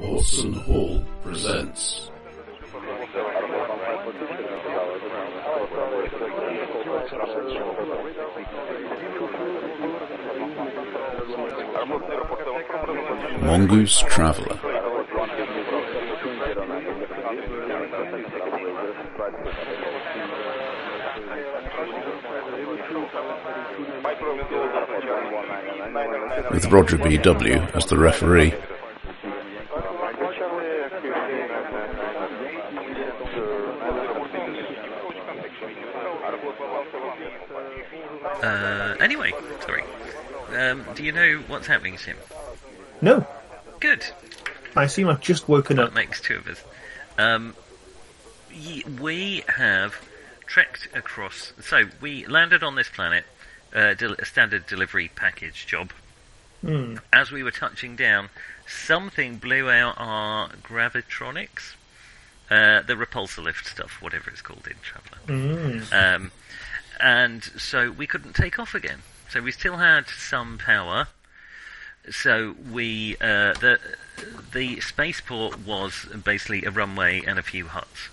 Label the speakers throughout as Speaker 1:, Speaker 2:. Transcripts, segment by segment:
Speaker 1: Watson Hall presents. Mongoose Traveller. With Roger B.W. as the referee.
Speaker 2: Uh, anyway, sorry. Um, do you know what's happening, Sim?
Speaker 3: No,
Speaker 2: Good.
Speaker 3: I assume I've just woken up.
Speaker 2: That makes two of us. Um, y- we have trekked across. So we landed on this planet, uh, del- a standard delivery package job. As we were touching down, something blew out our gravitronics, uh, the repulsor lift stuff, whatever it's called in Traveller. Um, and so we couldn't take off again. So we still had some power. So we uh, the the spaceport was basically a runway and a few huts.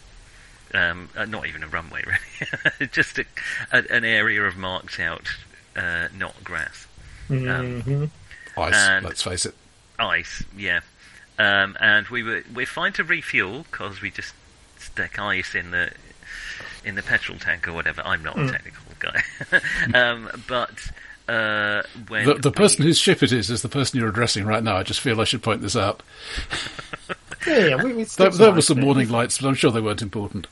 Speaker 2: Um, uh, not even a runway, really. Just a, a, an area of marked out, uh, not grass,
Speaker 4: Mm-hmm. Ice,
Speaker 2: And-
Speaker 4: let's face it.
Speaker 2: ice. Yeah, um, and we were we're fine to refuel because we just stick ice in the in the petrol tank or whatever. I'm not
Speaker 4: Mm.
Speaker 2: a technical guy, um, but uh, when
Speaker 4: The, the
Speaker 2: we-
Speaker 4: person whose ship it is is the person you're addressing right now. I just feel I should point this out.
Speaker 3: Yeah, yeah, we, we
Speaker 4: There,
Speaker 3: still
Speaker 4: there were some
Speaker 3: survived
Speaker 4: warning lights, but I'm sure they weren't important.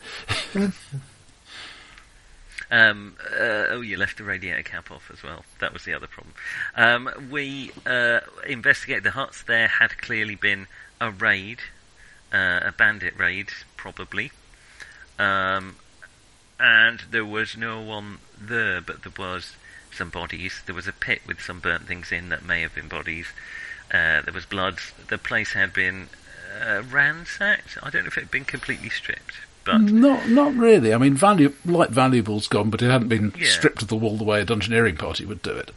Speaker 2: Um, uh, oh, you left the radiator cap off as well. That was the other problem. Um, we uh, investigated the huts. There had clearly been a raid, uh, a bandit raid, probably. Um, and there was no one there, but there was some bodies. There was a pit with some burnt things in that may have been bodies. Uh, there was blood. The place had been uh, ransacked. I don't know if it had been completely stripped, but
Speaker 4: Not, not really. I mean, value, light valuables gone, but it hadn't been
Speaker 2: Yeah.
Speaker 4: stripped of the wall the way a dungeoneering party would do it.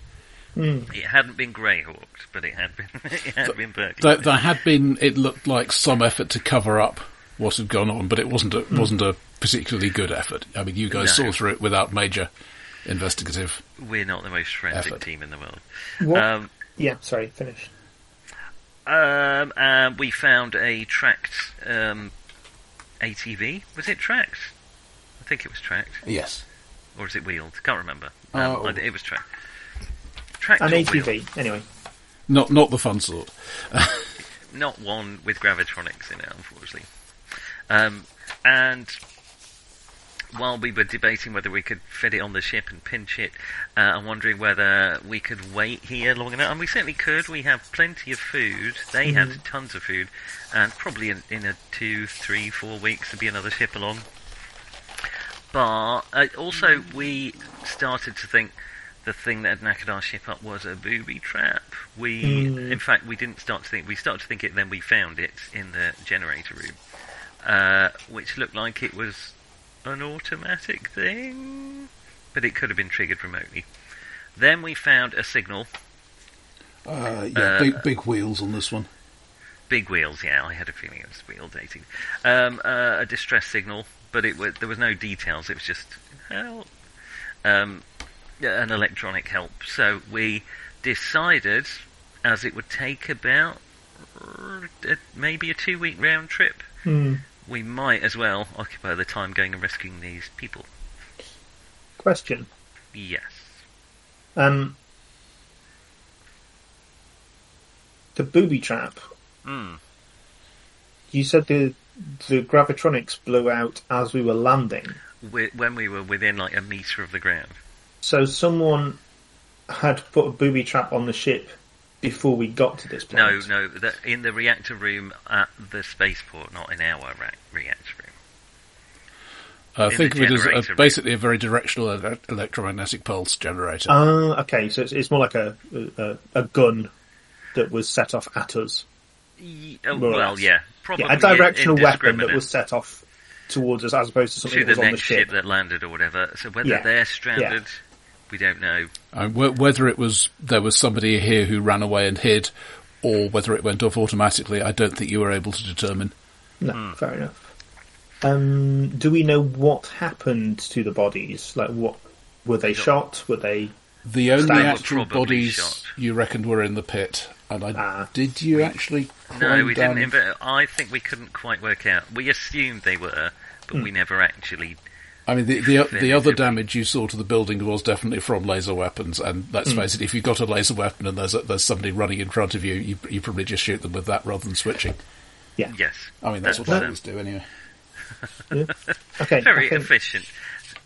Speaker 2: It hadn't been Greyhawked, but it had been it had been
Speaker 4: There,
Speaker 2: burglarized.
Speaker 4: there had been, it looked like some effort to cover up what had gone on, but it wasn't a, wasn't a particularly good effort. I mean, you guys
Speaker 2: No.
Speaker 4: saw through it without major investigative.
Speaker 2: We're not the most forensic
Speaker 4: Effort.
Speaker 2: team in the world.
Speaker 3: What?
Speaker 2: Um,
Speaker 3: Yeah, sorry, finish.
Speaker 2: um, and we found a tracked um, ATV. Was it tracked? I think it was tracked,
Speaker 4: Yes.
Speaker 2: or is it wheeled? Can't remember. Um,
Speaker 4: Oh.
Speaker 2: I- it was tracked. Tracked
Speaker 3: An
Speaker 2: or wheeled.
Speaker 3: ATV, anyway.
Speaker 4: Not, not the fun sort.
Speaker 2: not one with gravitronics in it, unfortunately. Um, and while we were debating whether we could fit it on the ship and pinch it, uh, I'm wondering whether we could wait here long enough. And we certainly could. We have plenty of food. They had tons of food, and probably in, in a two, three, four weeks there'd be another ship along. But uh, also, we started to think the thing that had knackered our ship up was a booby trap. We, in fact, we didn't start to think. We started to think it. Then we found it in the generator room, uh, which looked like it was an automatic thing, but it could have been triggered remotely. Then we found a signal.
Speaker 4: Uh,
Speaker 2: Uh,
Speaker 4: big, big wheels on this one.
Speaker 2: Big wheels, yeah. I had a feeling it was wheel dating. Um, uh, a distress signal, but it was, there was no details. It was just help, um, yeah, an electronic help. So we decided, as it would take about uh, maybe a two-week round trip,
Speaker 3: Hmm,
Speaker 2: we might as well occupy the time going and rescuing these people.
Speaker 3: Question.
Speaker 2: Yes.
Speaker 3: Um, the booby trap.
Speaker 2: Hmm.
Speaker 3: You said the the gravitronics blew out as we were landing.
Speaker 2: Whe- When we were within like a meter of the ground.
Speaker 3: So someone had put a booby trap on the ship before we got to this
Speaker 2: No,
Speaker 3: planet.
Speaker 2: no, the, in the reactor room at the spaceport, not in our ra- reactor room.
Speaker 4: Uh,
Speaker 2: the
Speaker 4: think of it as
Speaker 2: generator
Speaker 4: a,
Speaker 2: room.
Speaker 4: basically a very directional ele- electromagnetic pulse generator.
Speaker 3: Ah, okay. So it's, it's more like a, a a gun that was set off at us.
Speaker 2: Ye- oh,
Speaker 3: More or
Speaker 2: well,
Speaker 3: less.
Speaker 2: yeah, probably
Speaker 3: yeah, a directional weapon that
Speaker 2: indiscriminate
Speaker 3: was set off towards us as opposed to something
Speaker 2: to the
Speaker 3: that was on the
Speaker 2: next ship.
Speaker 3: ship.
Speaker 2: that landed or whatever. So whether
Speaker 3: Yeah.
Speaker 2: they're stranded, we don't know.
Speaker 4: And wh- whether it was there was somebody here who ran away and hid, or whether it went off automatically, I don't think you were able to determine.
Speaker 3: No,
Speaker 2: Hmm.
Speaker 3: fair enough. Um, do we know what happened to the bodies? Like, what were they shot? Were they?
Speaker 4: The only
Speaker 3: Stan was
Speaker 4: actual
Speaker 2: probably
Speaker 4: bodies
Speaker 2: shot.
Speaker 4: you reckoned were in the pit, and I
Speaker 3: Ah.
Speaker 4: did you actually?
Speaker 2: No,
Speaker 4: climb
Speaker 2: we
Speaker 4: down
Speaker 2: didn't.
Speaker 4: and-
Speaker 2: But I think we couldn't quite work out. We assumed they were, but
Speaker 3: Hmm.
Speaker 2: we never actually.
Speaker 4: I mean, the the,
Speaker 2: Fair
Speaker 4: the other
Speaker 2: bit.
Speaker 4: damage you saw to the building was definitely from laser weapons, and let's face it, if you've got a laser weapon and there's a, there's somebody running in front of you, you, you probably just shoot them with that rather than switching.
Speaker 3: Yeah.
Speaker 2: Yes.
Speaker 4: I mean, that's
Speaker 2: That-
Speaker 4: what I
Speaker 2: that-
Speaker 4: always do anyway.
Speaker 3: Okay.
Speaker 2: Very
Speaker 3: I think,
Speaker 2: efficient.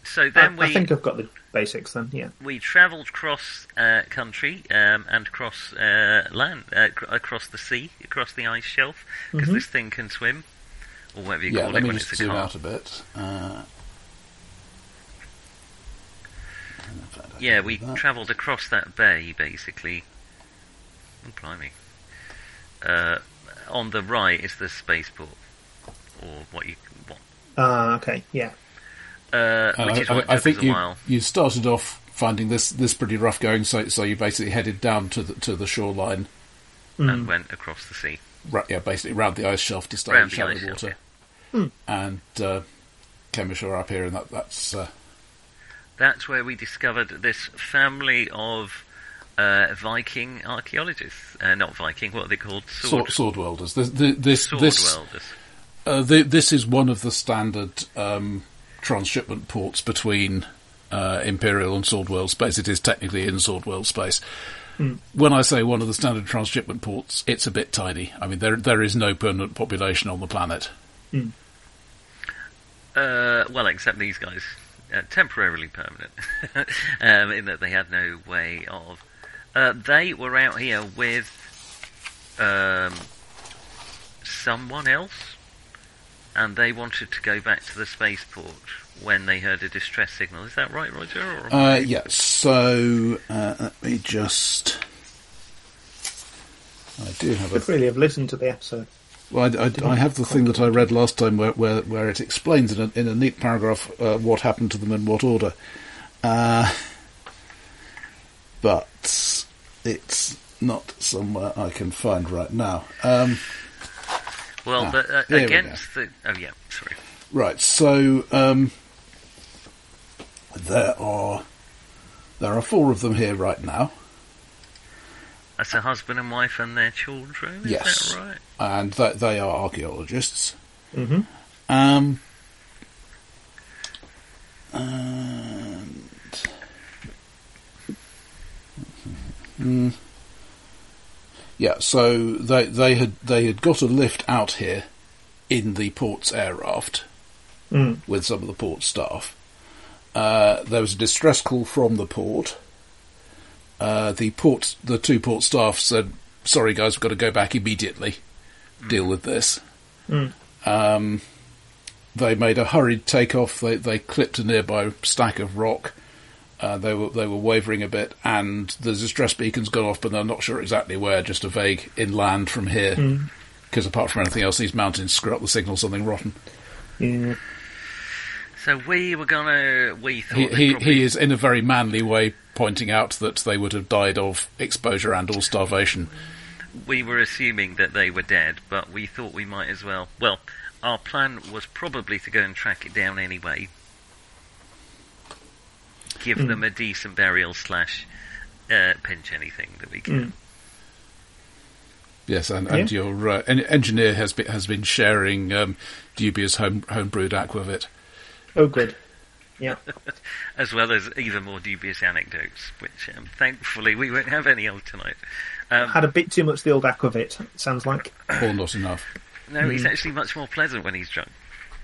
Speaker 2: So
Speaker 3: I,
Speaker 2: then
Speaker 3: I
Speaker 2: we
Speaker 3: think I've got the basics then. Yeah.
Speaker 2: we travelled cross uh, country um, and across uh, land, uh, cr- across the sea, across the ice shelf, because this thing can swim, or whatever you
Speaker 4: Mm-hmm. Yeah,
Speaker 2: call
Speaker 4: let
Speaker 2: it
Speaker 4: me
Speaker 2: when
Speaker 4: just
Speaker 2: it's a
Speaker 4: zoom
Speaker 2: car.
Speaker 4: out a bit. Uh, and in fact, I
Speaker 2: Yeah,
Speaker 4: can
Speaker 2: we
Speaker 4: do that.
Speaker 2: travelled across that bay basically. Oh, blimey. Uh, on the right is the spaceport, or what you what,
Speaker 3: Ah, okay. Yeah.
Speaker 2: uh,
Speaker 4: And
Speaker 2: which is
Speaker 4: I,
Speaker 2: what
Speaker 4: I- I
Speaker 2: took
Speaker 4: think
Speaker 2: us a
Speaker 4: you,
Speaker 2: while.
Speaker 4: you started off finding this, this pretty rough going, so, so you basically headed down to the, to the shoreline, Hmm.
Speaker 3: Hmm.
Speaker 2: and went across the sea.
Speaker 4: ra- yeah, basically round the ice shelf to stay
Speaker 2: Round
Speaker 4: in
Speaker 2: the
Speaker 4: shallow
Speaker 2: ice Hmm. shelf,
Speaker 4: water, and uh, came ashore up here, and that, that's uh,
Speaker 2: That's where we discovered this family of uh, Viking archaeologists. Uh, not Viking. What are they called?
Speaker 4: sword, sword welders. This this this,
Speaker 2: sword
Speaker 4: this,
Speaker 2: welders.
Speaker 4: uh, thi- this is one of the standard um, transshipment ports between uh, Imperial and Swordwell space. It is technically in Swordwell space. When I say one of the standard transshipment ports, it's a bit tiny. I mean, there there is no permanent population on the planet.
Speaker 2: Uh, well, except these guys, uh, temporarily permanent, um, in that they had no way of. Uh, they were out here with um, someone else, and they wanted to go back to the spaceport when they heard a distress signal. Is that right, Roger? Or...
Speaker 4: Uh, yeah, so uh, let me just. I do have a
Speaker 3: Should really have listened to the episode.
Speaker 4: Well, I, I- I have the thing that I read last time where, where, where it explains in a, in a neat paragraph uh, what happened to them and what order. Uh, but it's not somewhere I can find right now. Um,
Speaker 2: well,
Speaker 4: ah,
Speaker 2: but uh,
Speaker 4: there we go.
Speaker 2: against the. Oh, yeah, sorry.
Speaker 4: right, so um, there are there are four of them here right now,
Speaker 2: That's a husband and wife and their children, is
Speaker 4: Yes.
Speaker 2: that right?
Speaker 4: and th- they are archaeologists.
Speaker 3: hmm
Speaker 4: Um, and Hmm. yeah, so they they had they had got a lift out here in the port's air raft
Speaker 3: Mm.
Speaker 4: with some of the port staff. Uh, there was a distress call from the port. Uh, the port, the two port staff said, "Sorry, guys, we've got to go back immediately. Deal with this." Um, they made a hurried takeoff. They they clipped a nearby stack of rock. Uh, they were they were wavering a bit, and the distress beacon's gone off, but they're not sure exactly where. Just a vague inland from here, because apart from anything else, these mountains screw up the signal. Something rotten.
Speaker 3: Yeah.
Speaker 2: So we were gonna. We thought.
Speaker 4: He
Speaker 2: they
Speaker 4: he,
Speaker 2: probably
Speaker 4: he is in a very manly way pointing out that they would have died of exposure and or starvation.
Speaker 2: we were assuming that they were dead, but we thought we might as well. Well, our plan was probably to go and track it down anyway. Give them a decent burial slash uh, pinch anything that we
Speaker 4: Mm.
Speaker 2: can.
Speaker 4: Yes, and, and your uh, en- engineer has been has been sharing um, dubious home homebrewed aquavit.
Speaker 3: Oh, good. Yeah.
Speaker 2: as well as even more dubious anecdotes, which um, thankfully we won't have any of tonight. Um,
Speaker 3: Had a bit too much of the old aquavit. It sounds like.
Speaker 4: All not enough.
Speaker 2: no,
Speaker 4: Mm.
Speaker 2: he's actually much more pleasant when he's drunk.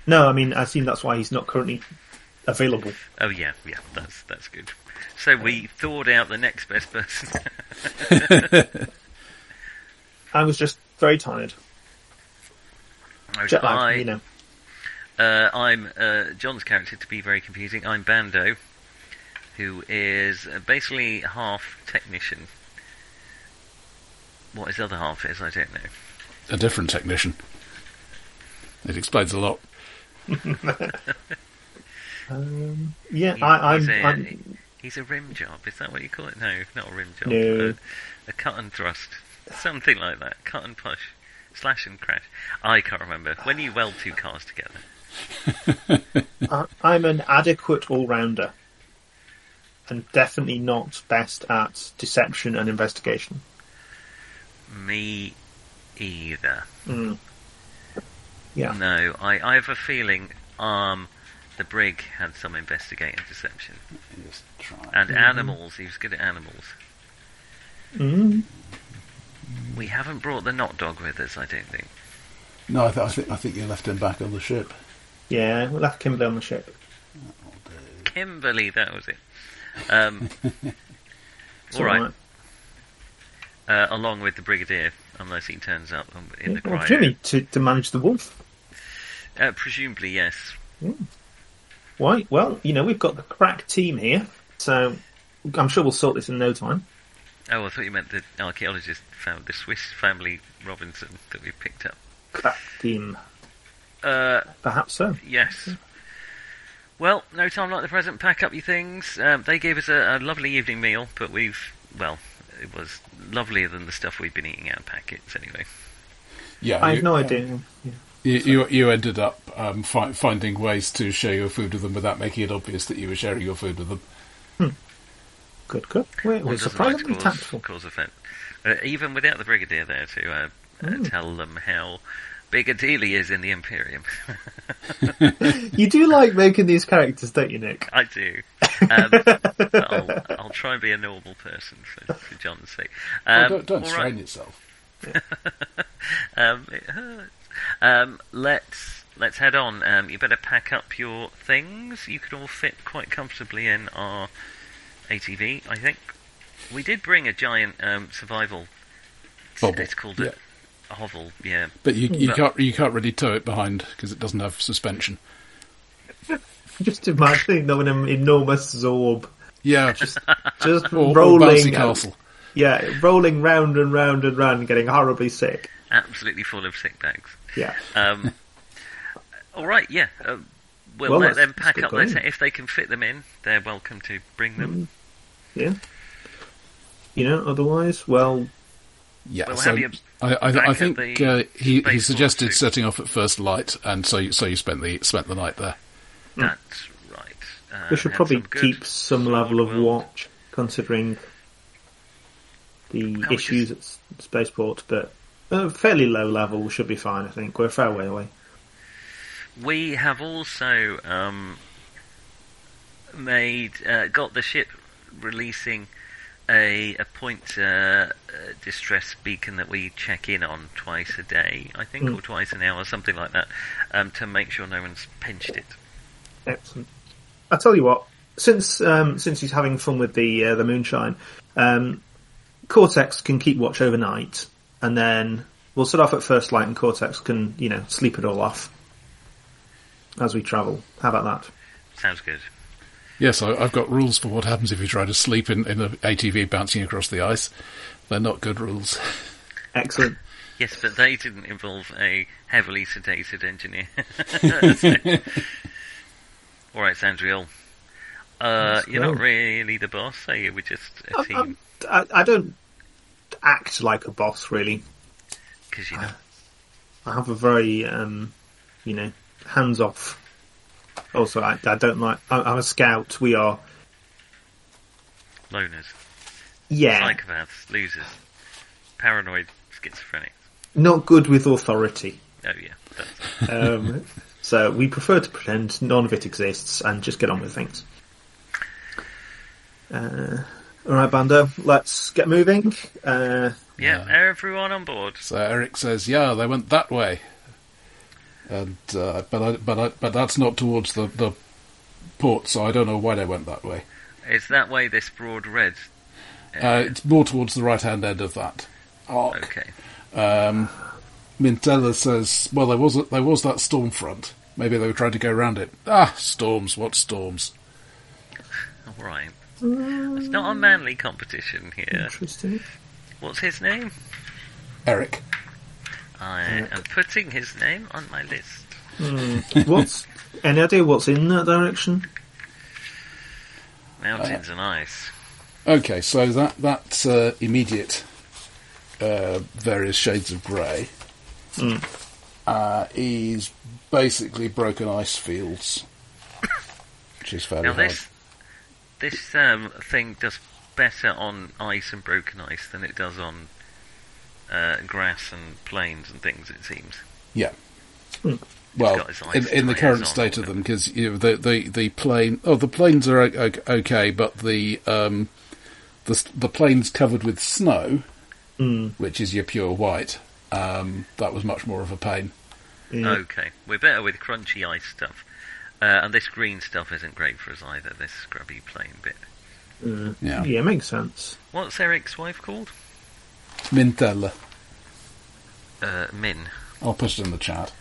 Speaker 3: No, I mean, I assume that's why he's not currently available.
Speaker 2: Oh yeah, yeah, that's that's good. So we thawed out the next best person.
Speaker 3: I was just very tired. Jet lag,
Speaker 2: I-
Speaker 3: you know.
Speaker 2: Uh, I'm uh, John's character to be very confusing. I'm Bando, who is uh, basically half technician. What his other half is, I don't know.
Speaker 4: a different technician. It explains a lot.
Speaker 3: Um, yeah,
Speaker 2: He's,
Speaker 3: I,
Speaker 2: he's
Speaker 3: I'm,
Speaker 2: a,
Speaker 3: I'm
Speaker 2: he's a rim job. Is that what you call it? No, not a rim job.
Speaker 3: No.
Speaker 2: A, a cut and thrust. Something like that. Cut and push. Slash and crash. I can't remember. When you weld two cars together.
Speaker 3: I, uh, I'm an adequate all rounder. And definitely not best at deception and investigation.
Speaker 2: Me either.
Speaker 3: Mm. Yeah.
Speaker 2: No, I, I have a feeling um, the brig had some investigative deception.
Speaker 4: Just try.
Speaker 2: And
Speaker 3: Mm-hmm.
Speaker 2: animals, he was good at animals.
Speaker 3: Mm.
Speaker 2: We haven't brought the not dog with us, I don't think.
Speaker 4: No, I, th- I think I think you left him back on the ship.
Speaker 3: Yeah, we left Kimberly on the ship.
Speaker 2: Kimberly, that was it. Um,
Speaker 3: It's
Speaker 2: all right, Uh, along with the brigadier, unless he turns up um, in the
Speaker 3: Well,
Speaker 2: cryo.
Speaker 3: Oh, Jimmy, to, to manage the wolf.
Speaker 2: Uh, presumably, yes.
Speaker 3: Right, well, you know, we've got the crack team here, so I'm sure we'll sort this in no time.
Speaker 2: Oh, I thought you meant the archaeologist found the Swiss family Robinson that we picked up.
Speaker 3: Crack team.
Speaker 2: Uh,
Speaker 3: Perhaps so.
Speaker 2: yes. Well, no time like the present. Pack up your things. Um, they gave us a, a lovely evening meal, but we've well, it was lovelier than the stuff we've been eating out of packets anyway.
Speaker 4: Yeah,
Speaker 3: I
Speaker 4: you-
Speaker 3: have no idea. Yeah.
Speaker 4: You you, you ended up um, fi- finding ways to share your food with them without making it obvious that you were sharing your food with them.
Speaker 3: Good, good. We're,
Speaker 2: One
Speaker 3: we're
Speaker 2: doesn't like
Speaker 3: surprisingly
Speaker 2: to cause,
Speaker 3: tactful.
Speaker 2: cause offence. Uh, even without the Brigadier there to uh,
Speaker 3: Mm.
Speaker 2: uh, tell them how big a deal he is in the Imperium.
Speaker 3: You do like making these characters, don't you, Nick?
Speaker 2: I do. Um, but I'll, I'll try and be a normal person for, for John's sake. Um,
Speaker 4: Oh, don't don't
Speaker 2: all
Speaker 4: strain
Speaker 2: right.
Speaker 4: yourself.
Speaker 2: Um, it hurts. Um, let's let's head on. Um, you better pack up your things. You can all fit quite comfortably in our ATV, I think. We did bring a giant um, survival.
Speaker 4: Bobble.
Speaker 2: It's called
Speaker 4: Yeah.
Speaker 2: a, a hovel. Yeah,
Speaker 4: But you, you
Speaker 2: But-
Speaker 4: can't you can't really tow it behind because it doesn't have suspension.
Speaker 3: Just imagining them in an enormous zorb,
Speaker 4: Yeah, just
Speaker 3: just
Speaker 4: or,
Speaker 3: rolling,
Speaker 4: or bouncy
Speaker 3: and-
Speaker 4: castle.
Speaker 3: yeah, rolling round and round and round, getting horribly sick.
Speaker 2: absolutely full of sick bags.
Speaker 3: Yeah,
Speaker 2: Um, all right, yeah. Um, we'll,
Speaker 3: Well,
Speaker 2: let
Speaker 3: that's-
Speaker 2: them
Speaker 3: that's
Speaker 2: pack
Speaker 3: good
Speaker 2: up their
Speaker 3: going.
Speaker 2: ta- if they can fit them in. They're welcome to bring them.
Speaker 3: yeah. You know, otherwise, well,
Speaker 4: Yeah,
Speaker 2: We'll
Speaker 4: so
Speaker 2: have you
Speaker 4: I,
Speaker 2: back
Speaker 4: I, I
Speaker 2: at
Speaker 4: think
Speaker 2: the
Speaker 4: uh, he, he
Speaker 2: spaceport
Speaker 4: suggested
Speaker 2: too.
Speaker 4: setting off at first light, and so you, so you spent the spent the night there.
Speaker 2: That's right. Uh,
Speaker 3: Mm-hmm. we should
Speaker 2: had
Speaker 3: probably
Speaker 2: some good
Speaker 3: keep some
Speaker 2: sword
Speaker 3: level of
Speaker 2: weld.
Speaker 3: watch, considering the
Speaker 2: How much
Speaker 3: issues at s- spaceport. But uh, fairly low level should be fine. I think we're a fair way away.
Speaker 2: We have also um, made uh, got the ship releasing a a point uh, uh, distress beacon that we check in on twice a day, I think, or twice an hour, something like that, um, to make sure no one's pinched it.
Speaker 3: Excellent. I tell you what, since um, since he's having fun with the uh, the moonshine, um, Cortex can keep watch overnight, and then we'll set off at first light, and Cortex can you know sleep it all off as we travel. How about that?
Speaker 2: Sounds good.
Speaker 4: Yes, I, I've got rules for what happens if you try to sleep in, in an ATV bouncing across the ice. They're not good rules.
Speaker 3: Excellent.
Speaker 2: Yes, but they didn't involve a heavily sedated engineer. All right, Sandriel. Uh,
Speaker 3: Let's
Speaker 2: you're
Speaker 3: go.
Speaker 2: not really the boss, are you? We're just a
Speaker 3: I'm-
Speaker 2: team
Speaker 3: I'm- Um, I, I don't act like a boss really.
Speaker 2: because you know.
Speaker 3: I have a very um, you know hands off. Also, I, I don't like. I, I'm a scout. We are
Speaker 2: loners,
Speaker 3: yeah.
Speaker 2: psychopaths, losers, paranoid, schizophrenics.
Speaker 3: not good with authority.
Speaker 2: Oh yeah, that's,
Speaker 3: Um, so we prefer to pretend none of it exists and just get on with things. Uh, all right, Bando, let's get moving. Uh,
Speaker 2: yeah. Everyone on board.
Speaker 4: So Eric says, "Yeah, they went that way," and uh, but I, but I, but that's not towards the, the port, so I don't know why they went that way.
Speaker 2: It's that way. This broad red.
Speaker 4: Uh, it's more towards the right hand end of that arc.
Speaker 2: Uh, Okay.
Speaker 4: Mintella says, "Well, there was a, there was that storm front. Maybe they were trying to go around it. Ah, storms! What storms?
Speaker 2: All right. It's not a manly competition here.
Speaker 3: Interesting.
Speaker 2: What's his name?
Speaker 4: Eric,
Speaker 2: I am putting his name on my list.
Speaker 3: What's any idea what's in that direction?
Speaker 2: Mountains and ice.
Speaker 4: Okay, so that that uh, immediate uh, various shades of grey,
Speaker 2: Hmm.
Speaker 4: uh, is basically broken ice fields, which is fairly
Speaker 2: Now
Speaker 4: hard.
Speaker 2: this this um, thing does better on ice and broken ice than it does on uh, grass and plains and things. It seems.
Speaker 4: Yeah. Well,
Speaker 2: got its
Speaker 4: in, in the
Speaker 2: lights
Speaker 4: current
Speaker 2: on,
Speaker 4: state of
Speaker 2: hasn't
Speaker 4: them, because you know, the the the plane, oh, the planes are o- o- okay, but the um, the s- the planes covered with snow,
Speaker 3: Hmm,
Speaker 4: which is your pure white, um, that was much more of a pain.
Speaker 3: Yeah.
Speaker 2: Okay, we're better with crunchy ice stuff, uh, and this green stuff isn't great for us either. This scrubby plain bit.
Speaker 4: Yeah,
Speaker 3: uh, Yeah, makes sense.
Speaker 2: What's Eric's wife called?
Speaker 4: Mintella.
Speaker 2: Uh, Min.
Speaker 4: I'll put it in the chat.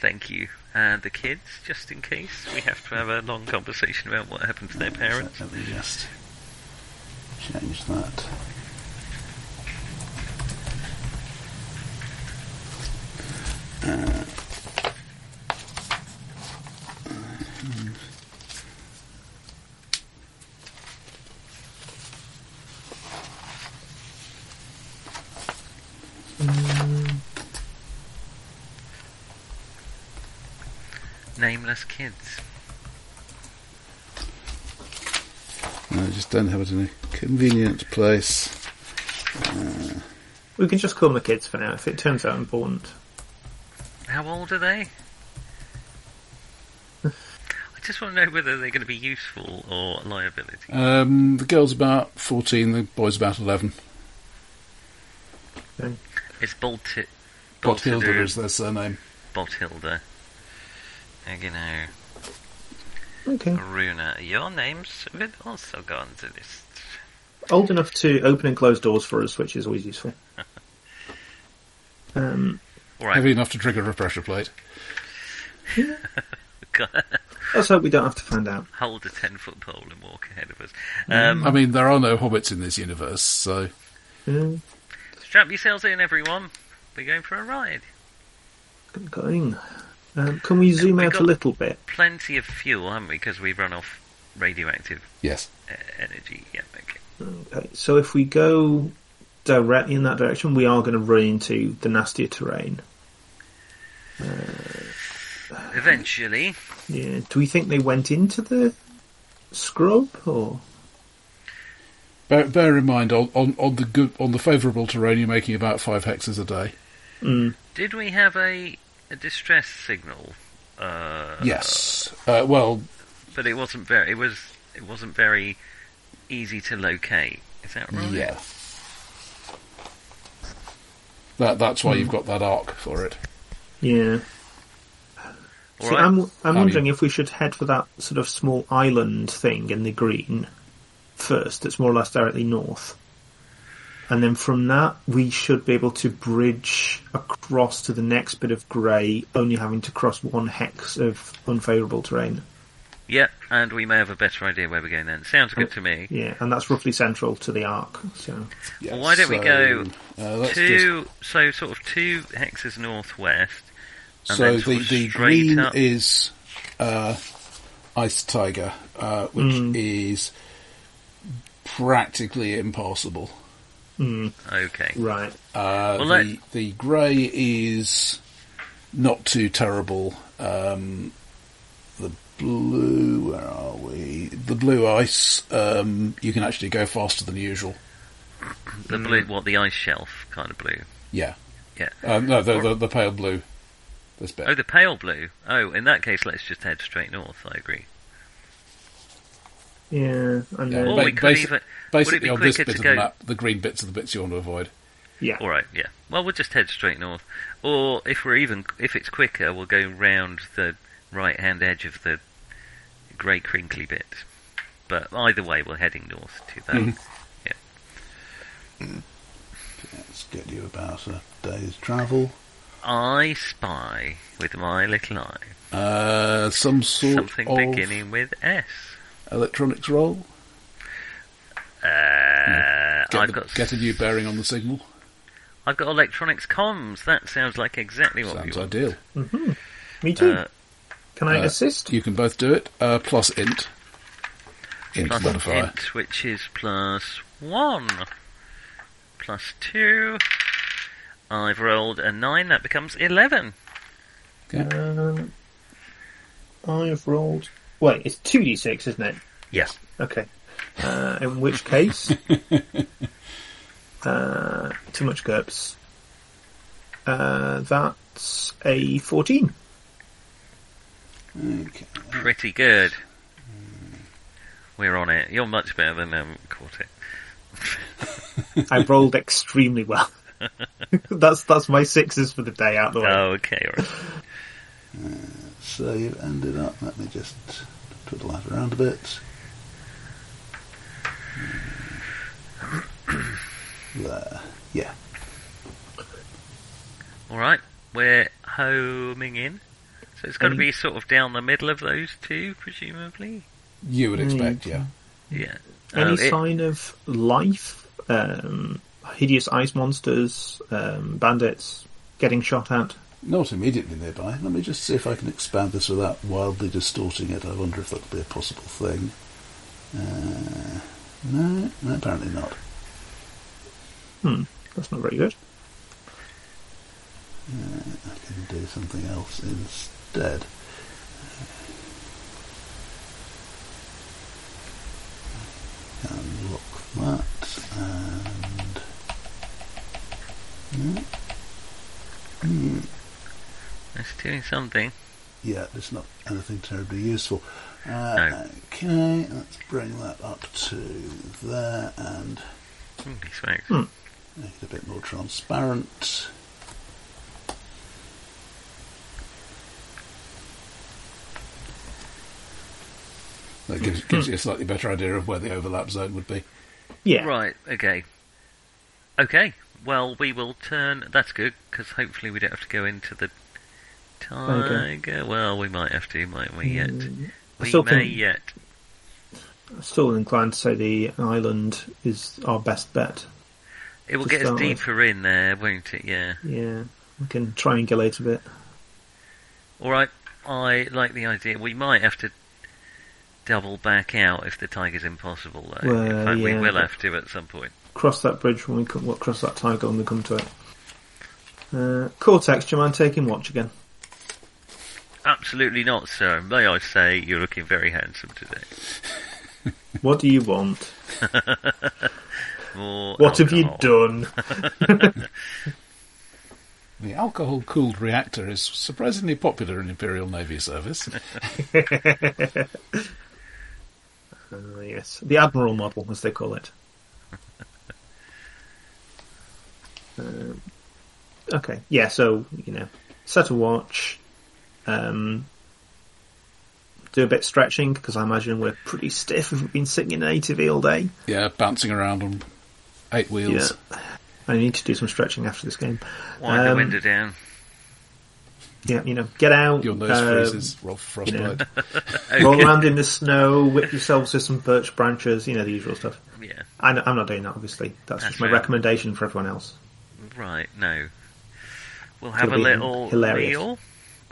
Speaker 2: Thank you. And the kids, just in case we have to have a long conversation about what happened to their parents.
Speaker 4: Let me just change that.
Speaker 2: Nameless kids.
Speaker 4: No, I just don't have it in a convenient place.
Speaker 3: We can just call them the kids for now if it turns out important.
Speaker 2: How old are they? I just want to know whether they're going to be useful or a liability.
Speaker 4: Um, the girl's about fourteen, the boy's about eleven.
Speaker 2: It's Bolti-
Speaker 4: Bothilda is their surname.
Speaker 2: Bothilda. You know,
Speaker 3: Okay.
Speaker 2: Runa. Your names have also gone to this.
Speaker 3: Old enough to open and close doors for us, which is always useful. Um,
Speaker 2: All right.
Speaker 4: Heavy enough to trigger a pressure plate.
Speaker 3: let's hope we don't have to find out.
Speaker 2: hold a ten foot pole and walk ahead of us. Um,
Speaker 4: I mean, there are no hobbits in this universe, so
Speaker 3: Yeah,
Speaker 2: strap yourselves in, everyone. We're going for a ride.
Speaker 3: good going. Um, can we zoom
Speaker 2: We
Speaker 3: out
Speaker 2: got-
Speaker 3: a little bit?
Speaker 2: Plenty of fuel, haven't we? Because we've run off radioactive
Speaker 4: yes,
Speaker 2: uh, energy. Yeah, okay.
Speaker 3: Okay, so if we go directly in that direction, we are going to run into the nastier terrain.
Speaker 2: Eventually,
Speaker 3: Yeah. Do we think they went into the scrub or?
Speaker 4: bear, bear in mind on, on, on the good on the favourable terrain, you're making about five hexes a day.
Speaker 2: did we have a, a distress signal? Uh,
Speaker 4: yes, uh, well,
Speaker 2: but it wasn't very. It was. It wasn't very easy to locate. Is that right?
Speaker 4: yeah. That that's
Speaker 2: Hmm.
Speaker 4: why you've got that arc for it.
Speaker 3: Yeah.
Speaker 2: All
Speaker 3: so
Speaker 2: right.
Speaker 3: I'm I'm
Speaker 4: you-
Speaker 3: wondering if we should head for that sort of small island thing in the green first. That's more or less directly north, and then from that we should be able to bridge across to the next bit of grey, only having to cross one hex of unfavourable terrain.
Speaker 2: Yeah, and we may have a better idea where we're going then. Sounds good to me.
Speaker 3: Yeah, and that's roughly central to the arc. So
Speaker 4: Yeah,
Speaker 2: Well, why don't we go
Speaker 4: uh, let's just-
Speaker 2: two, so sort of two hexes northwest. and
Speaker 4: so
Speaker 2: then
Speaker 4: the,
Speaker 2: sort of
Speaker 4: the
Speaker 2: straight
Speaker 4: green
Speaker 2: up.
Speaker 4: is uh, Ice Tiger, uh, which
Speaker 2: Hmm.
Speaker 4: is practically impossible.
Speaker 2: Okay.
Speaker 3: right,
Speaker 4: Uh,
Speaker 2: Well,
Speaker 4: the the grey is not too terrible. Um, the blue, where are we? The blue ice. Um, you can actually go faster than usual.
Speaker 2: The blue, what, the ice shelf kind of blue.
Speaker 4: Yeah.
Speaker 2: Yeah.
Speaker 4: Uh, no, the, the the pale blue. This bit.
Speaker 2: Oh, the pale blue. Oh, in that case, let's just head straight north. I agree.
Speaker 3: yeah, and
Speaker 4: Yeah,
Speaker 3: then
Speaker 2: Or
Speaker 4: ba-
Speaker 2: we could
Speaker 4: basi-
Speaker 2: even- would it
Speaker 4: basically
Speaker 2: be
Speaker 4: on this
Speaker 2: quicker
Speaker 4: bit of
Speaker 2: to go-
Speaker 4: the map, the green bits are the bits you want to avoid.
Speaker 3: yeah,
Speaker 2: All right. Yeah. Well, we'll just head straight north, or if we're even, if it's quicker, we'll go round the right-hand edge of the grey crinkly bit. But either way, we're heading north to that.
Speaker 4: Mm-hmm. Let's get you about a day's travel.
Speaker 2: I spy with my little eye
Speaker 4: Uh, some sort
Speaker 2: something
Speaker 4: of
Speaker 2: beginning with S.
Speaker 4: electronics roll.
Speaker 2: Uh,
Speaker 4: Get,
Speaker 2: I've
Speaker 4: the-
Speaker 2: got
Speaker 4: get a new bearing on the signal.
Speaker 2: I've got electronics comms. That sounds like exactly what
Speaker 4: Sounds
Speaker 2: we want.
Speaker 4: ideal.
Speaker 3: me too.
Speaker 2: Uh,
Speaker 3: Can I
Speaker 4: Uh,
Speaker 3: assist?
Speaker 4: You can both do it. Uh, plus int. Int
Speaker 2: plus
Speaker 4: modifier.
Speaker 2: int, which is plus one. plus 2. I've rolled a 9, that becomes 11.
Speaker 3: Um, I've rolled. Wait, it's two d six, isn't it?
Speaker 2: Yeah.
Speaker 3: Okay. Uh, in which case, uh, too much GURPS. Uh, that's a fourteen.
Speaker 4: Okay.
Speaker 2: Pretty good. We're on it. You're much better than um, Quartet.
Speaker 3: I rolled extremely well. that's that's my sixes for the day out the way.
Speaker 2: Oh, okay, all right.
Speaker 4: So you've ended up, let me just twiddle that around a bit. There. Yeah.
Speaker 2: All right, we're homing in. So it's got to
Speaker 3: Um,
Speaker 2: be sort of down the middle of those two, presumably.
Speaker 4: You would
Speaker 3: Mm.
Speaker 4: expect, yeah.
Speaker 2: Yeah.
Speaker 3: Any
Speaker 2: Uh, it-
Speaker 3: sign of life? Um, hideous ice monsters, um, bandits getting shot at.
Speaker 4: Not immediately nearby. Let me just see if I can expand this without wildly distorting it. I wonder if that'll be a possible thing. Uh, no, no, apparently not.
Speaker 3: That's not very good.
Speaker 4: I can do something else instead. Unlock that and. No. Hmm.
Speaker 2: It's doing something.
Speaker 4: Yeah, it's not anything terribly useful. Uh,
Speaker 2: No.
Speaker 4: Okay, let's bring that up to there and
Speaker 2: Holy smokes.
Speaker 4: make it a bit more transparent. That gives, gives you a slightly better idea of where the overlap zone would be.
Speaker 3: Yeah.
Speaker 2: Right, okay. Okay, well, we will turn. That's good, because hopefully we don't have to go into the
Speaker 3: Okay.
Speaker 2: tiger. Well, we might have to, might we yet?
Speaker 3: Mm. I
Speaker 2: We
Speaker 3: still
Speaker 2: may
Speaker 3: think-
Speaker 2: yet.
Speaker 3: Still inclined to say the island is our best bet.
Speaker 2: It will
Speaker 3: to
Speaker 2: get us
Speaker 3: start with.
Speaker 2: deeper in there, won't it? Yeah.
Speaker 3: Yeah, we can triangulate a bit.
Speaker 2: Alright, I like the idea. We might have to double back out if the tiger's impossible, though. in
Speaker 3: Well,
Speaker 2: fact, we
Speaker 3: yeah.
Speaker 2: will have to at some point.
Speaker 3: Cross that bridge when we come, well, cross that tiger when we come to it. Uh, Cortex, do you mind taking watch again?
Speaker 2: Absolutely not, sir. May I say, you're looking very handsome today.
Speaker 3: What do you want?
Speaker 2: More
Speaker 3: What have you
Speaker 2: alcohol.
Speaker 3: done?
Speaker 4: The alcohol cooled reactor is surprisingly popular in Imperial Navy service.
Speaker 3: Uh, yes, the Admiral model, as they call it. um, okay, yeah. So you know, set a watch, um, do a bit of stretching because I imagine we're pretty stiff if we've been sitting in an ATV all day.
Speaker 4: yeah, bouncing around on eight wheels.
Speaker 3: Yeah. I need to do some stretching after this game.
Speaker 2: Wind the
Speaker 3: Um,
Speaker 2: window down.
Speaker 3: Yeah, you know, get out,
Speaker 4: Your nose
Speaker 3: um,
Speaker 4: freezes, roll for
Speaker 3: you know.
Speaker 4: frostbite.
Speaker 3: roll
Speaker 2: Okay.
Speaker 3: around in the snow, whip yourselves with some birch branches, you know, the usual stuff.
Speaker 2: Yeah,
Speaker 3: I know, I'm not doing that, obviously. That's,
Speaker 2: That's
Speaker 3: just my
Speaker 2: fair.
Speaker 3: recommendation for everyone else.
Speaker 2: right, no. We'll have a
Speaker 3: been
Speaker 2: little
Speaker 3: hilarious.
Speaker 2: meal.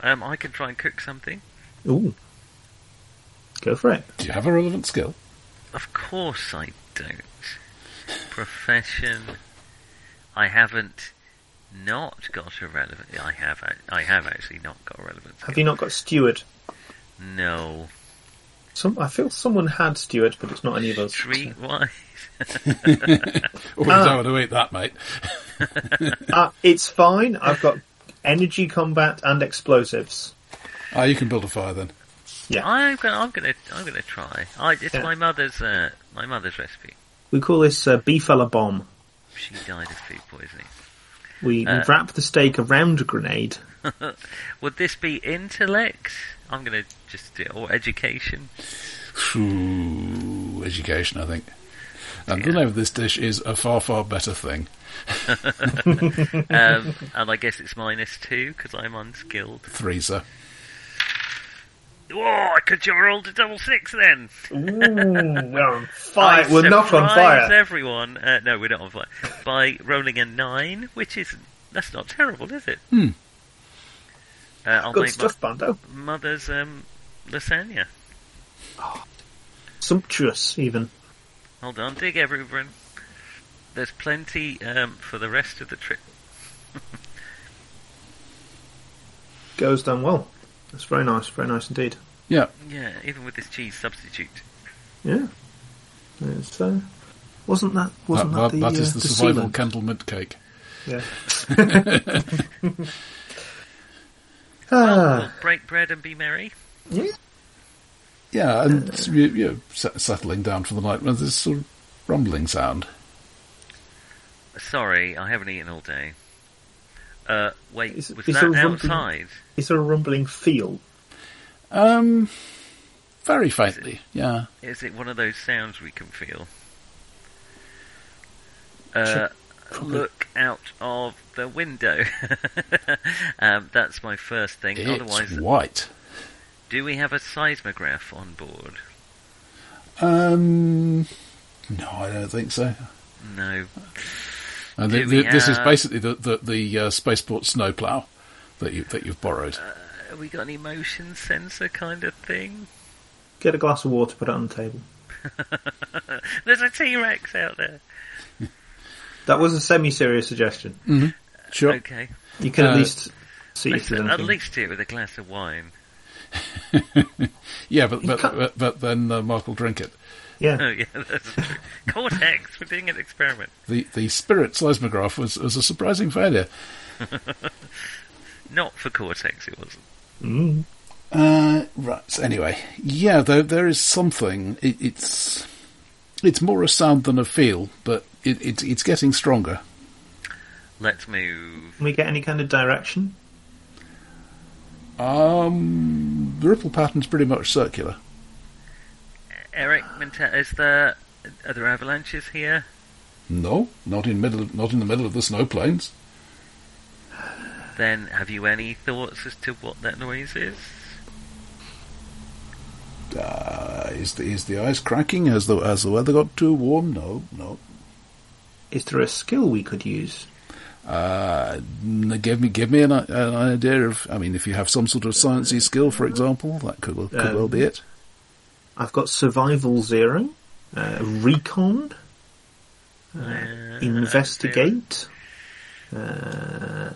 Speaker 2: Um, I can try and cook something.
Speaker 3: Ooh. Go for it.
Speaker 4: Do you have a relevant skill?
Speaker 2: Of course I don't. Profession. I haven't not got a relevant. I have. ac- I have actually not got a relevant.
Speaker 3: Have you not got steward?
Speaker 2: No.
Speaker 3: Some, I feel someone had steward, but it's not any of us.
Speaker 2: Street wise.
Speaker 4: Oh,
Speaker 3: Ah.
Speaker 4: you don't want to eat that, mate.
Speaker 3: Uh, it's fine. I've got energy combat and explosives.
Speaker 4: Ah, you can build a fire then.
Speaker 3: Yeah.
Speaker 2: I'm gonna. I'm gonna. I'm gonna try. I, it's
Speaker 3: Yeah.
Speaker 2: my mother's. Uh, my mother's recipe.
Speaker 3: We call this uh, beefella bomb.
Speaker 2: She died of food poisoning.
Speaker 3: We, we
Speaker 2: Uh,
Speaker 3: wrap the steak around a grenade.
Speaker 2: Would this be intellect? I'm gonna just do it. Or education.
Speaker 4: Phew, education, I think. And the
Speaker 2: Yeah.
Speaker 4: name of this dish is a far, far better thing.
Speaker 2: Um, and I guess it's minus two because I'm unskilled.
Speaker 4: Three, sir.
Speaker 2: Oh, I could have rolled a double six then.
Speaker 3: Ooh, we're on fire.
Speaker 2: I
Speaker 3: We're not on
Speaker 2: surprised
Speaker 3: fire.
Speaker 2: Everyone, uh, no, we're not on fire. By rolling a nine, which is that's not terrible, is it?
Speaker 4: Hmm.
Speaker 2: Uh, I'll
Speaker 3: Good
Speaker 2: make
Speaker 3: stuff, Bando.
Speaker 2: my mother's um, lasagna.
Speaker 3: Sumptuous, even.
Speaker 2: Hold on, dig everyone. there's plenty um, for the rest of the trip.
Speaker 3: Goes down well. That's very nice, very nice indeed.
Speaker 4: Yeah.
Speaker 2: Yeah, even with this cheese substitute.
Speaker 3: Yeah. It's, uh, wasn't that wasn't
Speaker 4: That- that-
Speaker 3: that, the,
Speaker 4: that
Speaker 3: uh,
Speaker 4: is the,
Speaker 3: the
Speaker 4: survival
Speaker 3: sealant?
Speaker 4: candlemint cake.
Speaker 3: Yeah.
Speaker 2: Well, we'll
Speaker 3: ah,
Speaker 2: break bread and be merry.
Speaker 3: yeah.
Speaker 4: Yeah, and s- you, you know, se- settling down for the night with this sort of rumbling sound.
Speaker 2: Sorry, I haven't eaten all day. Uh, wait,
Speaker 3: Is-
Speaker 2: was
Speaker 3: is
Speaker 2: that
Speaker 3: there one thing-
Speaker 2: outside?
Speaker 3: Is there a rumbling feel?
Speaker 4: Um, very faintly. Yeah,
Speaker 2: Is it one of those sounds we can feel? Uh, look out of the window. um, that's my first thing. Otherwise,
Speaker 4: it's white.
Speaker 2: do we have a seismograph on board?
Speaker 4: Um, no, I don't think so.
Speaker 2: No.
Speaker 4: And the,
Speaker 2: Do we
Speaker 4: the, this is
Speaker 2: have-
Speaker 4: basically the the, the uh, spaceport snowplow that you that you've borrowed.
Speaker 2: Have we got an emotion sensor kind of thing?
Speaker 3: Get a glass of water, put it on the table.
Speaker 2: There's a T Rex out there.
Speaker 3: That was a semi-serious suggestion.
Speaker 4: Sure.
Speaker 2: Okay.
Speaker 3: You can
Speaker 4: Uh,
Speaker 3: at least see if
Speaker 2: Let's
Speaker 3: there's
Speaker 2: at
Speaker 3: anything.
Speaker 2: least do it with a glass of wine.
Speaker 4: Yeah, but but,
Speaker 3: can't-
Speaker 4: but but then uh, Mark will drink it.
Speaker 3: Yeah.
Speaker 2: Oh, yeah, that's true. Cortex, we're doing an experiment.
Speaker 4: The the spirit seismograph was, was a surprising failure.
Speaker 2: Not for Cortex, it wasn't.
Speaker 3: Mm.
Speaker 4: Uh, right. so Anyway, yeah, there there is something. It, it's it's more a sound than a feel, but it, it it's getting stronger.
Speaker 2: Let's move.
Speaker 3: Can we get any kind of direction?
Speaker 4: Um, the ripple pattern's pretty much circular.
Speaker 2: Eric, Minta- is there are there avalanches here?
Speaker 4: No, not in middle of, not in the middle of the snow plains.
Speaker 2: Then have you any thoughts as to what that noise is?
Speaker 4: Uh, is the is the ice cracking? Has the has the weather got too warm? No, no.
Speaker 3: Is there a skill we could use?
Speaker 4: Uh, n- give me give me an, i- an idea of. I mean, if you have some sort of sciencey skill, for example, that could well, could
Speaker 3: Um,
Speaker 4: well be it.
Speaker 3: I've got survival zero, uh, recon,
Speaker 2: Uh,
Speaker 3: investigate. Uh,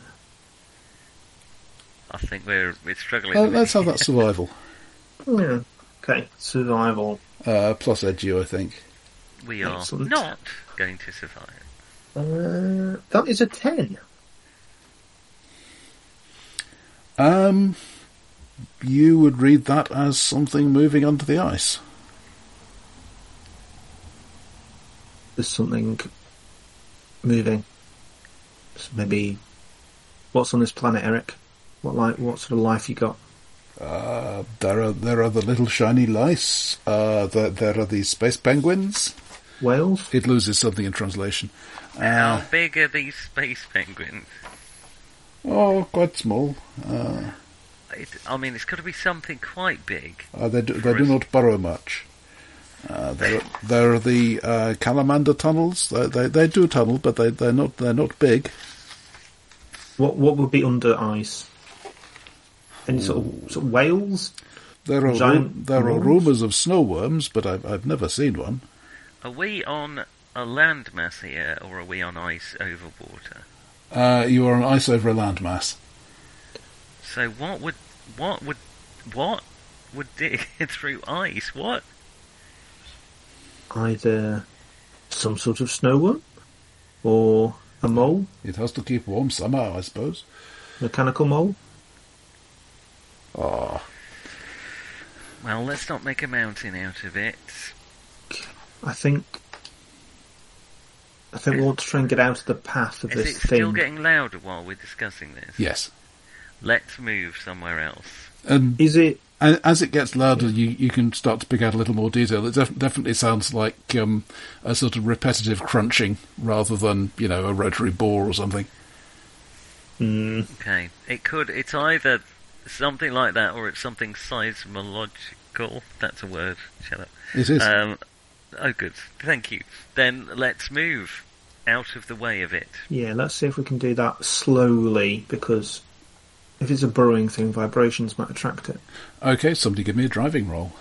Speaker 2: I think we're we're struggling.
Speaker 4: Uh,
Speaker 2: with
Speaker 4: let's
Speaker 2: it.
Speaker 4: have that survival
Speaker 3: yeah. Okay, survival.
Speaker 4: uh, plus edu. I think.
Speaker 2: We are
Speaker 3: Excellent.
Speaker 2: not going to survive.
Speaker 3: Uh, that is a ten.
Speaker 4: Um, you would read that as something moving under the ice.
Speaker 3: There's something moving. So maybe what's on this planet, Eric? What like what sort of life you got?
Speaker 4: Uh, there are there are the little shiny lice. Uh, there there are these space penguins.
Speaker 3: Whales?
Speaker 4: It loses something in translation.
Speaker 2: How
Speaker 4: Uh,
Speaker 2: big are these space penguins?
Speaker 4: oh, quite small. Uh,
Speaker 2: It, I mean, it's got to be something quite big.
Speaker 4: Uh, they do, they do not burrow much. Uh, there, are- there are the uh, Calamander tunnels. They, they, they do tunnel, but they, they're not they're not big.
Speaker 3: What what would be under ice? Any sort of, sort of whales?
Speaker 4: There are ru-
Speaker 3: Giant
Speaker 4: there are
Speaker 3: worms?
Speaker 4: rumours of snow worms, but I've, I've never seen one.
Speaker 2: Are we on a landmass here, or are we on ice over water?
Speaker 4: Uh, you are on ice over a landmass.
Speaker 2: So what would what would what would dig through ice? What?
Speaker 3: Either some sort of snow worm or a mole,
Speaker 4: It has to keep warm somehow, I suppose.
Speaker 3: mechanical mole.
Speaker 4: Oh,
Speaker 2: Well, let's not make a mountain out of it.
Speaker 3: I think I think we want to try and get out of the path of
Speaker 2: Is
Speaker 3: this
Speaker 2: it still
Speaker 3: thing.
Speaker 2: getting louder while we're discussing this?
Speaker 4: yes.
Speaker 2: Let's move somewhere else.
Speaker 4: And
Speaker 3: Is it
Speaker 4: Um, a- as it gets louder, you, you can start to pick out a little more detail. It def- definitely sounds like um, a sort of repetitive crunching rather than you know a rotary bore or something.
Speaker 2: Hmm.
Speaker 3: mm,
Speaker 2: Okay. It could. It's either something like that, or it's something seismological. That's a word. Shut up.
Speaker 4: It is.
Speaker 2: Um, oh, good. Thank you. Then let's move out of the way of it.
Speaker 3: yeah, let's see if we can do that slowly because if it's a burrowing thing, vibrations might attract it.
Speaker 4: Okay, somebody give me a driving roll.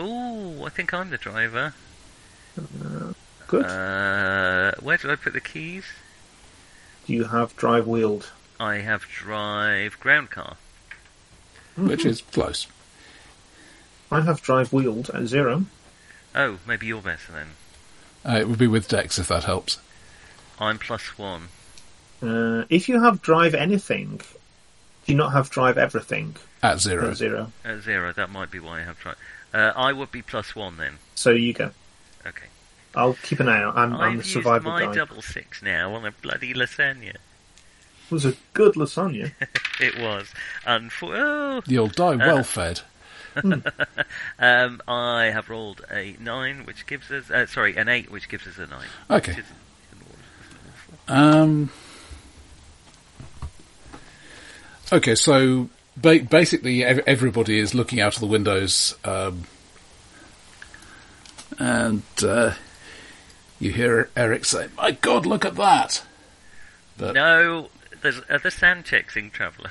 Speaker 2: Ooh, I think I'm the driver.
Speaker 3: Good.
Speaker 2: Uh, where did I put the keys?
Speaker 3: Do you have drive wheeled?
Speaker 2: I have drive ground car.
Speaker 4: which is close.
Speaker 3: I have drive wheeled at zero.
Speaker 2: Oh, maybe you're better then.
Speaker 4: Uh, it would be with Dex if that helps.
Speaker 2: I'm plus one.
Speaker 3: Uh, if you have drive anything, do you not have drive everything
Speaker 4: At
Speaker 3: at
Speaker 4: zero.
Speaker 3: zero?
Speaker 2: At zero, that might be why I have tried. Uh, I would be plus one then.
Speaker 3: So you go.
Speaker 2: Okay.
Speaker 3: I'll keep an eye out. I'm, I'm the
Speaker 2: I've used
Speaker 3: survival
Speaker 2: my
Speaker 3: guy.
Speaker 2: double six now on a bloody lasagna.
Speaker 3: It was a good lasagna.
Speaker 2: It was. Unfor- oh,
Speaker 4: You'll die well fed.
Speaker 2: um, I have rolled a nine, which gives us uh, sorry an eight, which gives us a nine.
Speaker 4: Okay.
Speaker 2: Which is the more-
Speaker 4: Um, okay, so ba- basically ev- everybody is looking out of the windows, um, and uh, you hear Eric say, "My God, look at that!" But-
Speaker 2: No, there's are the sound checks in Traveller.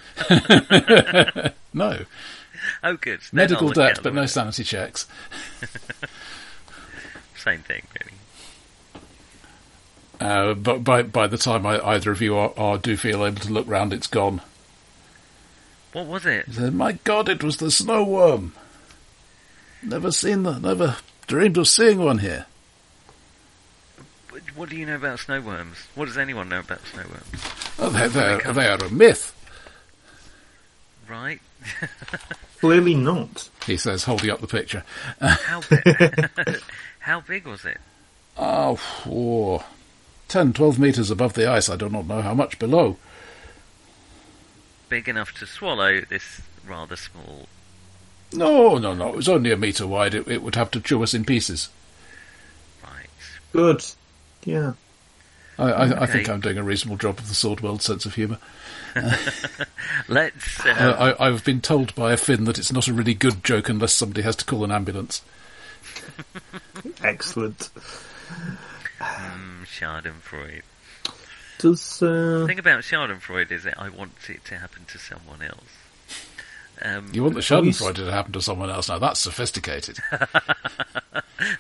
Speaker 4: No,
Speaker 2: Oh, good. Then I'll
Speaker 4: medical
Speaker 2: look
Speaker 4: debt,
Speaker 2: out
Speaker 4: but
Speaker 2: the
Speaker 4: no
Speaker 2: window.
Speaker 4: sanity checks.
Speaker 2: Same thing, really.
Speaker 4: Uh, but by by the time I, either of you are, are do feel able to look round, it's gone.
Speaker 2: What was it?
Speaker 4: He said, My God, it was the snow worm. Never seen the, never dreamed of seeing one here.
Speaker 2: What- What do you know about snowworms? What does anyone know about snowworms?
Speaker 4: Oh, they, they, they are a myth,
Speaker 2: Right?
Speaker 3: Clearly not.
Speaker 4: he says, holding up the picture.
Speaker 2: How big? How big was it?
Speaker 4: Oh, whoa. 10, 12 metres above the ice, I do not know how much below.
Speaker 2: Big enough to swallow this rather small.
Speaker 4: No, no, no, it was only a metre wide, it, it would have to chew us in pieces.
Speaker 2: Right.
Speaker 3: Good. Yeah.
Speaker 4: I, I, I think
Speaker 2: Okay.
Speaker 4: I'm doing a reasonable job of the Sword World sense of humour.
Speaker 2: Let's. Uh,
Speaker 4: Uh, I, I've been told by a Finn that it's not a really good joke unless somebody has to call an ambulance.
Speaker 3: Excellent.
Speaker 2: mm, Schadenfreude.
Speaker 3: Does uh,
Speaker 2: The thing about Schadenfreude is that I want it to happen to someone else. Um,
Speaker 4: You want the
Speaker 3: Oh, you s-
Speaker 4: Schadenfreude to happen to someone else now, that's sophisticated.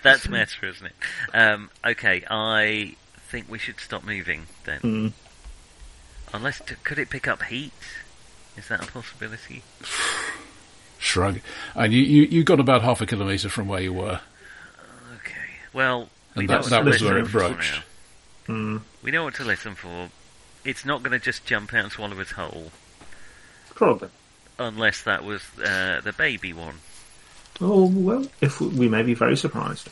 Speaker 2: That's meta, isn't it? Um, okay, I think we should stop moving then.
Speaker 3: Hmm.
Speaker 2: Unless, t- could it pick up heat? Is that a possibility?
Speaker 4: Shrug. And you, you, you got about half a kilometre from where you were.
Speaker 2: Okay. Well, we
Speaker 4: And
Speaker 2: know
Speaker 4: that,
Speaker 2: what
Speaker 4: that
Speaker 2: to
Speaker 4: was where
Speaker 2: listen
Speaker 4: it
Speaker 2: for
Speaker 4: broached.
Speaker 2: now.
Speaker 3: hmm.
Speaker 2: We know what to listen for. It's not going to just jump out and swallow us whole,
Speaker 3: probably?
Speaker 2: unless that was uh, the baby one.
Speaker 3: Oh well, if we, we may be very surprised.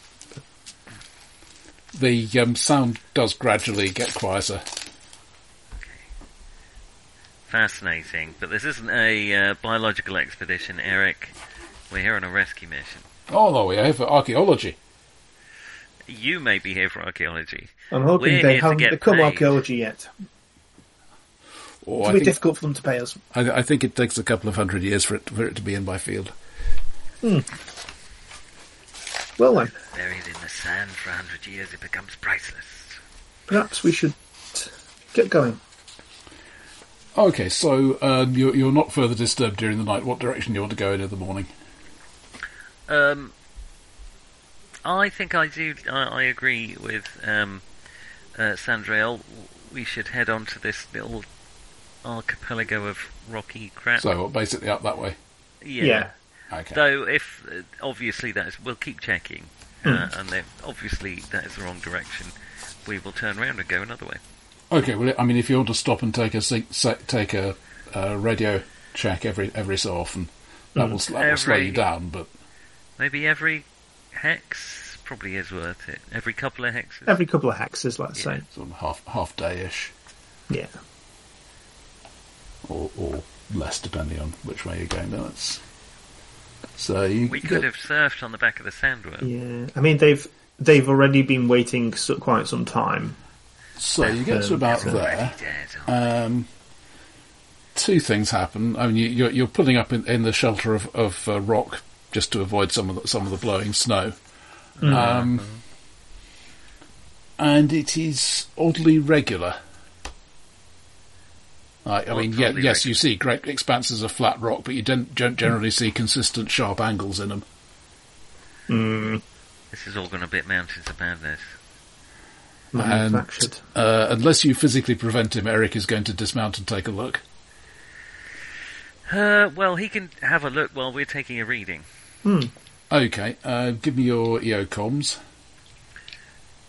Speaker 4: The um, sound does gradually get quieter.
Speaker 2: Fascinating. But this isn't a uh, biological expedition, Eric. We're here on a rescue mission.
Speaker 4: Oh no, we're here for archaeology.
Speaker 2: You may be here for archaeology.
Speaker 3: I'm hoping
Speaker 2: We're
Speaker 3: they
Speaker 2: here to
Speaker 3: haven't
Speaker 2: get
Speaker 3: become
Speaker 2: paid.
Speaker 3: archaeology yet.
Speaker 4: Oh,
Speaker 3: It'll
Speaker 4: I,
Speaker 3: be
Speaker 4: think,
Speaker 3: difficult for them to pay us.
Speaker 4: I, I think it takes a couple of hundred years for it, for it to be in my field.
Speaker 3: Well then,
Speaker 2: Buried in the sand for a hundred years, it becomes priceless.
Speaker 3: perhaps we should get going.
Speaker 4: Okay, so um, you're, you're not further disturbed during the night. What direction do you want to go in in the morning?
Speaker 2: Um, I think I do. I, I agree with um, uh, Sandrail. We should head on to this little archipelago of rocky crap.
Speaker 4: So basically up that way.
Speaker 2: yeah.
Speaker 3: Yeah.
Speaker 4: Okay.
Speaker 2: Though, if uh, obviously that's, we'll keep checking, uh, and if obviously that is the wrong direction, we will turn around and go another way.
Speaker 4: Okay. Well, I mean, if you want to stop and take a se- se- take a uh, radio check every every so often, that will sl- that will slow
Speaker 2: Every-
Speaker 4: you down. But
Speaker 2: Maybe every hex probably is worth it. Every couple of hexes.
Speaker 3: Every couple of hexes, let's
Speaker 2: Yeah.
Speaker 3: say.
Speaker 4: sort of half half day ish.
Speaker 3: Yeah.
Speaker 4: or, or less, depending on which way you're going. Then it's so you
Speaker 2: we could have surfed on the back of the sandworm.
Speaker 3: Yeah. I mean they've they've already been waiting so, quite some time.
Speaker 4: so you get to
Speaker 3: Um,
Speaker 4: about
Speaker 3: so-
Speaker 4: there.
Speaker 2: Dead. Oh,
Speaker 4: Um, two things happen. I mean, you, you're, you're pulling up in, in the shelter of, of uh, rock just to avoid some of the, some of the blowing snow.
Speaker 2: Hmm.
Speaker 4: Um, and it is oddly regular. I, I mean,
Speaker 2: Oddly
Speaker 4: yeah, yes,
Speaker 2: regular.
Speaker 4: you see great expanses of flat rock, but you don't, don't generally see consistent sharp angles in them.
Speaker 3: Mm.
Speaker 2: This has all gone a bit mountains of madness.
Speaker 4: And
Speaker 3: Manufactured.
Speaker 4: uh, unless you physically prevent him, Eric is going to dismount and take a look.
Speaker 2: Uh, well, he can have a look while we're taking a reading.
Speaker 4: Okay, uh, give me your EO comms.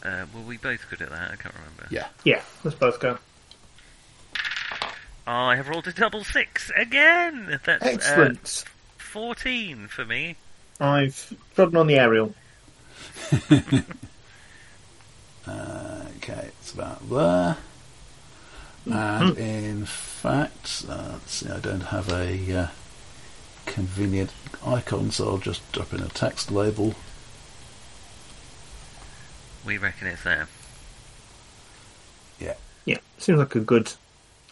Speaker 2: Uh, were we both good at that? I can't remember.
Speaker 4: Yeah.
Speaker 3: Yeah, let's both go.
Speaker 2: I have rolled a double six again. That's Uh,
Speaker 3: Excellent.
Speaker 2: fourteen for me.
Speaker 3: I've trodden on the aerial.
Speaker 4: Okay, it's about there.
Speaker 2: Hmm.
Speaker 4: And in fact, uh, let's see, I don't have a uh, convenient icon, so I'll just drop in a text label.
Speaker 2: We reckon it's there.
Speaker 3: Yeah, seems like a good,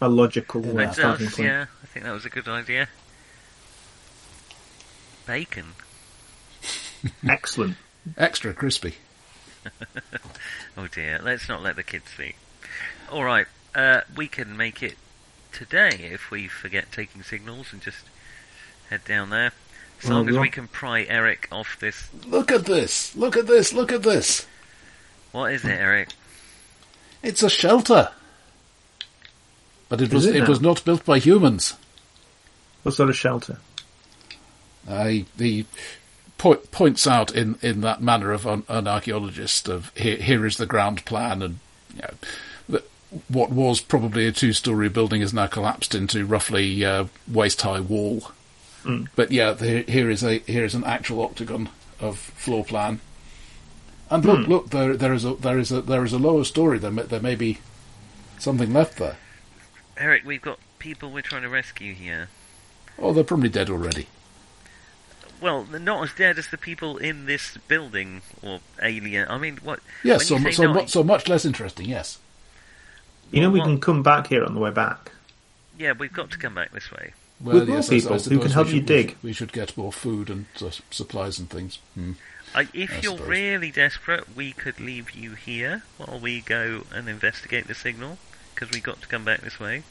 Speaker 3: a logical
Speaker 4: It
Speaker 3: uh,
Speaker 2: it
Speaker 4: does,
Speaker 3: starting
Speaker 2: does.
Speaker 3: point.
Speaker 2: Yeah, I think that was a good idea. Bacon.
Speaker 3: Excellent.
Speaker 4: Extra crispy.
Speaker 2: Oh dear. Let's not let the kids see. All right. Uh, we can make it today if we forget taking signals and just head down there. As
Speaker 3: Well,
Speaker 2: long as
Speaker 3: we'll-
Speaker 2: we can pry Eric off this.
Speaker 4: Look at this! Look at this! Look at this!
Speaker 2: What is it, Eric?
Speaker 4: It's a shelter. But it
Speaker 3: Is
Speaker 4: was
Speaker 3: it
Speaker 4: it,
Speaker 3: now?
Speaker 4: was not built by humans.
Speaker 3: What sort of shelter?
Speaker 4: I he point, points out in, in that manner of an, an archaeologist of here, here is the ground plan and you know, the, what was probably a two story building has now collapsed into roughly uh, waist high wall.
Speaker 2: Hmm.
Speaker 4: But yeah, the, here is a here is an actual octagon of floor plan. And look,
Speaker 2: Hmm.
Speaker 4: look there there is a there is a there is a lower story. There may, there may be something left there.
Speaker 2: Eric, we've got people we're trying to rescue here.
Speaker 4: Oh, they're probably dead already.
Speaker 2: Well, they're not as dead as the people in this building or alien. I mean, what?
Speaker 4: Yes, so,
Speaker 2: when you say
Speaker 4: so,
Speaker 2: not-
Speaker 4: mu- so much less interesting. Yes.
Speaker 3: You know, we
Speaker 2: Well,
Speaker 3: can come back here on the way back.
Speaker 2: Yeah, we've got to come back this way.
Speaker 3: With more people who can
Speaker 4: suppose
Speaker 3: help
Speaker 4: we
Speaker 3: you
Speaker 4: should- we
Speaker 3: dig. Hmm.
Speaker 4: should- We should get more food and uh, supplies and things.
Speaker 2: I, if
Speaker 4: I
Speaker 2: you're
Speaker 4: suppose.
Speaker 2: really desperate, we could leave you here while we go and investigate the signal because we got to come back this way.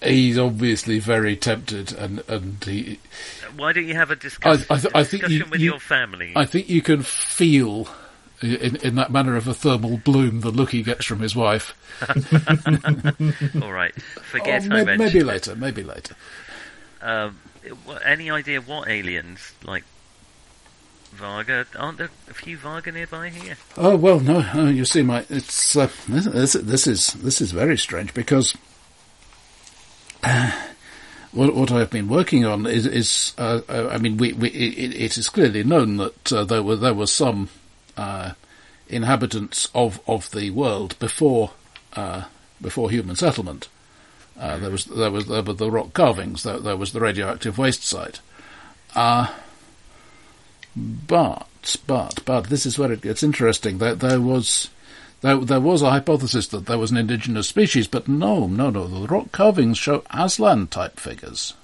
Speaker 4: He's obviously very tempted, and and he,
Speaker 2: Uh, Why don't you have a discuss-
Speaker 4: I th- I think
Speaker 2: discussion
Speaker 4: you-
Speaker 2: with
Speaker 4: you-
Speaker 2: your family?
Speaker 4: I think you can feel in in that manner of a thermal bloom the look he gets from his wife.
Speaker 2: All right, forget
Speaker 4: Oh,
Speaker 2: I
Speaker 4: may-
Speaker 2: mentioned.
Speaker 4: maybe later, maybe later.
Speaker 2: Um, wha- any idea what aliens like? Varga? Aren't there a few Varga nearby here?
Speaker 4: Oh well, no, uh, you see, my it's uh, this, this this is this is very strange because uh, what what I have been working on is is uh, uh, I mean we, we it, it is clearly known that uh, there were there were some uh, inhabitants of of the world before uh, before human settlement. Uh, there was there was there were the rock carvings. There, there was the radioactive waste site. Uh, But, but, but, this is where it gets interesting. There, there was, there, there was a hypothesis that there was an indigenous species, but no, no, no. The rock carvings show Aslan-type figures,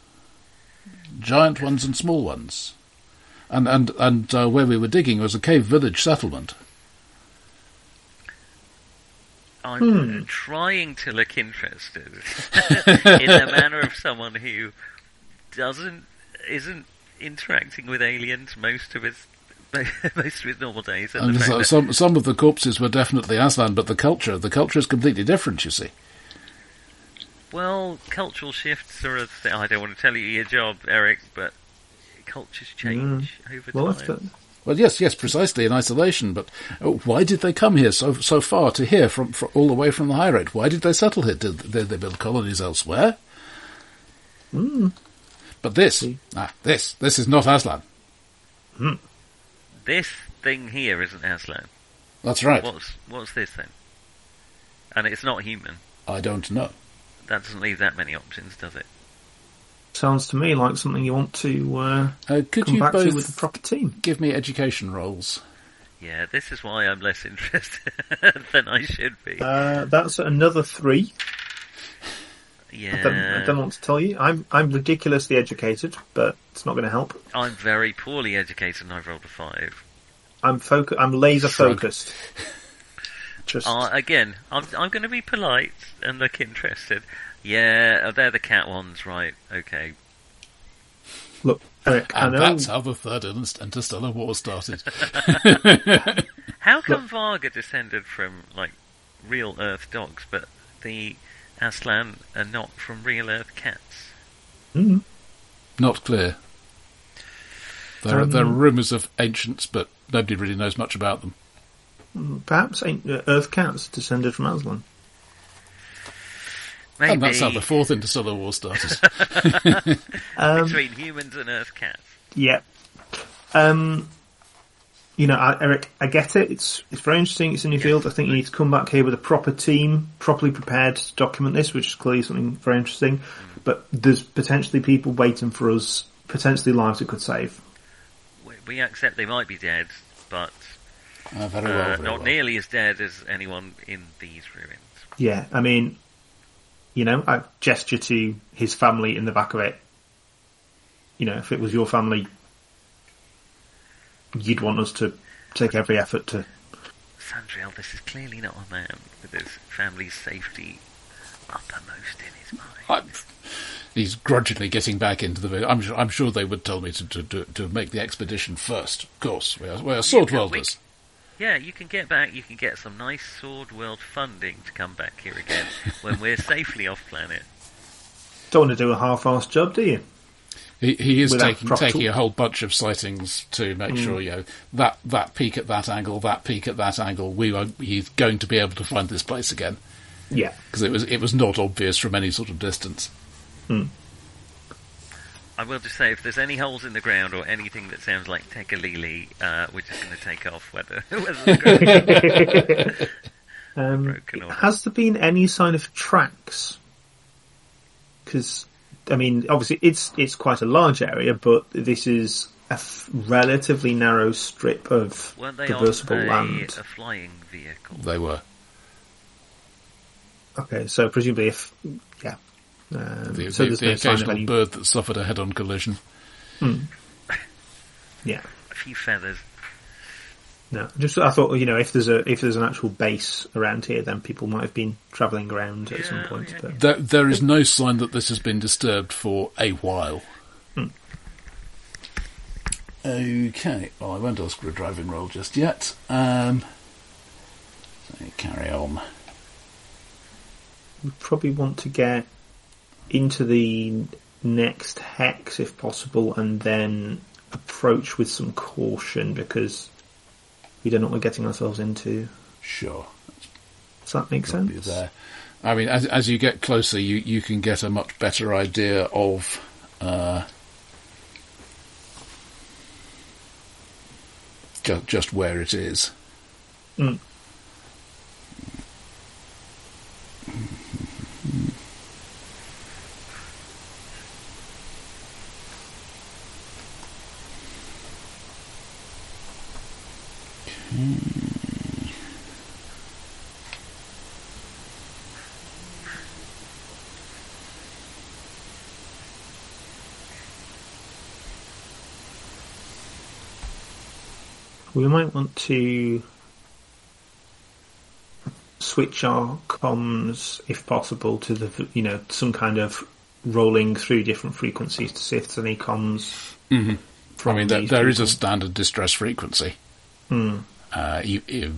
Speaker 4: giant ones and small ones, and and and uh, where we were digging was a cave village settlement. Hmm.
Speaker 2: I'm trying to look interested in the manner of someone who doesn't isn't interacting with aliens most of his most of his normal days. And
Speaker 4: And
Speaker 2: the fact
Speaker 4: so,
Speaker 2: that-
Speaker 4: some some of the corpses were definitely Aslan, but the culture the culture is completely different. You see.
Speaker 2: well, cultural shifts are a thing. I don't want to tell you your job, Eric, but cultures change over
Speaker 3: Well,
Speaker 2: time.
Speaker 3: that's the,
Speaker 4: Well, yes, yes, precisely in isolation. But uh, why did they come here so so far to here from, from all the way from the high road? Why did they settle here? Did, did they build colonies elsewhere?
Speaker 3: Mm.
Speaker 4: But this, ah, this, this is not Aslan.
Speaker 2: This thing here isn't Aslan.
Speaker 4: That's right.
Speaker 2: What's what's this then? And it's not human.
Speaker 4: I don't know.
Speaker 2: That doesn't leave that many options, does it?
Speaker 3: sounds to me like something you want to uh,
Speaker 4: Uh, could
Speaker 3: come
Speaker 4: you
Speaker 3: back to
Speaker 4: both
Speaker 3: with the proper team.
Speaker 4: give me education rolls?
Speaker 2: Yeah, this is why I'm less interested than I should be.
Speaker 3: Uh, that's another three.
Speaker 2: yeah,
Speaker 3: I, don't, I don't know what to tell you. I'm I'm ridiculously educated, but it's not going to help.
Speaker 2: I'm very poorly educated and I've rolled a five.
Speaker 3: I'm focu- I'm laser
Speaker 4: Shrug.
Speaker 3: focused. Just
Speaker 2: Uh, again, I'm, I'm going to be polite and look interested. Yeah, oh, they're the cat ones, right? Okay.
Speaker 3: look, Eric. I
Speaker 4: And
Speaker 3: know.
Speaker 4: that's how the third interstellar war started.
Speaker 2: How come Quagga descended from like real Earth dogs, but the Aslan are not from real Earth cats.
Speaker 3: Mm.
Speaker 4: Not clear. There, are there are
Speaker 3: Um,
Speaker 4: rumours of ancients, but nobody really knows much about them.
Speaker 3: Perhaps ain't uh, Earth cats descended from Aslan.
Speaker 2: Maybe
Speaker 4: And Oh, that's how the fourth interstellar war started.
Speaker 2: between humans and Earth cats.
Speaker 3: Yeah. Um, you know, I, Eric, I get it. It's it's very interesting. It's a new field. I think you need to come back here with a proper team, properly prepared to document this, which is clearly something very interesting. But there's potentially people waiting for us, potentially lives it could save.
Speaker 2: We, we accept they might be dead, but
Speaker 4: Ah, very
Speaker 2: uh,
Speaker 4: well, very
Speaker 2: not
Speaker 4: well.
Speaker 2: nearly as dead as anyone in these ruins.
Speaker 3: Yeah, I mean, you know, I gesture to his family in the back of it. You know, if it was your family, you'd want us to take every effort to.
Speaker 2: Sandriel, this is clearly not a man with his family's safety uppermost in his mind.
Speaker 4: I'm, he's grudgingly getting back into the. vi- I'm sure, I'm sure they would tell me to, to, to, to make the expedition first. Of course, we are, we are sword
Speaker 2: Yeah, we-
Speaker 4: welders.
Speaker 2: Yeah, you can get back, you can get some nice Sword World funding to come back here again when we're safely off planet.
Speaker 3: Don't want to do a half-assed job, do you?
Speaker 4: He, he is
Speaker 3: Without Mm.
Speaker 4: taking
Speaker 3: prop
Speaker 4: taking
Speaker 3: tool.
Speaker 4: a whole bunch of sightings to make sure you know that that peak at that angle, that peak at that angle. We are he's going to be able to find this place again
Speaker 3: Yeah.
Speaker 4: because it was it was not obvious from any sort of distance.
Speaker 2: I will just say, if there's any holes in the ground or anything that sounds like Tekalili, uh, we're just going to take off whether, whether the ground is
Speaker 3: Um,
Speaker 2: broken or not.
Speaker 3: has there been any sign of tracks? Because I mean, obviously it's it's quite a large area, but this is a f- relatively narrow strip of
Speaker 2: Weren't they
Speaker 3: traversable
Speaker 2: on a,
Speaker 3: land.
Speaker 2: a flying vehicle?
Speaker 4: They were
Speaker 3: Okay, so presumably if yeah, um,
Speaker 4: the,
Speaker 3: so
Speaker 4: the,
Speaker 3: there's
Speaker 4: the
Speaker 3: no sign of
Speaker 4: occasional
Speaker 3: any
Speaker 4: bird that suffered a head-on collision.
Speaker 3: yeah.
Speaker 2: A few feathers.
Speaker 3: No, just I thought you know if there's a if there's an actual base around here, then people might have been travelling around at some
Speaker 2: Yeah,
Speaker 3: point.
Speaker 2: yeah,
Speaker 3: but
Speaker 4: There, there is no sign that this has been disturbed for a while.
Speaker 3: Hmm.
Speaker 4: Okay, well, I won't ask for a driving roll just yet. Um, so carry on.
Speaker 3: we probably want to get into the next hex if possible, and then approach with some caution because we don't know what we're getting ourselves into.
Speaker 4: Sure,
Speaker 3: Does that make
Speaker 4: that'll be
Speaker 3: sense?
Speaker 4: there. I mean, as, as you get closer, you, you can get a much better idea of uh, ju- just where it is.
Speaker 3: Mm. We might want to switch our comms, if possible, to the you know some kind of rolling through different frequencies to see if there's any comms.
Speaker 4: Mhm. I
Speaker 3: from
Speaker 4: mean, there,
Speaker 3: these
Speaker 4: there is a
Speaker 3: people.
Speaker 4: standard distress frequency.
Speaker 3: Hmm.
Speaker 4: Uh, you, you,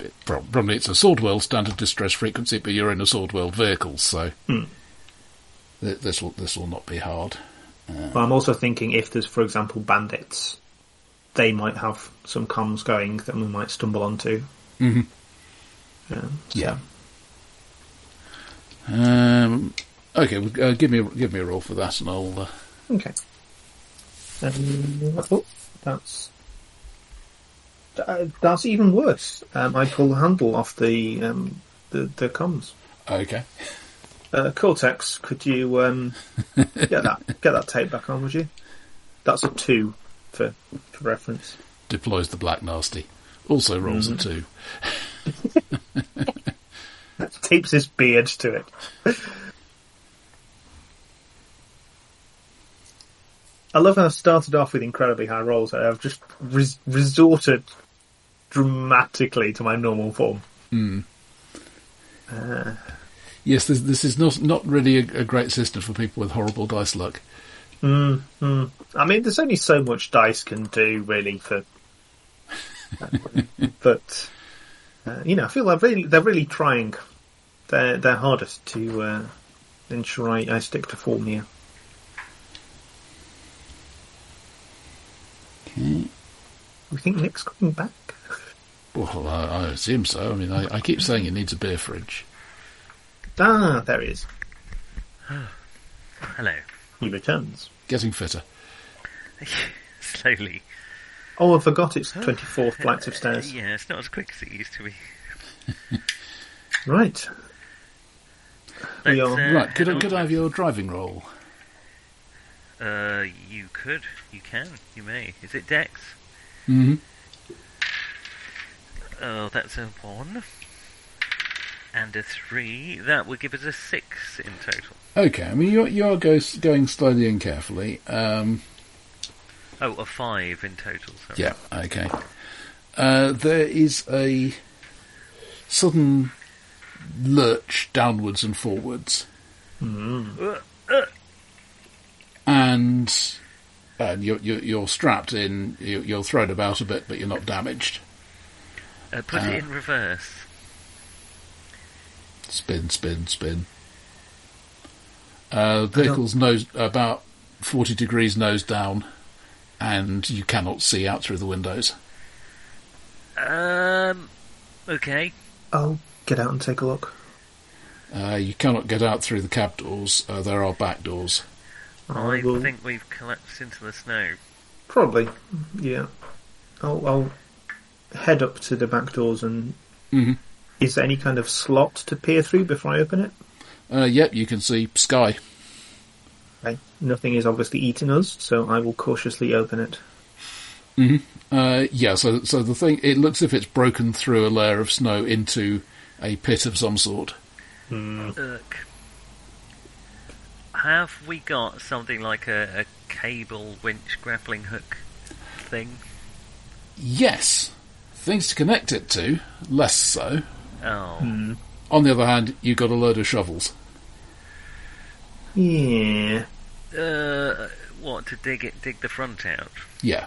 Speaker 4: it- prob- probably it's a sword world standard distress frequency, but you're in a sword world vehicle, so
Speaker 3: Hmm.
Speaker 4: th- this will this will not be hard.
Speaker 3: But I'm also thinking if there's, for example, bandits, they might have some comms going that we might stumble onto.
Speaker 4: Mhm.
Speaker 3: Um, so-
Speaker 4: Yeah. Um, okay, well, uh, give me give me a roll for that, and I'll. Uh,
Speaker 3: Okay. Um, oh, that's uh, that's even worse. Um, I pull the handle off the um, the, the comms.
Speaker 4: okay,
Speaker 3: Uh, Cortex, could you um, get that get that tape back on? Would you? That's a two for for reference.
Speaker 4: deploys the black nasty. Also rolls a two.
Speaker 3: Tapes his beard to it. I love how I started off with incredibly high rolls and I've just res- resorted dramatically to my normal form.
Speaker 4: Yes, this, this is not not really a, a great system for people with horrible dice luck.
Speaker 3: Mm-hmm. I mean, there's only so much dice can do, really, for. but Uh, you know, I feel they're really, they're really trying their their hardest to uh, ensure I, I stick to form here.
Speaker 4: Okay.
Speaker 3: We think Nick's coming back.
Speaker 4: Well, I, I assume so. I mean, I, I keep saying it needs a beer fridge.
Speaker 3: Ah, there he is.
Speaker 2: Hello.
Speaker 3: He returns.
Speaker 4: Getting fitter.
Speaker 2: Slowly.
Speaker 3: Oh, I forgot it's 24th flights of stairs.
Speaker 2: Uh, Yeah, it's not as quick as it used to be.
Speaker 3: Right. We
Speaker 2: Let's,
Speaker 3: are-
Speaker 2: uh,
Speaker 4: right, could, I-
Speaker 2: head
Speaker 4: could I have your driving roll?
Speaker 2: on. Uh, you could. You can. You may. Is it Dex?
Speaker 4: Mm-hmm.
Speaker 2: Oh, that's a one. And a three. That would give us a six in total.
Speaker 4: Okay, I mean, you, you are go, going slowly and carefully. Um,
Speaker 2: Oh, a five in total. Sorry.
Speaker 4: yeah, okay. Uh, there is a sudden lurch downwards and forwards.
Speaker 2: Uh, uh,
Speaker 4: and and you're, you're, you're strapped in. You're, you're thrown about a bit, but you're not damaged.
Speaker 2: uh, put it in reverse.
Speaker 4: Spin, spin, spin. Uh, vehicle's nose about forty degrees nose down, and you cannot see out through the windows.
Speaker 2: Um. Okay.
Speaker 3: I'll get out and take a look.
Speaker 4: Uh, you cannot get out through the cab doors. Uh, there are back doors.
Speaker 2: I
Speaker 3: I will
Speaker 2: think we've collapsed into the snow.
Speaker 3: probably. Yeah. I'll, I'll head up to the back doors and.
Speaker 4: Mhm.
Speaker 3: Is there any kind of slot to peer through before I open it?
Speaker 4: Uh, yep, you can see sky.
Speaker 3: Okay. Nothing is obviously eating us, so I will cautiously open it.
Speaker 4: Uh, yeah, so so the thing it looks as if it's broken through a layer of snow into a pit of some sort.
Speaker 2: Look. Have we got something like a, a cable winch grappling hook thing?
Speaker 4: Yes, things to connect it to, less so.
Speaker 2: Oh.
Speaker 3: Hmm.
Speaker 4: On the other hand, you got a load of shovels.
Speaker 3: Yeah.
Speaker 2: Uh, what to dig it? Dig the front out.
Speaker 4: Yeah.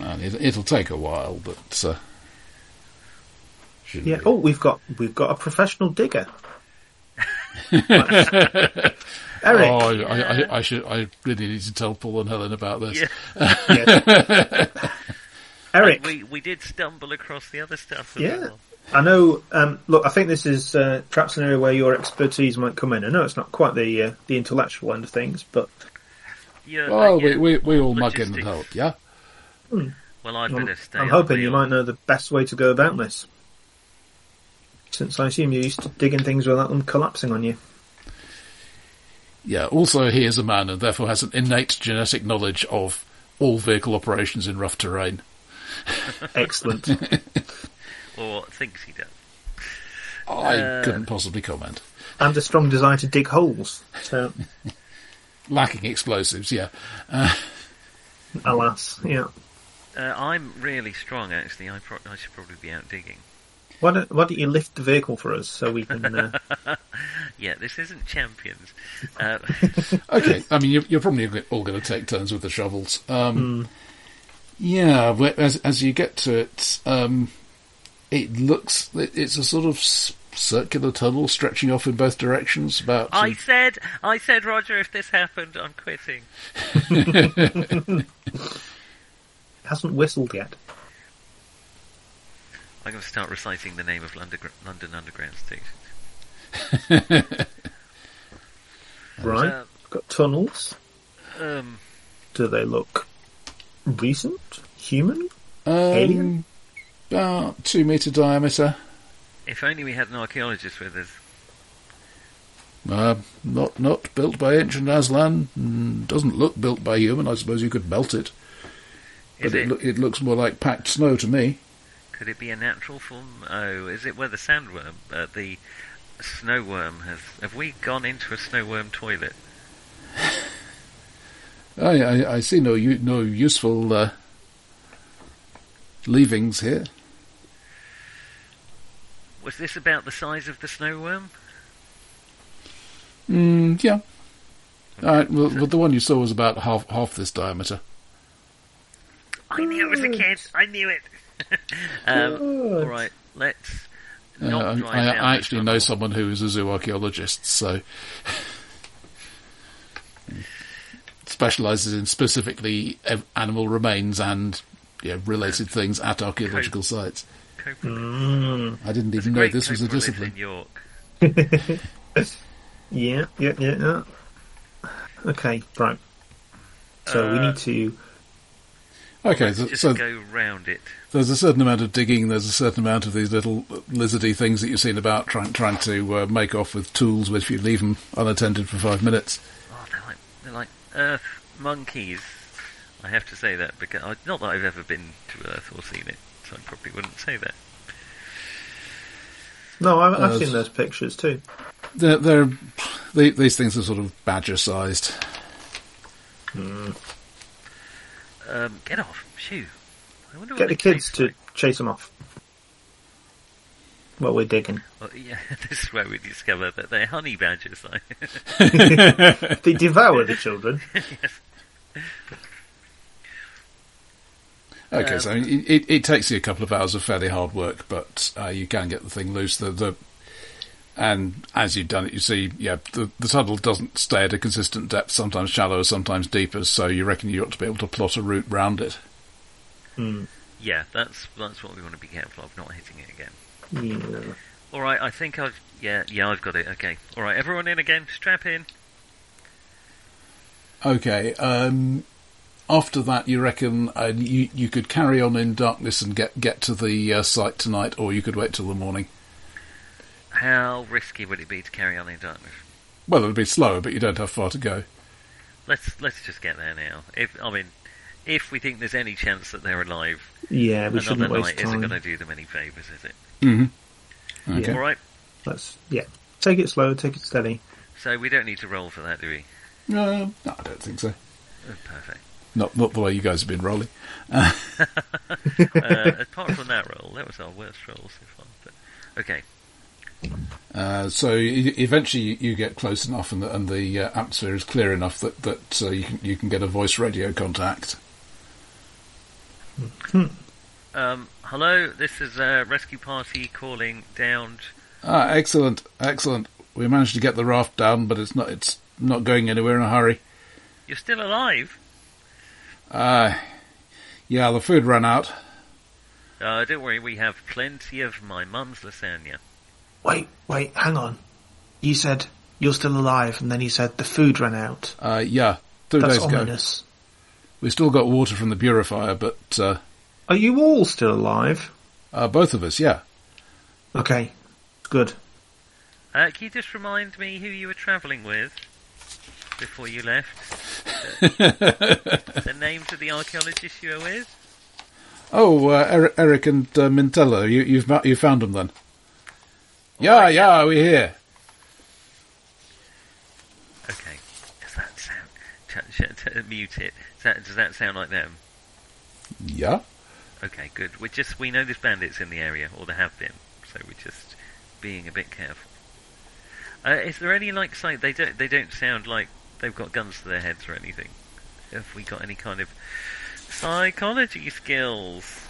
Speaker 4: And it, it'll take a while, but uh, shouldn't
Speaker 3: Yeah.
Speaker 4: be.
Speaker 3: Oh, we've got we've got a professional digger. Eric.
Speaker 4: Oh, I, I, I, I should. I really need to tell Paul and Helen about this.
Speaker 2: Yeah.
Speaker 3: Yes. Eric.
Speaker 2: We we did stumble across the other stuff. As
Speaker 3: Yeah.
Speaker 2: Well.
Speaker 3: I know. Um, look, I think this is uh, perhaps an area where your expertise might come in. I know it's not quite the uh, the intellectual end of things, but
Speaker 2: You're-
Speaker 4: Well,
Speaker 2: uh, yeah.
Speaker 4: we, we, we all mug in and
Speaker 2: Logistics.
Speaker 4: help. Yeah.
Speaker 2: Well, I'd
Speaker 3: I'm,
Speaker 2: better stay.
Speaker 3: I'm
Speaker 2: on
Speaker 3: hoping you
Speaker 2: wheel.
Speaker 3: might know the best way to go about this. Since I assume you're used to digging things without them collapsing on you.
Speaker 4: Yeah. Also, he is a man and therefore has an innate genetic knowledge of all vehicle operations in rough terrain.
Speaker 3: Excellent.
Speaker 2: Or thinks he does.
Speaker 4: I
Speaker 2: Uh,
Speaker 4: couldn't possibly comment.
Speaker 3: and a strong desire to dig holes. So,
Speaker 4: Lacking explosives. Yeah.
Speaker 3: alas, yeah.
Speaker 2: Uh, I'm really strong, actually. I, pro- I should probably be out digging.
Speaker 3: Why don't Why don't you lift the vehicle for us so we can? Uh,
Speaker 2: Yeah, this isn't champions. Uh,
Speaker 4: Okay, I mean, you're, you're probably all going to take turns with the shovels.
Speaker 2: Hmm.
Speaker 4: Um, Yeah, but as, as you get to it, um, it looks it, it's a sort of s- circular tunnel stretching off in both directions. About
Speaker 2: I said, I said, Roger, if this happened, I'm quitting.
Speaker 4: um,
Speaker 3: hasn't whistled yet.
Speaker 2: I'm going to start reciting the name of London, London Underground Station.
Speaker 3: Right.
Speaker 2: Um,
Speaker 3: Got tunnels.
Speaker 2: um,
Speaker 3: Do they look recent? Human?
Speaker 4: um,
Speaker 3: Alien?
Speaker 4: about two meter diameter.
Speaker 2: if only we had an archaeologist with us.
Speaker 4: Uh, not not built by ancient Aslan. Mm, Doesn't look built by human. I suppose you could melt it,
Speaker 2: Is
Speaker 4: but it
Speaker 2: it?
Speaker 4: loo- it looks more like packed snow to me.
Speaker 2: could it be a natural form? Oh, is it where the sandworm, uh, the snow worm has? Have we gone into a snow worm toilet?
Speaker 4: I, I, I see no u- no useful uh, leavings here.
Speaker 2: Was this about the size of the snow worm?
Speaker 4: Mm, yeah. All right, well, well, the one you saw was about half half this diameter.
Speaker 2: I knew it was a kid. I knew it. Um, all right, let's not
Speaker 4: Uh,
Speaker 2: drive
Speaker 4: I,
Speaker 2: down
Speaker 4: I
Speaker 2: this
Speaker 4: actually
Speaker 2: tunnel.
Speaker 4: know someone who is a zoo archaeologist, so specialises in specifically ev- animal remains and you know, related things at archaeological sites.
Speaker 2: Cope
Speaker 4: Mm-hmm. I didn't even know
Speaker 2: Great
Speaker 4: this was a
Speaker 2: Cope lives
Speaker 4: discipline.
Speaker 2: In York.
Speaker 3: Yeah, yeah, yeah, yeah. Okay, right. So we need to.
Speaker 4: Okay,
Speaker 2: Let's
Speaker 4: so,
Speaker 2: just
Speaker 4: so
Speaker 2: go round it.
Speaker 4: there's a certain amount of digging. There's a certain amount of these little uh, lizardy things that you've seen about trying trying to uh, make off with tools. If you leave them unattended for five minutes,
Speaker 2: Oh, they're like they're like Earth monkeys. I have to say that because I, not that I've ever been to Earth or seen it, so I probably wouldn't say that.
Speaker 3: No, I, I've
Speaker 4: Uh,
Speaker 3: seen those pictures too.
Speaker 4: they're, they're they, these things are sort of badger sized.
Speaker 2: Um, get off, shoo! I wonder
Speaker 3: Get
Speaker 2: what
Speaker 3: the
Speaker 2: it tastes
Speaker 3: kids to
Speaker 2: like.
Speaker 3: chase them off. While we're digging,
Speaker 2: Well, yeah, this is where we discover that they're honey badgers. Like,
Speaker 3: they devour the children.
Speaker 4: Okay,
Speaker 2: Um,
Speaker 4: so it, it, it takes you a couple of hours of fairly hard work, but uh, you can get the thing loose. The, the and as you've done it, you see, yeah, the, the tunnel doesn't stay at a consistent depth. Sometimes shallower, sometimes deeper. So you reckon you ought to be able to plot a route round it.
Speaker 3: Hmm.
Speaker 2: yeah, that's that's what we want to be careful of, not hitting it again.
Speaker 3: Yeah.
Speaker 2: All right, I think I've yeah yeah I've got it. Okay, all right, everyone in again, strap in.
Speaker 4: Okay. Um, after that, you reckon uh, you you could carry on in darkness and get get to the uh, site tonight, or you could wait till the morning.
Speaker 2: How risky would it be to carry on in darkness?
Speaker 4: Well, it'll be slower, but you don't have far to go.
Speaker 2: Let's let's just get there now. If I mean, if we think there's any chance that they're alive,
Speaker 3: Yeah, we
Speaker 2: another
Speaker 3: shouldn't
Speaker 2: night
Speaker 3: waste
Speaker 2: isn't
Speaker 3: time.
Speaker 2: going to do them any favours, is it?
Speaker 4: Okay.
Speaker 2: All right,
Speaker 3: Let's yeah, take it slow, take it steady.
Speaker 2: so we don't need to roll for that, do we?
Speaker 4: Uh, no, I don't think so.
Speaker 3: Uh,
Speaker 2: Oh, perfect.
Speaker 4: Not not the way you guys have been rolling.
Speaker 2: Uh, apart from that roll, that was our worst roll so far. But okay,
Speaker 4: Uh, so e- eventually you- you get close enough, and the, and the uh, atmosphere is clear enough that that uh, you can you can get a voice radio contact.
Speaker 2: um, hello, this is a rescue party calling down.
Speaker 4: Ah, excellent, excellent. We managed to get the raft down, but it's not it's not going anywhere in a hurry.
Speaker 2: You're still alive?
Speaker 4: Uh, yeah, the food ran out.
Speaker 2: Uh, don't worry, we have plenty of my mum's lasagna.
Speaker 3: Wait, wait, hang on. You said you're still alive, and then you said the food ran out.
Speaker 4: Uh, yeah, two
Speaker 3: That's
Speaker 4: days ago.
Speaker 3: ominous.
Speaker 4: We still got water from the purifier, but uh,
Speaker 3: Are you all still alive?
Speaker 4: uh, both of us, yeah.
Speaker 3: Okay, good.
Speaker 2: Uh, can you just remind me who you were travelling with before you left? the names of the archaeologists you were with?
Speaker 4: Oh, uh, Eric, Eric and uh, Mintello, you, you've ma- you found them then? yeah,
Speaker 2: right,
Speaker 4: yeah, we're here.
Speaker 2: Okay. Does that sound? Ch- ch- t- mute it. Does that, does that sound like them?
Speaker 4: Yeah.
Speaker 2: Okay, good. We're just we know there's bandits in the area, or there have been, so we're just being a bit careful. Uh, is there any like site they don't they don't sound like they've got guns to their heads or anything? Have we got any kind of psychology skills?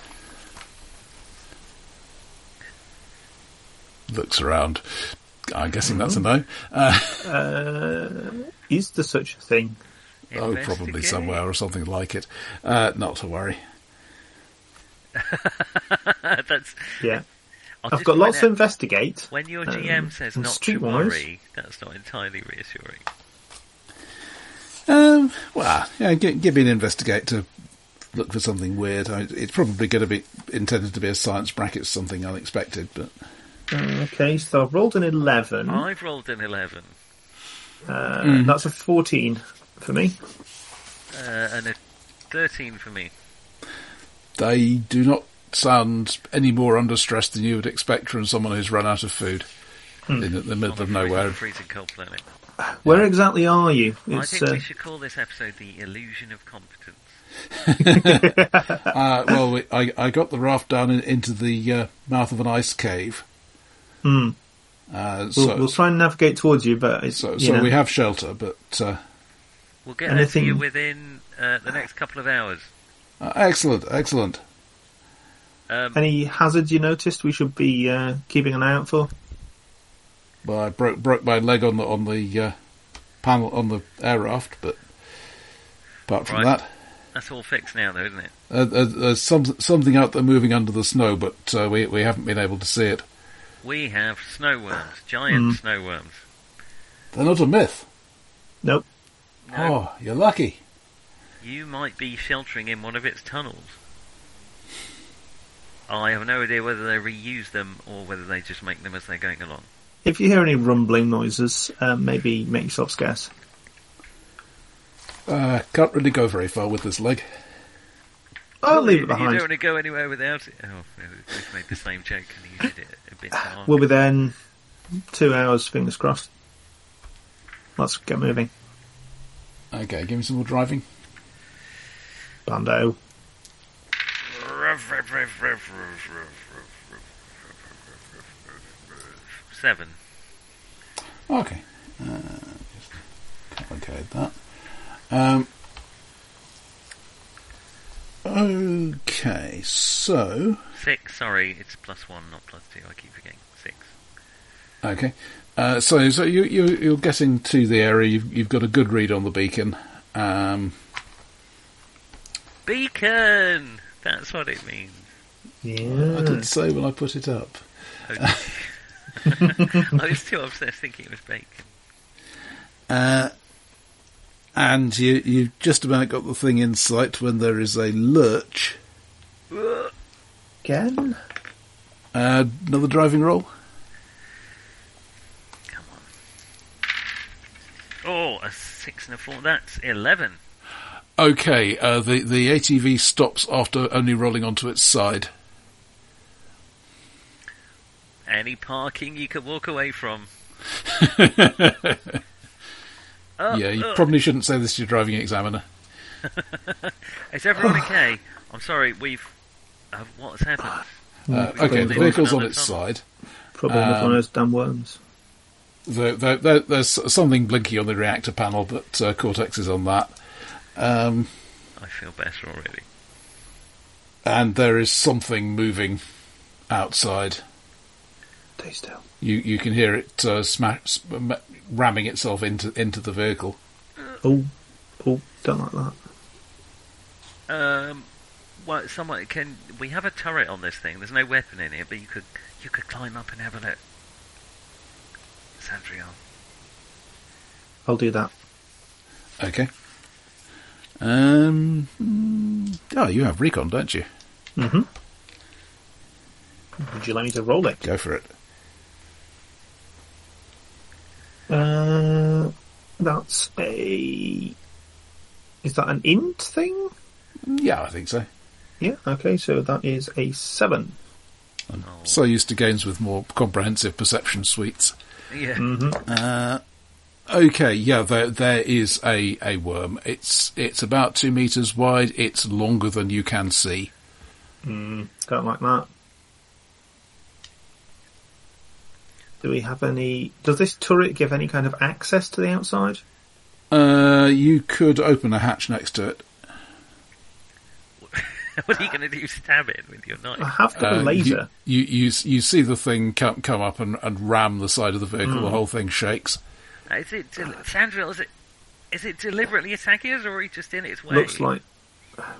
Speaker 4: looks around. I'm guessing that's a
Speaker 3: Mm-hmm.
Speaker 4: no. Uh,
Speaker 3: Is there such a thing?
Speaker 4: oh, probably
Speaker 2: Investigate.
Speaker 4: somewhere or something like it. Uh, not to worry.
Speaker 2: that's.
Speaker 3: Yeah,
Speaker 2: I'll
Speaker 3: I've
Speaker 2: just
Speaker 3: got
Speaker 2: find
Speaker 3: lots to
Speaker 2: out.
Speaker 3: investigate.
Speaker 2: When your
Speaker 3: um,
Speaker 2: GM says
Speaker 3: and
Speaker 2: not to
Speaker 3: streetwise.
Speaker 2: worry, that's not entirely reassuring.
Speaker 4: Um, well, yeah, gi- give me an investigate to look for something weird. I, it's probably going to be intended to be a science bracket, something unexpected. But
Speaker 3: Okay, so I've rolled an eleven.
Speaker 2: I've rolled an eleven.
Speaker 3: Uh,
Speaker 4: Mm.
Speaker 3: That's a fourteen for me.
Speaker 2: Uh, and a 13 for me.
Speaker 4: they do not sound any more under stress than you would expect from someone who's run out of food in the- the middle of
Speaker 2: On a freezing-
Speaker 4: nowhere.
Speaker 2: Freezing cold planet.
Speaker 3: Where exactly are you?
Speaker 2: I
Speaker 3: It's
Speaker 2: think
Speaker 3: uh,
Speaker 2: we should call this episode the illusion of competence.
Speaker 4: Uh, well, we, I, I got the raft down in, into the uh, mouth of an ice cave. Uh, so,
Speaker 3: hmm, we'll, we'll try and navigate towards you, but it's
Speaker 4: So,
Speaker 3: you
Speaker 4: so
Speaker 3: know,
Speaker 4: we have shelter, but uh,
Speaker 2: We'll get that to you
Speaker 3: Anything-
Speaker 2: within uh, the next couple of hours.
Speaker 4: uh, excellent, excellent.
Speaker 2: Um,
Speaker 3: Any hazards you noticed we should be uh, keeping an eye out for?
Speaker 4: Well, I broke broke my leg on the on the uh, panel on the air raft, but apart from
Speaker 2: Right.
Speaker 4: that,
Speaker 2: that's all fixed now, though, isn't it?
Speaker 4: uh, uh, there's some, something out there moving under the snow, but uh, we we haven't been able to see it.
Speaker 2: We have snow worms, giant
Speaker 3: Mm.
Speaker 2: snow worms.
Speaker 4: They're not a myth.
Speaker 3: Nope.
Speaker 2: No,
Speaker 4: Oh, you're lucky.
Speaker 2: You might be sheltering in one of its tunnels. I have no idea whether they reuse them or whether they just make them as they're going along.
Speaker 3: If you hear any rumbling noises, um, maybe make yourself scarce.
Speaker 4: Uh, can't really go very far with this leg.
Speaker 3: I'll leave
Speaker 2: you,
Speaker 3: it
Speaker 2: You
Speaker 3: behind.
Speaker 2: don't want to go anywhere without it. Oh, we've made the same joke and you did it a bit dark.
Speaker 3: We'll be there in two hours, fingers crossed. Let's get moving.
Speaker 4: Okay, give me some more driving.
Speaker 3: Bando.
Speaker 2: Seven.
Speaker 4: Okay, uh, just complicate that. Um, okay, so
Speaker 2: Six, sorry, it's plus one, not plus two. I keep forgetting. Six.
Speaker 4: Okay. Uh, so, so you, you, you're getting to the area. You've, you've got a good read on the beacon. Um,
Speaker 2: Beacon! That's what it means.
Speaker 4: I
Speaker 3: Yeah.
Speaker 2: Hmm.
Speaker 4: didn't say when I put it up.
Speaker 2: I was too obsessed thinking it was bacon.
Speaker 4: Uh, and you, you've just about got the thing in sight when there is a lurch.
Speaker 2: Ugh.
Speaker 3: Again?
Speaker 4: Uh, another driving roll.
Speaker 2: Come on. Oh, a six and a four. That's eleven.
Speaker 4: Okay. Uh, the the ATV stops after only rolling onto its side.
Speaker 2: Any parking you could walk away from.
Speaker 4: yeah,
Speaker 2: Oh,
Speaker 4: you
Speaker 2: oh,
Speaker 4: probably shouldn't say this to your driving examiner.
Speaker 2: Is everyone okay? I'm sorry, we've. Uh, what's happened?
Speaker 4: Uh, okay, Um, the
Speaker 3: Probably
Speaker 4: vehicle's on
Speaker 2: another
Speaker 4: its
Speaker 2: tunnel.
Speaker 4: side.
Speaker 3: Probably with one of those damn worms.
Speaker 4: There, there, there, there's something blinky on the reactor panel, but uh, Cortex is on that. Um,
Speaker 2: I feel better already.
Speaker 4: and there is something moving outside.
Speaker 3: Stay still.
Speaker 4: You you can hear it uh, smash, sm- ramming itself into into the vehicle.
Speaker 3: Oh, oh, don't like that.
Speaker 2: Um, well, someone can. We have a turret on this thing. There's no weapon in it, but you could you could climb up and have a look. Sandriel.
Speaker 3: I'll do that.
Speaker 4: Okay. Um. mm, Oh, you have recon, don't you?
Speaker 3: Mm-hmm. Would you like me to roll it?
Speaker 4: Go for it.
Speaker 3: Uh, that's a. Is that an int thing?
Speaker 4: Mm, Yeah, I think so.
Speaker 3: Yeah, okay, so that is a 7.
Speaker 4: I'm
Speaker 2: Oh.
Speaker 4: so used to games with more comprehensive perception suites.
Speaker 2: Yeah.
Speaker 3: Mm.
Speaker 4: Uh, okay, yeah, there there is a, a worm. It's it's about two meters wide. It's longer than you can see. Hmm.
Speaker 3: Don't like that. Do we have any. Does this turret give any kind of access to the outside?
Speaker 4: Uh, you could open a hatch next to it.
Speaker 2: what are you going to do? Stab it with your
Speaker 3: I
Speaker 2: knife?
Speaker 3: have got
Speaker 4: Uh,
Speaker 3: a
Speaker 4: you-
Speaker 3: laser.
Speaker 4: You, you s- you see the thing come come up and, and ram the side of the vehicle. The whole thing shakes.
Speaker 3: Uh,
Speaker 2: Is it del- Sandriel? Is it is it deliberately attacking us, or are we just in its way?
Speaker 3: Looks like.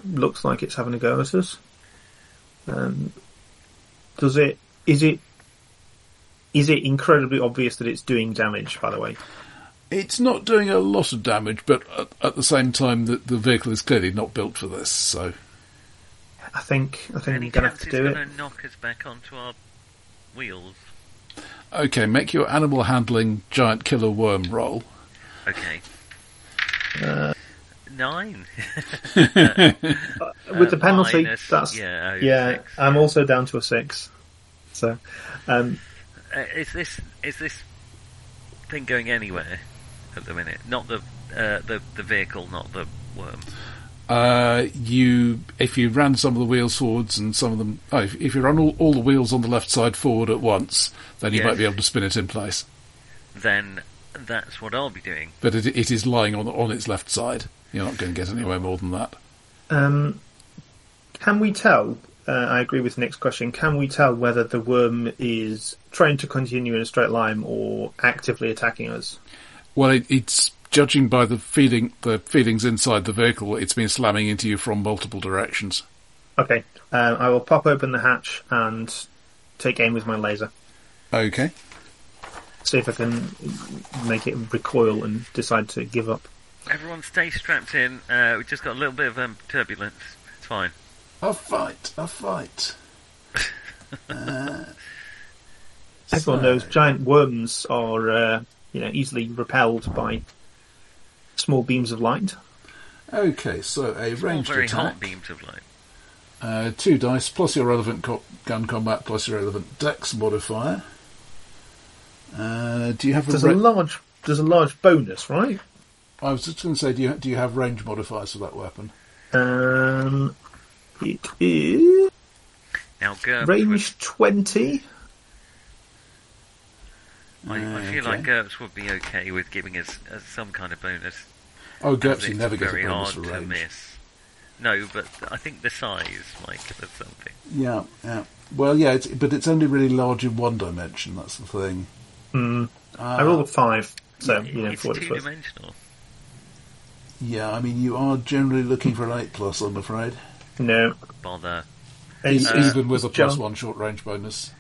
Speaker 3: Looks like it's having a go at us. Um, does it. Is it. Is it incredibly obvious that it's doing damage, by the way?
Speaker 4: It's not doing a lot of damage, but at, at the same time, the, the vehicle is clearly not built for this. So
Speaker 3: I think I think
Speaker 2: Any
Speaker 3: we're gonna
Speaker 2: chance
Speaker 3: have
Speaker 2: it's
Speaker 3: to
Speaker 2: going
Speaker 3: do
Speaker 2: to
Speaker 3: it.
Speaker 2: knock us back onto our wheels?
Speaker 4: okay, make your animal handling giant killer worm roll.
Speaker 2: Okay.
Speaker 3: Uh.
Speaker 2: Nine.
Speaker 3: With
Speaker 2: Uh,
Speaker 3: the penalty,
Speaker 2: minus-
Speaker 3: that's
Speaker 2: yeah, oh,
Speaker 3: yeah,
Speaker 2: six.
Speaker 3: I'm also down to a six. So, um,
Speaker 2: Uh, is this is this thing going anywhere at the minute? Not the uh, the the vehicle, not the worm.
Speaker 4: Uh, you if you ran some of the wheels forwards and some of them, oh, if, if you run all, all the wheels on the left side forward at once, then you
Speaker 2: Yes.
Speaker 4: might be able to spin it in place.
Speaker 2: Then that's what I'll be doing.
Speaker 4: But it, it is lying on on its left side. You're not going to get anywhere more than that.
Speaker 3: um, can we tell uh, I agree with Nick's question. Can we tell whether the worm is trying to continue in a straight line or actively attacking us?
Speaker 4: Well, it, it's judging by the feeling, the feelings inside the vehicle. It's been slamming into you from multiple directions.
Speaker 3: Okay, uh, I will pop open the hatch and take aim with my laser.
Speaker 4: Okay.
Speaker 3: See if I can make it recoil and decide to give up.
Speaker 2: Everyone stay strapped in. Uh, we've just got a little bit of um, turbulence. It's fine.
Speaker 4: A fight, a fight.
Speaker 3: Everyone knows giant worms are, uh, you know, easily repelled by small beams of light.
Speaker 4: Okay, so a
Speaker 2: All
Speaker 4: ranged
Speaker 2: very hot
Speaker 4: attack,
Speaker 2: beams of light.
Speaker 4: uh, two dice plus your relevant co- gun combat plus your relevant dex modifier. Uh, do you have?
Speaker 3: There's
Speaker 4: A
Speaker 3: a
Speaker 4: ra-
Speaker 3: large, there's a large bonus, right?
Speaker 4: I was just going to say, do you do you have range modifiers for that weapon?
Speaker 3: Um, it is
Speaker 2: Now, GURPS
Speaker 3: range twenty.
Speaker 2: would, I, I
Speaker 4: Uh, okay.
Speaker 2: feel like GURPS would be okay with giving us uh, some kind of bonus.
Speaker 4: Oh,
Speaker 2: because
Speaker 4: GURPS, you
Speaker 2: it's
Speaker 4: never get a
Speaker 2: very
Speaker 4: bonus
Speaker 2: hard
Speaker 4: for
Speaker 2: to
Speaker 4: range.
Speaker 2: miss. No, but I think the size might give us something.
Speaker 4: Yeah, yeah. Well, yeah, it's, but it's only really large in one dimension. That's the thing.
Speaker 3: Hmm,
Speaker 4: Uh,
Speaker 3: I rolled a five, so you know,
Speaker 2: it's
Speaker 3: for what it's worth.
Speaker 2: two-dimensional.
Speaker 4: Yeah, I mean, you are generally looking for an eight plus. I'm afraid,
Speaker 3: No,
Speaker 2: Bother.
Speaker 3: it's,
Speaker 4: E-
Speaker 3: it's-
Speaker 4: even with a
Speaker 3: it's jar-
Speaker 4: plus one short range bonus.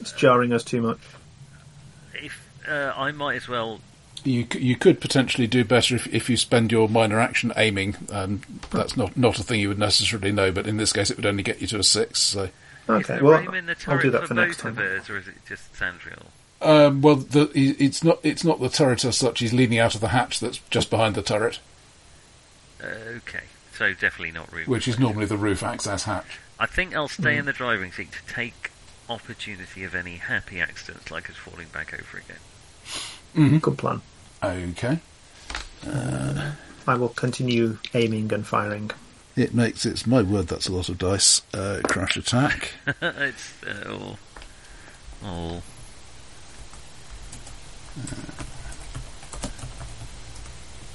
Speaker 3: it's jarring us too much.
Speaker 2: If uh, I might as well
Speaker 4: You c- you could potentially do better if, if you spend your minor action aiming. Um, that's not, not a thing you would necessarily know, but in this case, it would only get you to a six. So,
Speaker 3: Okay,
Speaker 2: is the
Speaker 3: well,
Speaker 2: room in the
Speaker 3: I'll
Speaker 2: turret
Speaker 3: do that
Speaker 2: for,
Speaker 3: for
Speaker 2: both
Speaker 3: next
Speaker 2: of
Speaker 3: time.
Speaker 2: us, or is it just Sandriel?
Speaker 4: um, well, the, i- it's not it's not the turret as such. He's leaning out of the hatch that's just behind the turret,
Speaker 2: Uh, okay, so definitely not room.
Speaker 4: which is Mm. normally the roof access hatch.
Speaker 2: I think I'll stay in the driving seat to take opportunity of any happy accidents, like us falling back over again.
Speaker 3: Good plan.
Speaker 4: Okay,
Speaker 3: I will continue aiming and firing.
Speaker 4: it makes it's my word. That's a lot of dice. Uh, crash attack.
Speaker 2: it's uh, all, all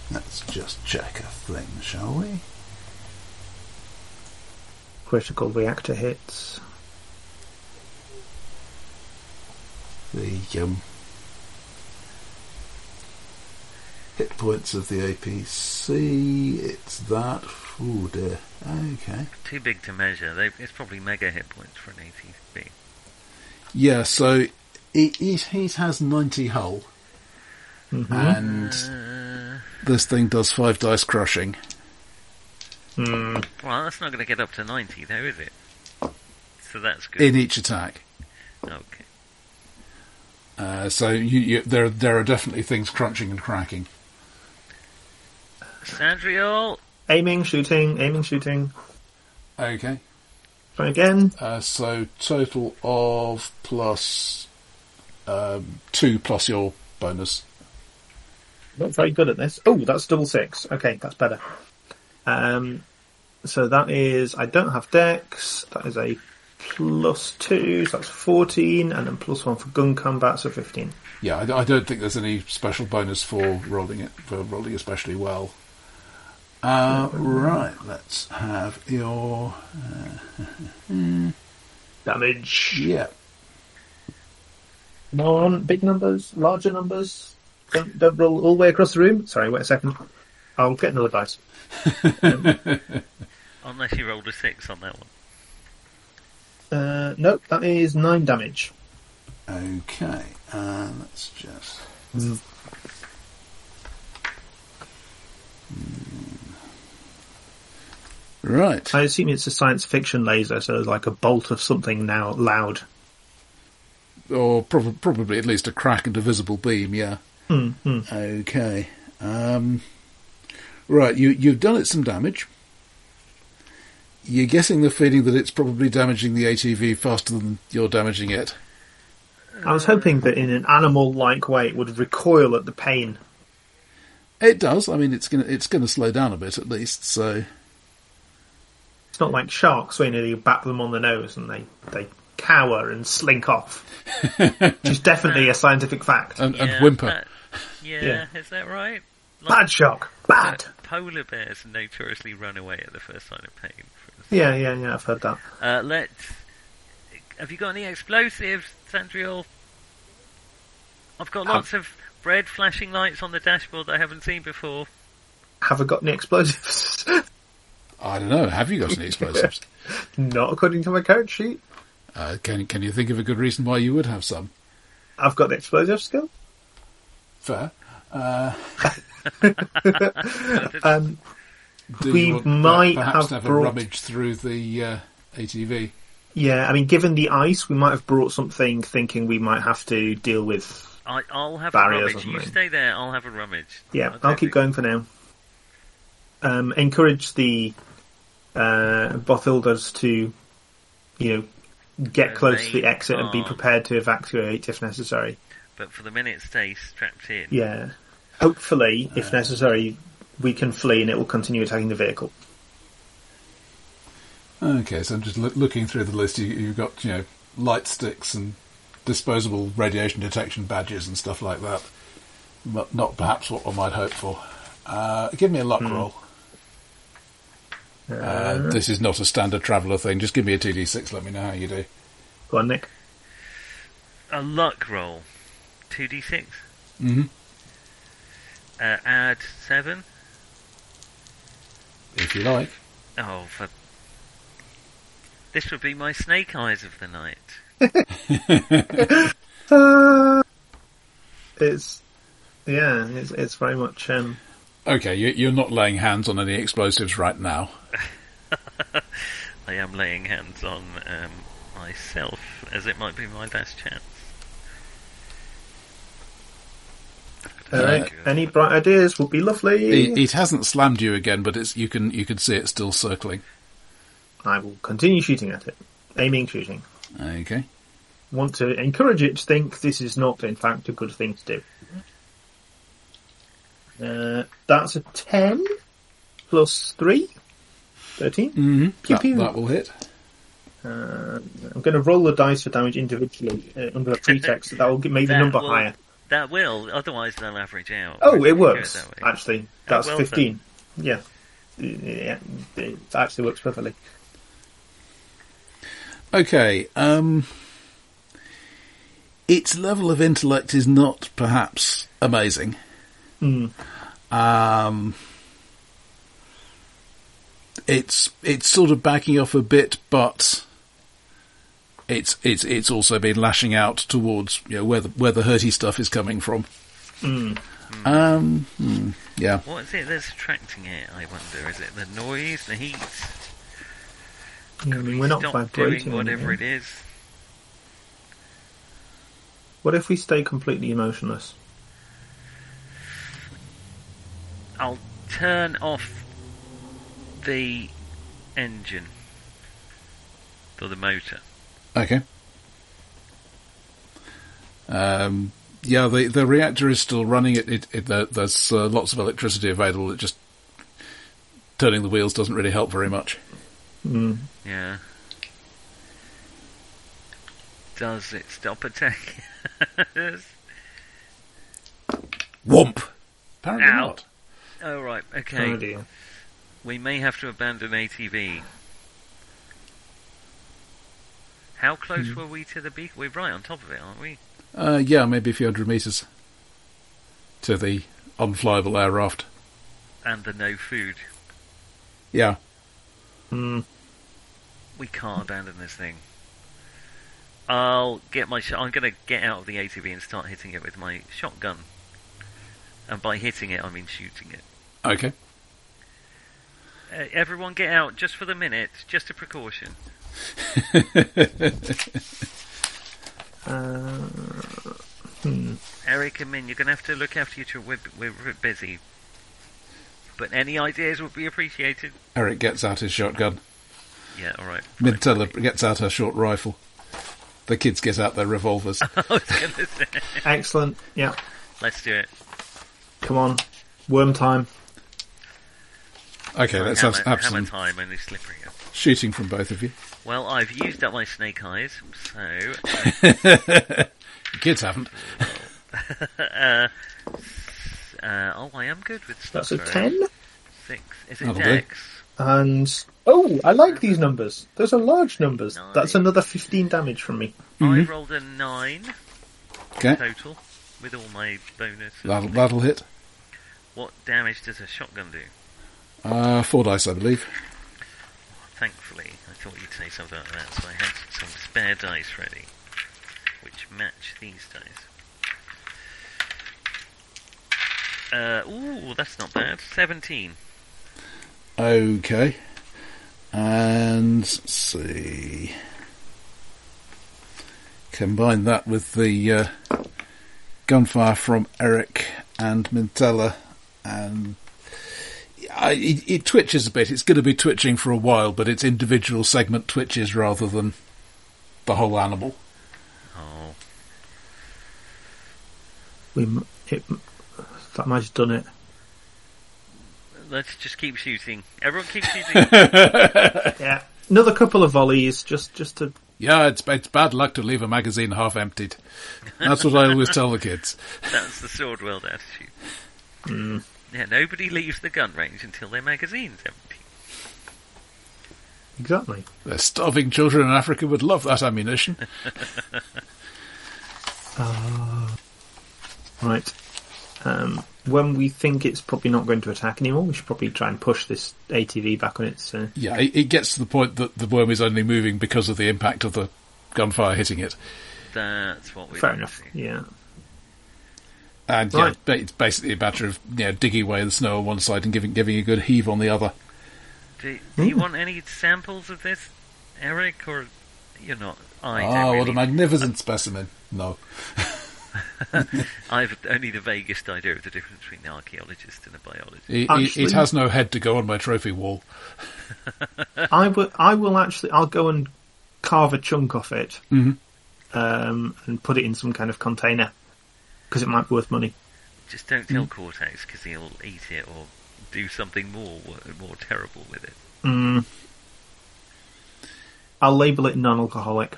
Speaker 4: Let's just check a thing, shall we?
Speaker 3: Critical reactor hits.
Speaker 4: the um, hit points of the APC. It's that. Oh dear. Okay.
Speaker 2: too big to measure. They, it's probably mega hit points for an ATB.
Speaker 4: Yeah. So he he, he has ninety hull, and
Speaker 2: Uh,
Speaker 4: this thing does five dice crushing.
Speaker 3: Mm,
Speaker 2: well, that's not going to get up to 90, though, is it? So that's good.
Speaker 4: in each attack.
Speaker 2: okay.
Speaker 4: Uh, so you, you, there there are definitely things crunching and cracking.
Speaker 2: Sandriel!
Speaker 3: aiming, shooting, aiming, shooting.
Speaker 4: Okay.
Speaker 3: Try again.
Speaker 4: Uh, so total of plus um, two plus your bonus.
Speaker 3: Not very good at this. Oh, that's double six. Okay, that's better. Um, so that is, I don't have dex. That is a plus two, so that's 14, and then plus one for gun combat, so 15.
Speaker 4: Yeah, I, I don't think there's any special bonus for rolling it for rolling especially well. Uh, right, let's have your
Speaker 3: Damage.
Speaker 4: yeah.
Speaker 3: Come on, big numbers, larger numbers. Don't, don't roll all the way across the room. Sorry, wait a second. I'll get another dice.
Speaker 2: Unless you rolled a 6 on that one.
Speaker 3: Uh, nope, that is nine damage.
Speaker 4: Okay, uh, let's just.
Speaker 3: Mm.
Speaker 4: Right.
Speaker 3: I assume it's a science fiction laser, so there's like a bolt of something now loud.
Speaker 4: or prob- probably at least a crack and a visible beam. Yeah. Okay. Um, right. You you've done it some damage. You're getting the feeling that it's probably damaging the ATV faster than you're damaging it.
Speaker 3: I was hoping that in an animal-like way it would recoil at the pain.
Speaker 4: It does. I mean, it's gonna it's gonna slow down a bit at least. So
Speaker 3: It's not like sharks where you, know, you bat them on the nose and they, they cower and slink off, which is definitely a scientific fact.
Speaker 4: and,
Speaker 2: Yeah,
Speaker 4: and whimper.
Speaker 2: that- yeah, is that right?
Speaker 3: Bad shark, bad.
Speaker 2: Polar bears notoriously run away at the first sign of pain. For us.
Speaker 3: Yeah, yeah, yeah. I've heard that.
Speaker 2: Uh, let. Have you got any explosives, Sandriel? I've got lots of red flashing lights on the dashboard that I haven't seen before.
Speaker 3: Have I got any explosives?
Speaker 4: I don't know. Have you got any explosives?
Speaker 3: Not according to my code sheet.
Speaker 4: Uh, can can you think of a good reason why you would have some?
Speaker 3: I've got the explosive skill.
Speaker 4: Fair.
Speaker 3: Uh, Um,
Speaker 4: Do
Speaker 3: We
Speaker 4: you want, uh,
Speaker 3: might
Speaker 4: perhaps
Speaker 3: have
Speaker 4: to have
Speaker 3: brought-
Speaker 4: a rummage through the uh, ATV.
Speaker 3: yeah, I mean, given the ice, we might have brought something thinking we might have to deal with.
Speaker 2: I, I'll have
Speaker 3: Barriers
Speaker 2: a rummage.
Speaker 3: or
Speaker 2: You
Speaker 3: something.
Speaker 2: stay there. I'll have a rummage.
Speaker 3: Yeah,
Speaker 2: don't
Speaker 3: I'll keep
Speaker 2: think-
Speaker 3: going for now. Um, encourage the uh, Bothilders to, you know, get
Speaker 2: Uh,
Speaker 3: close to
Speaker 2: they
Speaker 3: the exit and be
Speaker 2: are-
Speaker 3: prepared to evacuate if necessary.
Speaker 2: But for the minute, stay strapped in.
Speaker 3: Yeah. Hopefully, if necessary, we can flee and it will continue attacking the vehicle.
Speaker 4: Okay, so I'm just loo- looking through the list. You, you've got you know light sticks and disposable radiation detection badges and stuff like that. But not perhaps what one might hope for. Uh, give me a
Speaker 3: Hmm.
Speaker 4: luck roll. Uh, this is not a standard traveller thing. Just give me a TD6. Let me know how you do.
Speaker 3: Go on, Nick.
Speaker 2: A luck roll. 2d6.
Speaker 3: Mm-hmm.
Speaker 4: Mhm.
Speaker 2: Uh, add 7.
Speaker 4: If you like.
Speaker 2: Oh, for. This would be my snake eyes of the night.
Speaker 3: Uh, it's yeah, it's it's very much um,
Speaker 4: Okay, you, you're not laying hands on any explosives right now.
Speaker 2: I am laying hands on um, myself, as it might be my best chance.
Speaker 3: all right.
Speaker 2: Good.
Speaker 3: uh, Any bright ideas would be lovely.
Speaker 4: It, it hasn't slammed you again, but it's you can you can see it still circling.
Speaker 3: I will continue shooting at it, aiming, shooting.
Speaker 4: Okay.
Speaker 3: Want to encourage it to think this is not, in fact, a good thing to do. Uh, that's a ten plus three. 13.
Speaker 4: Mm-hmm.
Speaker 3: Pew,
Speaker 4: that,
Speaker 3: pew.
Speaker 4: that will hit.
Speaker 3: Uh, I'm going to roll the dice for damage individually uh, under a pretext that that will get- make the
Speaker 2: That
Speaker 3: number
Speaker 2: will-
Speaker 3: higher.
Speaker 2: That will, otherwise they'll average out.
Speaker 3: Oh,
Speaker 2: We
Speaker 3: it
Speaker 2: can do
Speaker 3: works
Speaker 2: that way.
Speaker 3: actually. That's
Speaker 2: well done.
Speaker 3: fifteen. Yeah. Uh, yeah, it actually works perfectly.
Speaker 4: Okay. Um, its level of intellect is not perhaps amazing. Um, it's it's sort of backing off a bit, but it's it's it's also been lashing out towards you know where the where the hurty stuff is coming from. Um, hmm, yeah.
Speaker 2: What is it that's attracting it, I wonder? Is it the noise, the heat?
Speaker 3: I mean, we're not
Speaker 2: Stop
Speaker 3: vibrating.
Speaker 2: doing whatever
Speaker 3: anything.
Speaker 2: it is.
Speaker 3: What if we stay completely emotionless?
Speaker 2: I'll turn off the engine or the motor.
Speaker 4: Okay. Um, yeah, the the reactor is still running. It, it, it there, there's uh, lots of electricity available. It just turning the wheels doesn't really help very much.
Speaker 3: Mm.
Speaker 2: Yeah. Does it stop attacking? us?
Speaker 4: Womp. Apparently
Speaker 2: Ow.
Speaker 4: not.
Speaker 2: oh right, okay.
Speaker 3: Oh dear.
Speaker 2: we may have to abandon ATV. How close were we to the beacon? We're right on top of it, aren't we?
Speaker 4: Uh, yeah, maybe a few hundred meters to the unflyable air raft.
Speaker 2: And the no food.
Speaker 4: Yeah.
Speaker 3: Mm.
Speaker 2: We can't abandon this thing. I'll get my. Sh- I'm gonna get out of the ATV and start hitting it with my shotgun. And by hitting it, I mean shooting it.
Speaker 4: Okay.
Speaker 2: Uh, everyone, get out just for the minute, just a precaution.
Speaker 3: Uh,
Speaker 2: Eric and Min, you're gonna have to look after you two. We're, we're busy. But any ideas would be appreciated.
Speaker 4: Eric gets out his shotgun.
Speaker 2: Yeah, all right.
Speaker 4: Mintella gets out her short rifle. The kids get out their revolvers.
Speaker 2: I was gonna say,
Speaker 3: excellent. Yeah.
Speaker 2: let's do it.
Speaker 3: Come on. Worm time.
Speaker 4: Okay, let's have,
Speaker 2: hammer,
Speaker 4: have
Speaker 2: hammer
Speaker 4: some
Speaker 2: time, only slippery.
Speaker 4: shooting from both of you.
Speaker 2: Well, I've used up my snake eyes, so
Speaker 4: Kids haven't.
Speaker 2: Uh, oh, I am good with stuff.
Speaker 3: That's a
Speaker 2: sorry.
Speaker 3: ten.
Speaker 2: Six. Is it
Speaker 4: That'll do.
Speaker 2: Dex?
Speaker 3: And Oh, I like these numbers. Those are large numbers.
Speaker 2: Nice.
Speaker 3: That's another 15 damage from me.
Speaker 4: Mm-hmm.
Speaker 2: I rolled a nine
Speaker 4: Okay,
Speaker 2: total with all my bonus.
Speaker 4: that'll, that'll hit.
Speaker 2: What damage does a shotgun do?
Speaker 4: Uh, four dice, I believe.
Speaker 2: Thankfully, I thought you'd say something like that, so I had some spare dice ready, which match these dice. Uh, ooh, that's not bad. 17.
Speaker 4: Okay. And let's see. Combine that with the uh, gunfire from Eric and Mintella, and I, it, it twitches a bit. It's going to be twitching for a while, but it's individual segment twitches rather than the whole animal.
Speaker 2: Oh,
Speaker 3: We, m- it, m- that might have done it.
Speaker 2: let's just keep shooting. Everyone keep shooting.
Speaker 3: Yeah. Another couple of volleys, just just to.
Speaker 4: Yeah, it's, it's bad luck to leave a magazine half emptied. That's what I always tell the kids.
Speaker 2: That's the sword world attitude.
Speaker 4: Mm.
Speaker 2: Yeah, nobody leaves the gun range until their magazine's empty.
Speaker 3: Exactly.
Speaker 4: The Uh, starving children in Africa would love that ammunition.
Speaker 3: Right. Um, when we think it's probably not going to attack anymore, we should probably try and push this ATV back on its. Uh,
Speaker 4: Yeah, it, it gets to the point that the worm is only moving because of the impact of the gunfire hitting it.
Speaker 2: That's what we.
Speaker 3: fair
Speaker 2: want to
Speaker 3: enough.
Speaker 2: do.
Speaker 3: Yeah.
Speaker 4: And yeah,
Speaker 3: Right.
Speaker 4: ba- it's basically a matter of you know digging away the snow on one side and giving giving a good heave on the other.
Speaker 2: Do,
Speaker 4: Hmm?
Speaker 2: do you want any samples of this, Eric, or you're not? I don't
Speaker 4: Ah,
Speaker 2: really.
Speaker 4: what a magnificent specimen! No,
Speaker 2: I've only the vaguest idea of the difference between an archaeologist and a biologist.
Speaker 4: it, it,
Speaker 3: Actually-
Speaker 4: it has no head to go on my trophy wall.
Speaker 3: I will. I will actually. I'll go and carve a chunk off it
Speaker 4: Mhm.
Speaker 3: um, and put it in some kind of container because it might be worth money.
Speaker 2: Just don't
Speaker 4: Hmm?
Speaker 2: tell Cortex because he'll eat it or do something more wo- more terrible with it.
Speaker 3: Mm. I'll label it non-alcoholic.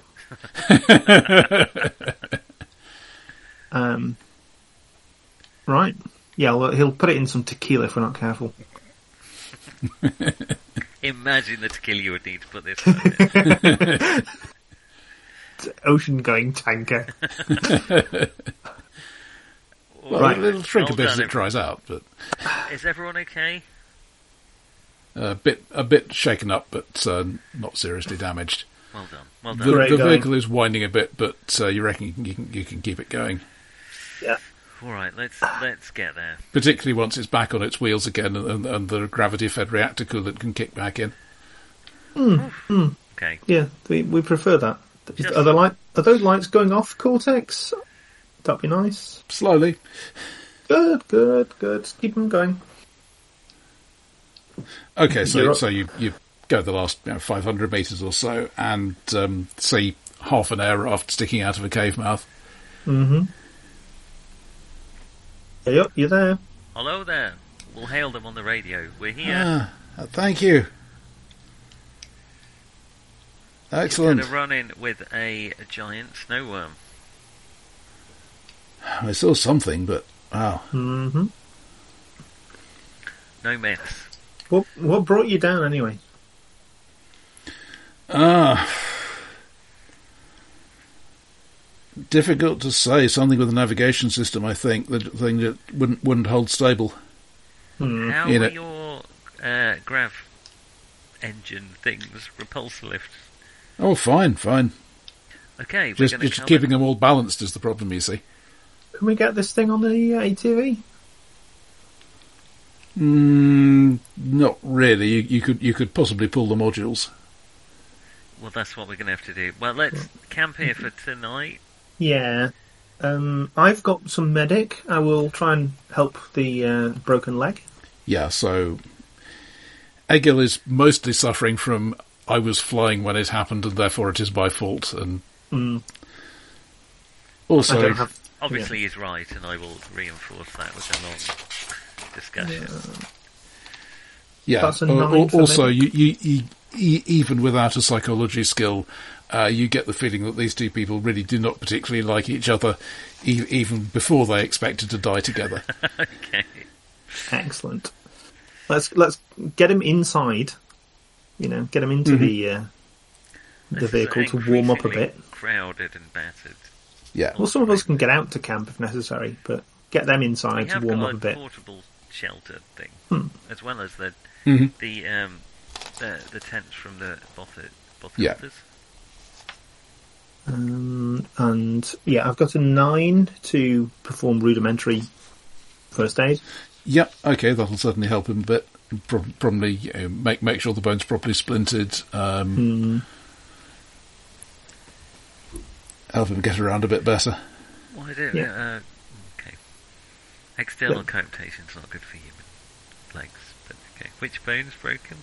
Speaker 3: um, right. Yeah, well, he'll put it in some tequila if we're not careful.
Speaker 2: Imagine the tequila you would need to put this. one in.
Speaker 3: Ocean-going tanker.
Speaker 4: Well,
Speaker 3: Right.
Speaker 4: it'll shrink a
Speaker 2: Well
Speaker 4: bit as
Speaker 2: done,
Speaker 4: it dries out, but
Speaker 2: everyone. Is everyone okay?
Speaker 4: a uh, bit a bit shaken up, but uh, not seriously damaged.
Speaker 2: Well done. Well done.
Speaker 4: The,
Speaker 3: Great
Speaker 4: the
Speaker 3: going.
Speaker 4: vehicle is winding a bit, but uh, you reckon you can, you can you can keep it going,
Speaker 3: Yeah.
Speaker 2: All right, let's let's get there.
Speaker 4: particularly once it's back on its wheels again and, and, and the gravity-fed reactor coolant can kick back in.
Speaker 2: Okay.
Speaker 3: Yeah, we, we prefer that. Is-
Speaker 2: Yes.
Speaker 3: Are the light? Are those lights going off, Cortex? That'd be nice.
Speaker 4: Slowly,
Speaker 3: Good, good, good. Keep them going.
Speaker 4: Okay, so
Speaker 3: You're-
Speaker 4: so you you go the last you know, 500 meters or so and um, see half an hour after sticking out of a cave mouth.
Speaker 3: Mm-hmm. Yep, you're there.
Speaker 2: Hello there. We'll hail them on the radio. We're here.
Speaker 4: Ah, thank you.
Speaker 2: Going
Speaker 4: Excellent.
Speaker 2: to run in with a, giant snow worm.
Speaker 4: I saw something, but wow.
Speaker 3: Mm-hmm.
Speaker 2: No mess.
Speaker 3: What what brought you down anyway?
Speaker 4: Ah. Difficult to say. Something with the navigation system, I think, the thing that wouldn't wouldn't hold stable.
Speaker 3: Mm, Hmm.
Speaker 2: How
Speaker 4: In
Speaker 2: are
Speaker 4: it.
Speaker 2: your uh, grav engine things repulsor lift?
Speaker 4: Oh, fine, fine.
Speaker 2: Okay, we're
Speaker 4: Just
Speaker 2: going to
Speaker 4: just keeping them all balanced is the problem, you see.
Speaker 3: Can we get this thing on the uh, ATV?
Speaker 4: Mm, not really. You, you could you could possibly pull the modules.
Speaker 2: Well, that's what we're going to have to do. Well, let's camp here for tonight.
Speaker 3: Yeah. Um, I've got some medic. I will try and help the uh, broken leg.
Speaker 4: Yeah. So Egil is mostly suffering from I was flying when it happened, and therefore it is my fault. And
Speaker 3: Mm. I
Speaker 4: also,
Speaker 3: don't have.
Speaker 2: Obviously, he's right, and I will reinforce that with a long discussion.
Speaker 4: yeah.
Speaker 3: That's a
Speaker 4: al- al-
Speaker 3: nine for
Speaker 4: also,
Speaker 3: me.
Speaker 4: you, you, you e- even without a psychology skill, uh, you get the feeling that these two people really do not particularly like each other, e- even before they expected to die together.
Speaker 2: Okay.
Speaker 3: Excellent. Let's let's get him inside. you know, get them into the uh, the
Speaker 2: This is
Speaker 3: vehicle to warm up a
Speaker 2: increasingly
Speaker 3: bit.
Speaker 2: Crowded and battered.
Speaker 4: Yeah.
Speaker 3: Well, some of us can get out to camp if necessary, but get them
Speaker 2: We
Speaker 3: inside to
Speaker 2: have
Speaker 3: warm
Speaker 2: got
Speaker 3: up a
Speaker 2: a
Speaker 3: bit.
Speaker 2: portable shelter thing,
Speaker 3: Hmm.
Speaker 2: as well as the
Speaker 3: Mm-hmm.
Speaker 2: the um the, the tents from the Bothert.
Speaker 4: Yeah.
Speaker 2: Botherters.
Speaker 3: Um, and yeah, I've got a nine to perform rudimentary first aid.
Speaker 4: Yep. Okay, that'll certainly help him a bit. Pro- probably you know, make make sure the bone's properly splinted. Um,
Speaker 3: Hmm,
Speaker 4: Help him get around a bit better.
Speaker 2: Why do
Speaker 3: Yeah.
Speaker 2: uh, okay. External
Speaker 3: Look.
Speaker 2: coaptation's not good for human legs, but okay. Which bone's broken?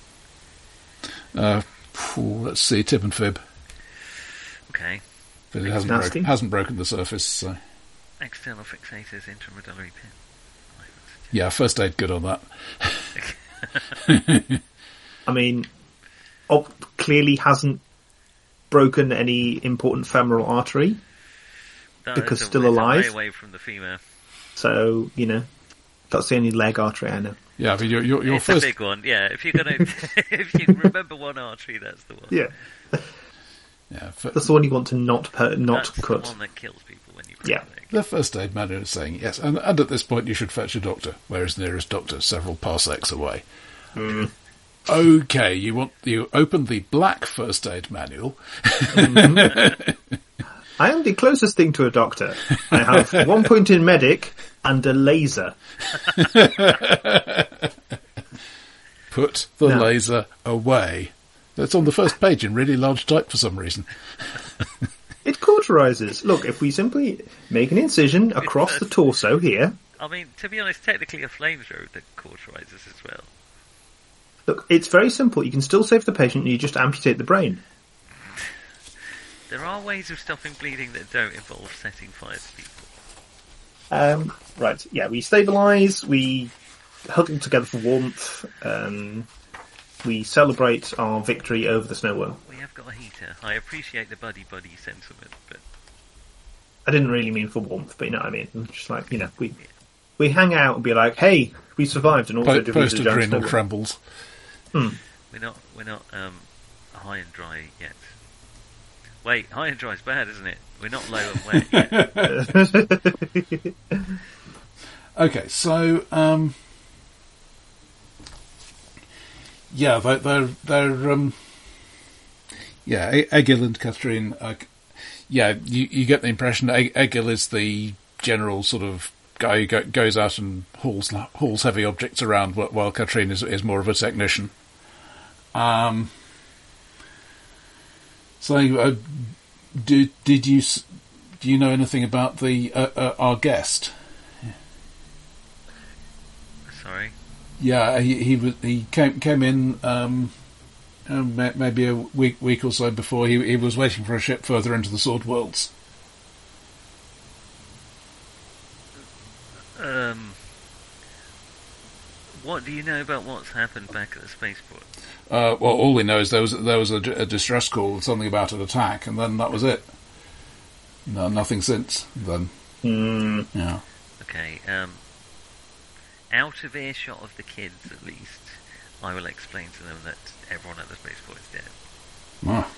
Speaker 4: Uh, phew, let's see, tip and fib,
Speaker 2: Okay.
Speaker 4: but it hasn't
Speaker 3: Nasty.
Speaker 4: broken, hasn't broken the surface. So
Speaker 2: External fixators intramedullary pin. I would suggest-
Speaker 4: yeah, first aid good on that.
Speaker 3: I mean, Op clearly hasn't broken any important femoral artery,
Speaker 2: That
Speaker 3: Because
Speaker 2: is a-
Speaker 3: still
Speaker 2: it's a
Speaker 3: alive?
Speaker 2: way away from the femur.
Speaker 3: so you know that's the only leg artery I know.
Speaker 4: Yeah, I mean your your, your
Speaker 2: it's
Speaker 4: first
Speaker 2: a big one. Yeah, if you're gonna, if you remember one artery, that's the one.
Speaker 3: Yeah,
Speaker 4: yeah, fir-
Speaker 3: that's the one you want to not per- not
Speaker 2: that's
Speaker 3: cut.
Speaker 2: the one that kills people when you.
Speaker 3: Yeah.
Speaker 2: break it.
Speaker 4: the first aid manual is saying yes, and, and at this point you should fetch a doctor. Where is the nearest doctor? Several parsecs away. Okay, you want you open the black first aid manual.
Speaker 3: I am the closest thing to a doctor. I have one point in medic and a laser.
Speaker 4: Put the
Speaker 3: No.
Speaker 4: laser away. That's on the first page in really large type for some reason.
Speaker 3: It cauterizes. Look, if we simply make an incision across the torso here,
Speaker 2: I mean, to be honest, technically a flamethrower that cauterizes as well.
Speaker 3: look, it's very simple. You can still save the patient. You just amputate the brain.
Speaker 2: There are ways of stopping bleeding that don't involve setting fire to people.
Speaker 3: Um, right, yeah, we stabilise, we huddle together for warmth, um, we celebrate our victory over the snow worm.
Speaker 2: We have got a heater. I appreciate the buddy buddy sentiment, but
Speaker 3: I didn't really mean for warmth, but you know what I mean. I'm just like, you know, we we hang out and be like, hey, we survived and also
Speaker 4: Po-
Speaker 3: defeated
Speaker 4: Post
Speaker 3: the giant
Speaker 4: adrenal
Speaker 3: snow worm.
Speaker 4: trembles.
Speaker 2: we're not we're not um, high and dry yet. Wait, high and dry's bad, isn't it? We're not low and wet yet.
Speaker 4: Okay, so um, yeah, they're they're, they're um, yeah, E- Egil and Catherine. Are, c- yeah, you, you get the impression that E- Egil is the general sort of guy who go, goes out and hauls hauls heavy objects around, wh- while Catherine is is more of a technician. Um, so uh, do did you s- do you know anything about the uh, uh, our guest?
Speaker 2: Sorry.
Speaker 4: Yeah, he he was he came came in um, uh, ma- maybe a week week or so before he he was waiting for a ship further into the Sword Worlds.
Speaker 2: Um, what do you know about what's happened back at the spaceport?
Speaker 4: Uh, well, all we know is there was there was a, d- a distress call, something about an attack, and then that was it. No, nothing since then.
Speaker 3: Mm,
Speaker 4: Yeah,
Speaker 2: Okay, um, out of earshot of the kids, at least, I will explain to them that everyone at the spaceport is dead.
Speaker 4: Ah.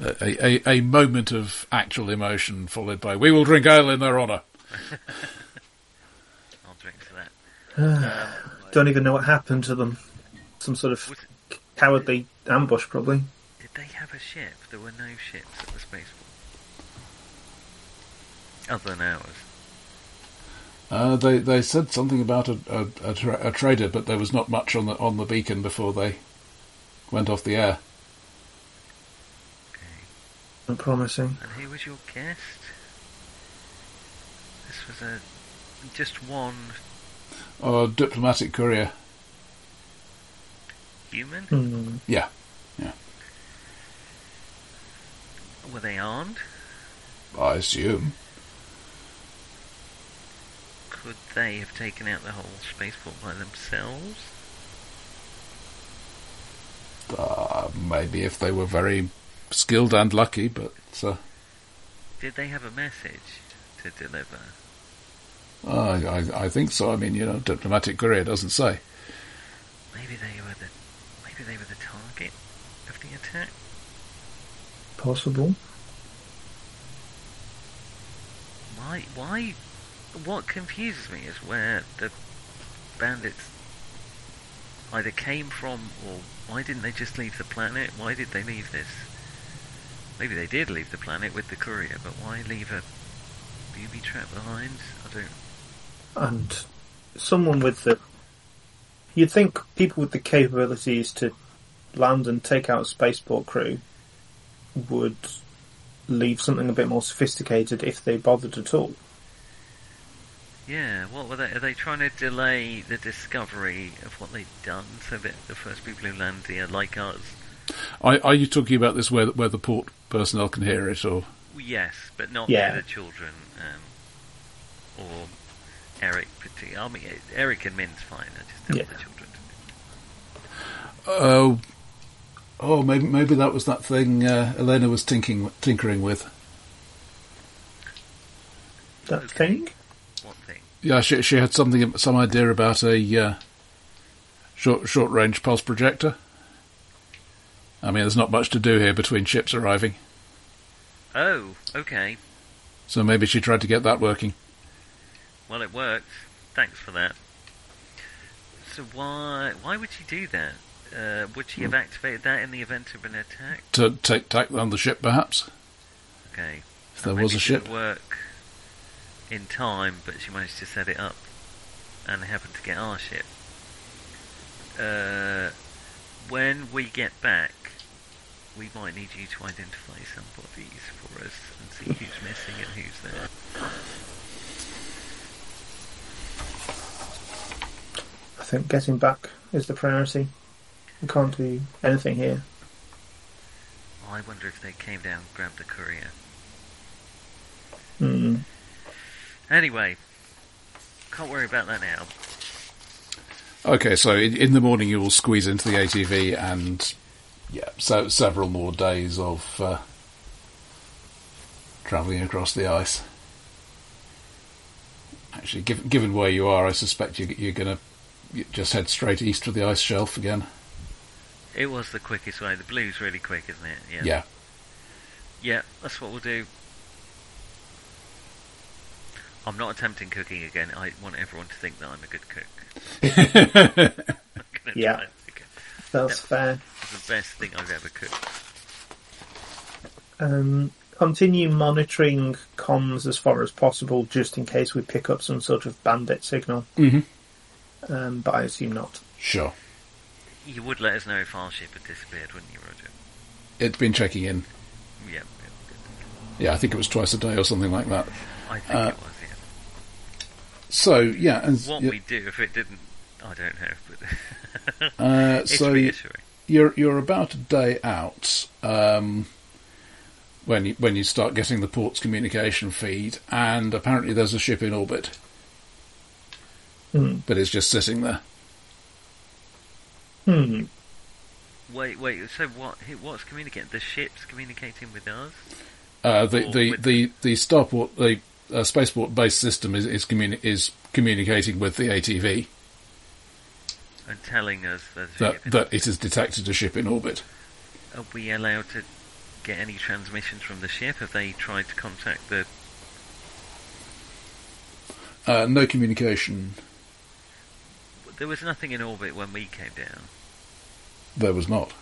Speaker 4: A, a, a moment of actual emotion followed by "We will drink ale in their honour."
Speaker 2: I'll drink to that.
Speaker 3: don't even know what happened to them. Some sort of
Speaker 2: Was-
Speaker 3: cowardly ambush, probably.
Speaker 2: Did they have a ship? There were no ships at the spaceport. Other than ours.
Speaker 4: Uh, they they said something about a, a, a, tra- a trader, but there was not much on the on the beacon before they went off the air.
Speaker 2: Okay.
Speaker 3: Unpromising.
Speaker 2: And who was your guest? This was a. just one
Speaker 4: Or diplomatic courier.
Speaker 2: human?
Speaker 3: Hmm.
Speaker 4: Yeah,
Speaker 2: Were they armed?
Speaker 4: I assume.
Speaker 2: Could they have taken out the whole spaceport by themselves?
Speaker 4: Uh, maybe if they were very skilled and lucky, but uh,
Speaker 2: Did they have a message to deliver?
Speaker 4: ah, I, I I think so. I mean, you know, diplomatic courier doesn't say.
Speaker 2: Maybe they were the maybe they were the target of the attack.
Speaker 3: Possible.
Speaker 2: Why? Why? What confuses me is where the bandits either came from, or why didn't they just leave the planet? Why did they leave this? Maybe they did leave the planet with the courier, but why leave a booby trap behind? I don't.
Speaker 3: and someone with the. You'd think people with the capabilities to land and take out a spaceport crew would leave something a bit more sophisticated if they bothered at all.
Speaker 2: Yeah, what were they? Are they trying to delay the discovery of what they've done so that the first people who land here, like us,
Speaker 4: Are, are you talking about this where where the port personnel can hear it, or
Speaker 2: Yes, but not
Speaker 3: Yeah.
Speaker 2: near the children um, or Eric. Particularly, I mean, eh, Eric and Min's fine. I just don't want
Speaker 3: Yeah.
Speaker 2: the children. to-
Speaker 4: oh, oh, maybe maybe that was that thing uh, Elena was tinkering tinkering with.
Speaker 3: That
Speaker 2: Okay.
Speaker 3: thing?
Speaker 2: What thing?
Speaker 4: Yeah, she she had something some idea about a uh, short short range pulse projector. I mean, there's not much to do here between ships arriving,
Speaker 2: Oh, okay.
Speaker 4: so maybe she tried to get that working.
Speaker 2: Well, it worked. Thanks for that. So why why would she do that? Uh, would
Speaker 3: Hmm.
Speaker 2: she have activated that in the event of an attack?
Speaker 4: to take tack on the ship, perhaps.
Speaker 2: Okay.
Speaker 4: If there
Speaker 2: Maybe
Speaker 4: was a
Speaker 2: it
Speaker 4: ship,
Speaker 2: didn't work in time, but she managed to set it up, and happened to get our ship. Uh, when we get back, we might need you to identify some bodies for us and see who's missing and who's there.
Speaker 3: I think getting back is the priority. We can't do anything here.
Speaker 2: I wonder if they came down and grabbed the courier.
Speaker 3: Hmm.
Speaker 2: Anyway, can't worry about that now.
Speaker 4: okay. So in, in the morning, you will squeeze into the ATV, and yeah, so several more days of uh, travelling across the ice. Actually, giv given where you are, I suspect you, you're going to just head straight east of the ice shelf again.
Speaker 2: It was the quickest way. The blue's really quick, isn't it? Yeah.
Speaker 4: yeah.
Speaker 2: Yeah, that's what we'll do. I'm not attempting cooking again. I want everyone to think that I'm a good cook. I'm gonna
Speaker 3: Yeah.
Speaker 2: try and cook it.
Speaker 3: That's fair.
Speaker 2: It's the best thing I've ever cooked.
Speaker 3: Um, continue monitoring comms as far as possible, just in case we pick up some sort of bandit signal.
Speaker 4: Mhm.
Speaker 3: Um, but I assume not.
Speaker 4: Sure.
Speaker 2: You would let us know if our ship had disappeared, wouldn't you, Roger?
Speaker 4: It's been checking in.
Speaker 2: Yeah, yeah.
Speaker 4: Yeah, I think it was twice a day or something like that.
Speaker 2: I think
Speaker 4: Uh,
Speaker 2: it was. Yeah.
Speaker 4: So yeah, and
Speaker 2: What
Speaker 4: yeah,
Speaker 2: we do if it didn't, I don't know. But
Speaker 4: uh,
Speaker 2: it's
Speaker 4: so
Speaker 2: reassuring.
Speaker 4: you're you're about a day out um, when you, when you start getting the port's communication feed, and apparently there's a ship in orbit,
Speaker 3: Hmm.
Speaker 4: but it's just sitting there.
Speaker 3: Hmm.
Speaker 2: Wait, wait. So what? who- What's communicating? The ship's communicating with us.
Speaker 4: Uh, the,
Speaker 2: Or
Speaker 4: the,
Speaker 2: with-
Speaker 4: the the starport the uh, spaceport based system is is, communi- is communicating with the ATV
Speaker 2: And telling us there's a
Speaker 4: that
Speaker 2: ship in
Speaker 4: that it has detected a ship in orbit.
Speaker 2: Are we allowed to get any transmissions from the ship? Have they tried to contact the?
Speaker 4: Uh, no communication.
Speaker 2: There was nothing in orbit when we came down.
Speaker 4: There was not.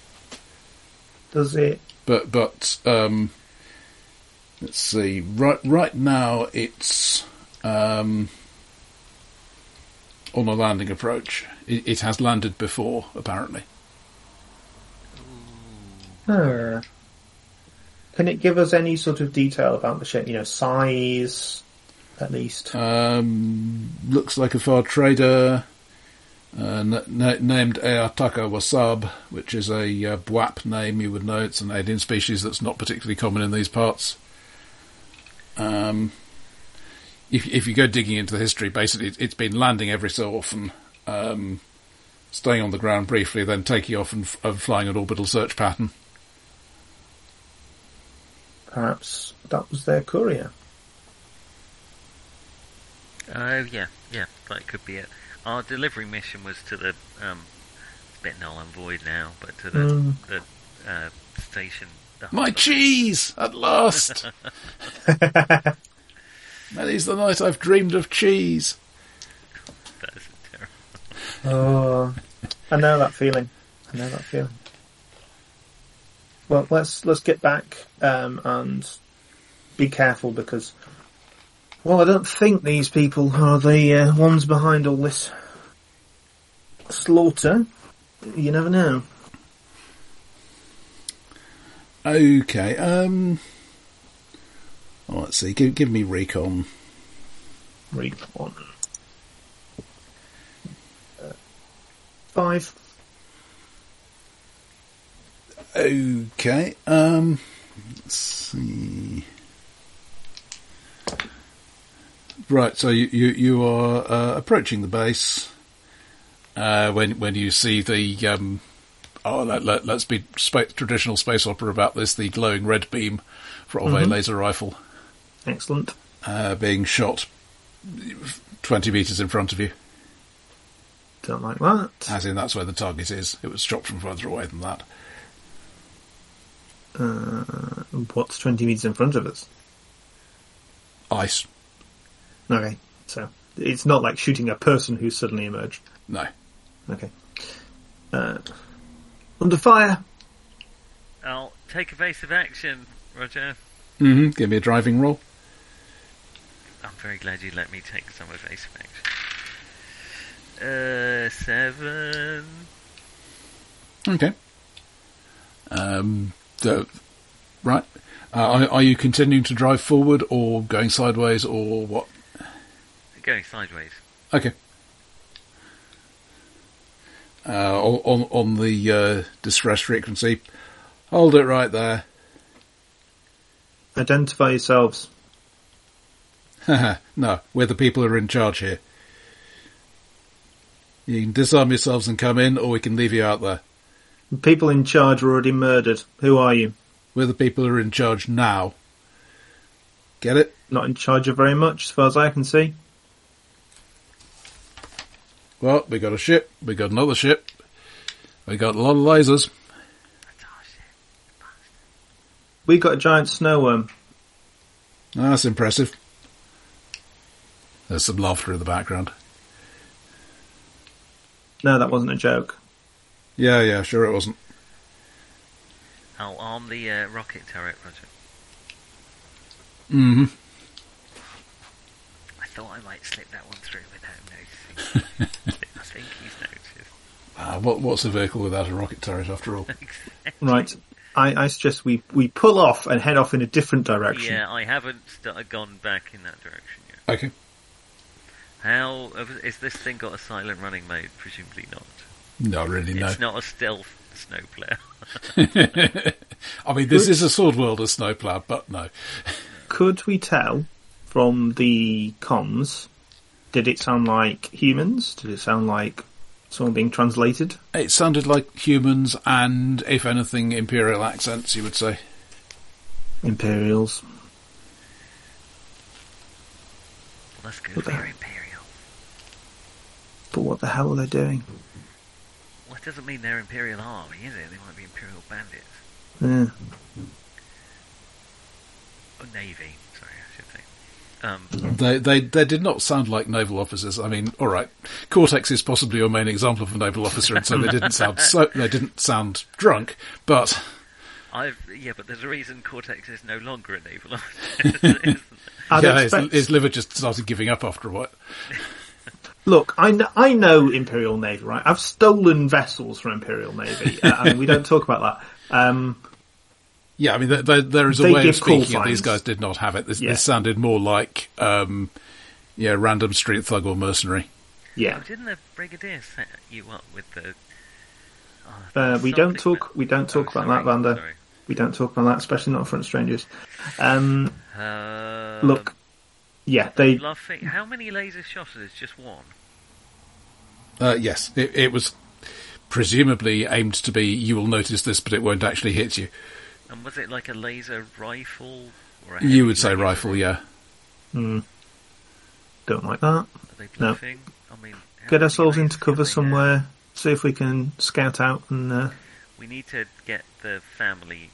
Speaker 3: Does it?
Speaker 4: but but um, let's see. Right right now, it's um, on a landing approach. It, it has landed before, apparently.
Speaker 3: Uh, can it give us any sort of detail about the ship? You know, size, at least.
Speaker 4: Um, looks like a far trader uh, n- na- named Eataka Wasab, which is a uh, Bwap name you would know. It's an alien species that's not particularly common in these parts. Um, if, if you go digging into the history, basically it, it's been landing every so often, um, staying on the ground briefly, then taking off and, f- and flying an orbital search pattern.
Speaker 3: Perhaps that was their courier.
Speaker 2: Oh yeah, yeah, that could be it. Our delivery mission was to the um, bit null and void now, but to the, the uh, station. The
Speaker 4: My cheese! At last! Many's the night I've dreamed of cheese.
Speaker 2: That is terrible.
Speaker 3: Oh, I know that feeling. I know that feeling. Well, let's let's get back um, and be careful because, well, I don't think these people are the uh, ones behind all this slaughter. You never know.
Speaker 4: Okay, um. oh, let's see. Give, give me recon.
Speaker 3: Read one. Uh, Five.
Speaker 4: Okay, um. Let's see. Right, so you, you, you are uh, approaching the base uh, when when you see the. Um, oh, let, let, us be spa- traditional space opera about this the glowing red beam from a laser rifle.
Speaker 3: Excellent.
Speaker 4: uh, being shot 20 metres in front of you.
Speaker 3: Don't like that.
Speaker 4: As in, that's where the target is. It was shot from further away than that.
Speaker 3: Uh, what's twenty meters in front of us?
Speaker 4: Ice.
Speaker 3: Okay, so it's not like shooting a person who suddenly emerged.
Speaker 4: No.
Speaker 3: Okay. Uh, under fire.
Speaker 2: I'll take evasive action, Roger.
Speaker 4: Mm-hmm. Give me a driving roll.
Speaker 2: I'm very glad you let me take some evasive action. Uh, seven.
Speaker 4: Okay. Um, the, right. Uh, are, are you continuing to drive forward or going sideways or what?
Speaker 2: Going sideways.
Speaker 4: Okay. Uh, on on- on the uh, distress frequency, hold it right there.
Speaker 3: Identify yourselves.
Speaker 4: no, we're the people who are in charge here. You can disarm yourselves and come in, or we can leave you out there.
Speaker 3: The People in charge were already murdered. Who are you?
Speaker 4: We're the people who are in charge now. Get it?
Speaker 3: Not in charge of very much, as far as I can see.
Speaker 4: Well, we got a ship, we got another ship, we got a lot of lasers.
Speaker 2: That's our shit.
Speaker 3: We got a giant snow worm.
Speaker 4: Ah, That's impressive. There's some laughter in the background.
Speaker 3: No, that wasn't a joke.
Speaker 4: Yeah, yeah, sure it wasn't.
Speaker 2: I'll arm the uh, rocket turret, Roger.
Speaker 4: Mm-hmm.
Speaker 2: I thought I might slip that one through without noticing. I think he's noticed.
Speaker 4: Ah, what, what's a vehicle without a rocket turret, after all?
Speaker 3: Right. I, I suggest we, we pull off and head off in a different direction.
Speaker 2: Yeah, uh, I haven't st- gone back in that direction yet.
Speaker 4: okay.
Speaker 2: How is this thing got a silent running mode? Presumably not.
Speaker 4: No, really, no.
Speaker 2: It's not a stealth snowplow.
Speaker 4: I mean, this is a sword world of snowplow, but no.
Speaker 3: Could we tell from the comms? Did it sound like humans? Did it sound like someone being translated?
Speaker 4: It sounded like humans and, if anything, imperial accents, you would say.
Speaker 3: Imperials.
Speaker 2: Let's go
Speaker 3: What the
Speaker 2: for
Speaker 3: hell?
Speaker 2: imperial.
Speaker 3: But what the hell are they doing?
Speaker 2: Well, it doesn't mean they're imperial army, is it? They might be imperial bandits
Speaker 3: Yeah.
Speaker 2: or Oh, navy. Sorry, I should say. Um,
Speaker 4: They, they, they did not sound like naval officers. I mean, all right, Cortex is possibly your main example of a naval officer, and so they didn't sound so they didn't sound drunk. But
Speaker 2: I've yeah, but there's a reason Cortex is no longer a naval officer. isn't there?
Speaker 3: I'd
Speaker 4: yeah,
Speaker 3: expect-
Speaker 4: his, his liver just started giving up after a while.
Speaker 3: Look, I know, I know Imperial Navy, right? I've stolen vessels from Imperial Navy, uh, and we don't talk about that. Um,
Speaker 4: Yeah, I mean, there, there, there is a
Speaker 3: They
Speaker 4: way of
Speaker 3: give call
Speaker 4: speaking, and these
Speaker 3: signs.
Speaker 4: guys did not have it. This,
Speaker 3: Yeah.
Speaker 4: this sounded more like, um, yeah, random street thug or mercenary.
Speaker 3: yeah,
Speaker 2: Oh, didn't the brigadier set you up with the? oh,
Speaker 3: uh, we don't
Speaker 2: something
Speaker 3: talk. We don't talk
Speaker 2: Oh,
Speaker 3: about that,
Speaker 2: sorry,
Speaker 3: Vander. We don't talk about that, especially not in front of strangers. Um,
Speaker 2: sorry. Um,
Speaker 3: look, yeah, they.
Speaker 2: Laughing. How many laser shots is this? Just one.
Speaker 4: Uh, yes, it, it was presumably aimed to be. You will notice this, but it won't actually hit you.
Speaker 2: And was it like a laser rifle? Or a heavy
Speaker 4: You would say
Speaker 2: laser?
Speaker 4: rifle, yeah.
Speaker 3: mm, don't like that.
Speaker 2: Are they
Speaker 3: No.
Speaker 2: bluffing? I mean, how
Speaker 3: Get
Speaker 2: many
Speaker 3: ourselves
Speaker 2: lasers
Speaker 3: into
Speaker 2: can they
Speaker 3: cover
Speaker 2: have?
Speaker 3: somewhere. See if we can scout out and uh,
Speaker 2: We need to get the family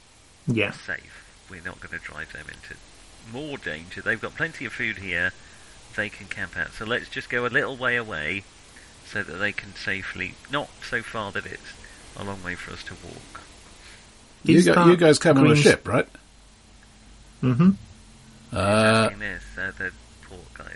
Speaker 3: yeah,
Speaker 2: safe. We're not going to drive them into more danger. They've got plenty of food here. They can camp out. So let's just go a little way away so that they can safely, not so far that it's a long way for us to walk.
Speaker 4: You,
Speaker 3: Is
Speaker 4: go,
Speaker 3: that
Speaker 4: you guys come on a
Speaker 3: Queen's-
Speaker 4: ship, right?
Speaker 3: hmm
Speaker 4: Uh,
Speaker 2: Asking this, uh, the poor guys.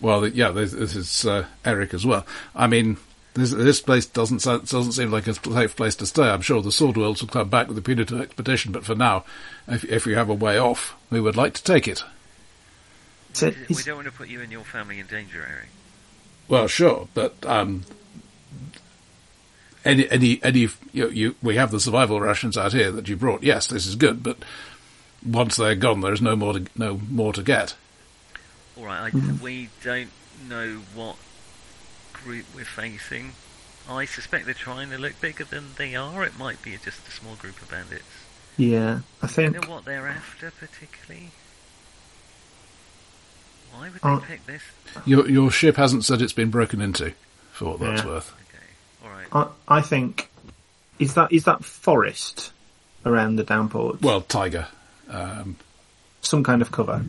Speaker 4: well, th- yeah, this, this is uh, Eric as well. I mean, this, this place doesn't so- doesn't seem like a safe place to stay. I'm sure the Sword Worlds will come back with a punitive expedition, but for now, if, if you have a way off, we would like to take it.
Speaker 3: It's, it.
Speaker 2: We
Speaker 3: It's-
Speaker 2: don't want to put you and your family in danger, Eric.
Speaker 4: Well, sure, but um, any any any you, you we have the survival rations out here that you brought. Yes, this is good, but once they're gone, there is no more to, no more to get.
Speaker 2: All right, I, we don't know what group we're facing. I suspect they're trying to look bigger than they are. It might be just a small group of bandits.
Speaker 3: yeah, I
Speaker 2: Don't
Speaker 3: think
Speaker 2: know what they're after particularly. Why would
Speaker 3: Uh,
Speaker 2: they pick this?
Speaker 4: Your your ship hasn't said it's been broken into, for what that's
Speaker 3: Yeah.
Speaker 4: worth.
Speaker 2: Okay, all right.
Speaker 3: I, I think is that is that forest around the downport
Speaker 4: Well, Tiger, um,
Speaker 3: some kind of cover.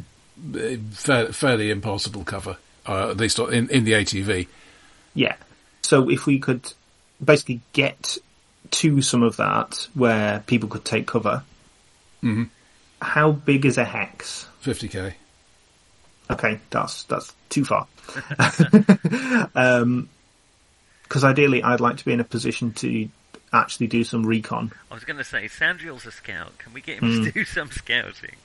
Speaker 4: eh, fair, fairly impossible cover, uh, at least in in the ATV.
Speaker 3: Yeah. So if we could basically get to some of that where people could take cover,
Speaker 4: Mhm.
Speaker 3: how big is a hex?
Speaker 4: 50k.
Speaker 3: Okay, that's that's too far. um, because ideally, I'd like to be in a position to actually do some recon.
Speaker 2: I was going to say, Sandriel's a scout. Can we get him to do some scouting?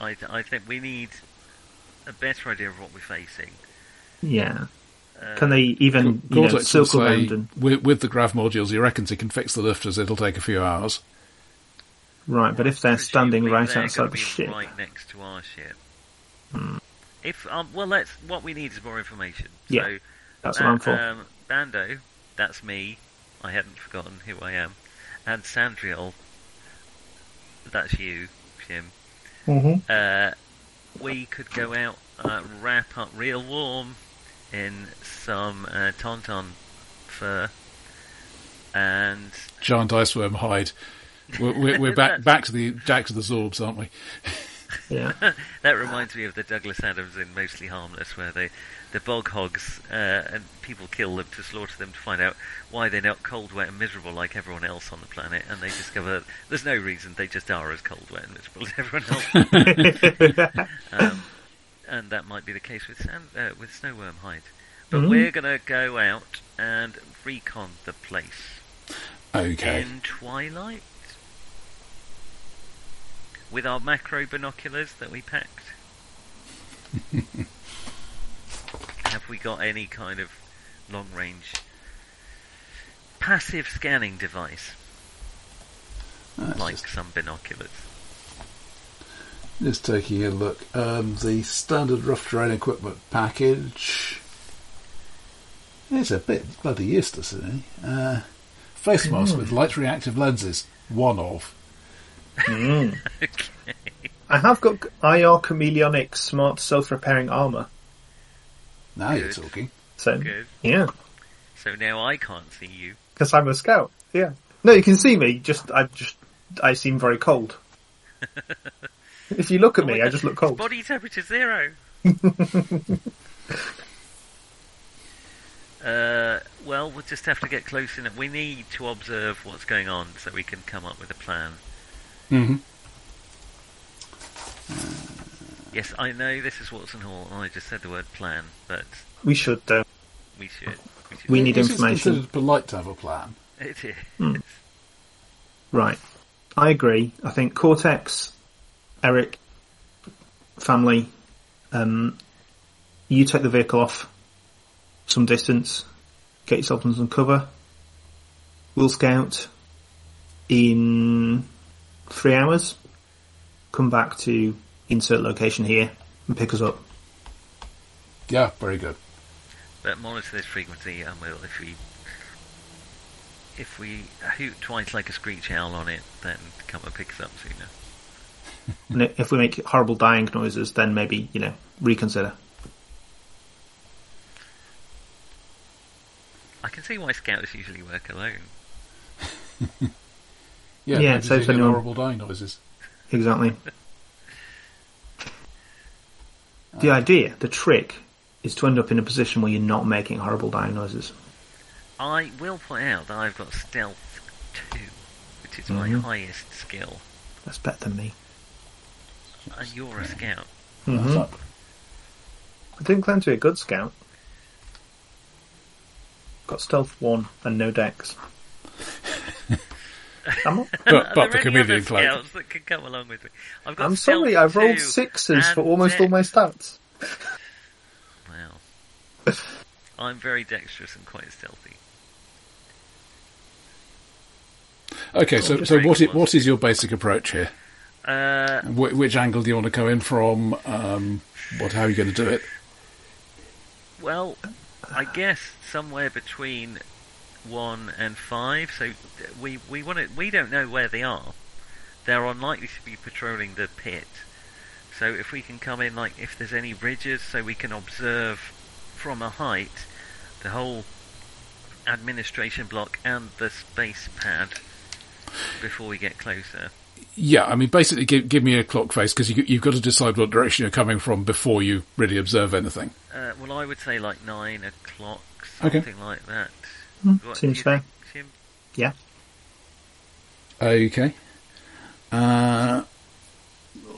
Speaker 2: I, th- I think we need a better idea of what we're facing.
Speaker 3: Yeah.
Speaker 2: Uh,
Speaker 3: Can they even you know,
Speaker 4: Cortex will
Speaker 3: circle
Speaker 4: say,
Speaker 3: around and
Speaker 4: with, with the grav modules, he reckons he can fix the lifters. It'll take a few hours.
Speaker 3: right? But if they're standing
Speaker 2: Presumably
Speaker 3: right
Speaker 2: they're gonna
Speaker 3: outside the
Speaker 2: be
Speaker 3: ship, Hmm.
Speaker 2: right next to our ship. If um, well, let's. What we need is more information.
Speaker 3: Yeah, that's
Speaker 2: so,
Speaker 3: what I'm
Speaker 2: uh,
Speaker 3: for.
Speaker 2: um, Bando, that's me. I hadn't forgotten who I am, and Sandriel, that's you, Jim.
Speaker 3: Mhm.
Speaker 2: Uh, we could go out, uh, wrap up real warm in some uh, tauntaun fur, and
Speaker 4: Giant ice worm hide. We're, we're, we're back
Speaker 2: That's-
Speaker 4: back to the back to the Zorbs, aren't we?
Speaker 3: Yeah.
Speaker 2: That reminds me of the Douglas Adams in Mostly Harmless, where they, the bog hogs uh, and people kill them to slaughter them to find out why they're not cold, wet, and miserable like everyone else on the planet, and they discover there's no reason they just are as cold, wet, and miserable as everyone else. um, and that might be the case with sand, uh, with Snowworm Hide. But
Speaker 3: Mm.
Speaker 2: we're gonna go out and recon the place
Speaker 4: Okay.
Speaker 2: in twilight with our macro binoculars that we packed. Have we got any kind of long range passive scanning device
Speaker 4: That's
Speaker 2: like
Speaker 4: just,
Speaker 2: some binoculars?
Speaker 4: just taking a look. Um, the standard rough terrain equipment package. It's a bit bloody useless, isn't it? Uh, face mask with light reactive lenses. One of.
Speaker 2: Okay.
Speaker 3: I have got IR chameleonic smart self-repairing armor.
Speaker 4: Now you're
Speaker 2: Good.
Speaker 4: talking.
Speaker 3: So
Speaker 2: Good.
Speaker 3: yeah,
Speaker 2: So now I can't see you.
Speaker 3: because I'm a scout. Yeah. No, you can see me. Just I just I seem very cold. if you look at me, I just look cold.
Speaker 2: Oh Body temperature zero. uh, well, we'll just have to get close enough. We need to observe what's going on so we can come up with a plan.
Speaker 4: Mm-hmm.
Speaker 2: Uh, Yes, I know this is Watson Hall, and I just said the word plan, but
Speaker 3: We should uh, though.
Speaker 2: we should. We should
Speaker 3: We need
Speaker 4: this Is
Speaker 3: information.
Speaker 4: considered polite to have a plan.
Speaker 2: It is.
Speaker 3: Right. I agree. I think Cortex, Eric, family, um, you take the vehicle off some distance, get yourself in some cover. We'll scout in three hours. Come back to insert location here and pick us up.
Speaker 4: Yeah, very good.
Speaker 2: But monitor this frequency, and we'll if we if we hoot twice like a screech owl on it, then come and pick us up sooner.
Speaker 3: And i- if we make horrible dying noises, then maybe, you know, reconsider.
Speaker 2: can see why scouts usually work alone.
Speaker 4: Yeah,
Speaker 3: Yeah,
Speaker 4: yeah
Speaker 3: so if anyone-
Speaker 4: horrible dying noises.
Speaker 3: Exactly.
Speaker 2: Uh,
Speaker 3: The idea, the trick, is to end up in a position where you're not making horrible dying noises.
Speaker 2: I will point out that I've got stealth two, which is my
Speaker 3: Mhm.
Speaker 2: highest skill,
Speaker 3: That's better than me.
Speaker 2: and you're a scout.
Speaker 4: That's
Speaker 2: Mm-hmm.
Speaker 3: hmm
Speaker 4: up.
Speaker 3: I didn't claim to be a good scout. Got stealth one and no dex. I'm, not-
Speaker 2: Are
Speaker 4: But, but the
Speaker 2: there any other
Speaker 4: comedian cloak.
Speaker 2: scouts that could come along with me. I've got
Speaker 3: I'm
Speaker 2: stealth
Speaker 3: sorry, I've rolled
Speaker 2: two
Speaker 3: sixes for
Speaker 2: and
Speaker 3: almost all my stats.
Speaker 2: dex. Wow. I'm very dexterous and quite stealthy.
Speaker 4: Okay, so, so what, i what is your basic approach here?
Speaker 2: Uh,
Speaker 4: Wh- which angle do you want to go in from? Um, what? How are you going to do it?
Speaker 2: well, I guess somewhere between one and five. So we we want to. We don't know where they are. They're unlikely to be patrolling the pit. So if we can come in, like if there's any ridges, so we can observe from a height the whole administration block and the space pad before we get closer.
Speaker 4: Yeah, I mean, basically, give, give me a clock face because you, you've got to decide what direction you're coming from before you really observe anything.
Speaker 2: Uh, well, I would say like nine o'clock,
Speaker 4: Okay.
Speaker 2: something like that.
Speaker 3: Hmm,
Speaker 2: What do
Speaker 3: seems
Speaker 2: you
Speaker 3: fair.
Speaker 2: think, Jim?
Speaker 3: Yeah.
Speaker 4: Okay. Uh,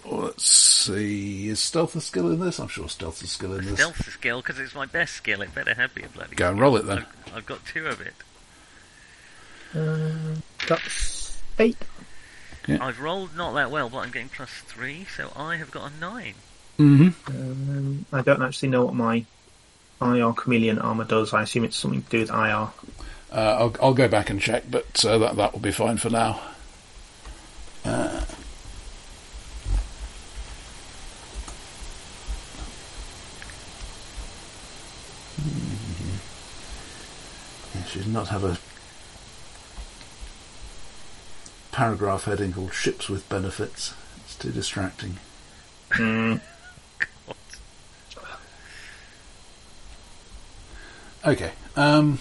Speaker 4: let's see. Is stealth a skill in this? I'm sure stealth is a skill in this.
Speaker 2: Stealth is a skill because it's my best skill. It better have be a bloody.
Speaker 4: Go and roll it then.
Speaker 2: I've, I've got two of it.
Speaker 3: That's eight.
Speaker 2: I've rolled not that well, but I'm getting plus three, so I have got a nine.
Speaker 4: hmm
Speaker 3: Um, I don't actually know what my IR chameleon armor does. I assume it's something to do with IR.
Speaker 4: Uh, I'll, I'll go back and check, but uh, that that will be fine for now. Uh, she does not have a paragraph heading called "Ships with Benefits." It's too distracting. Okay. Um,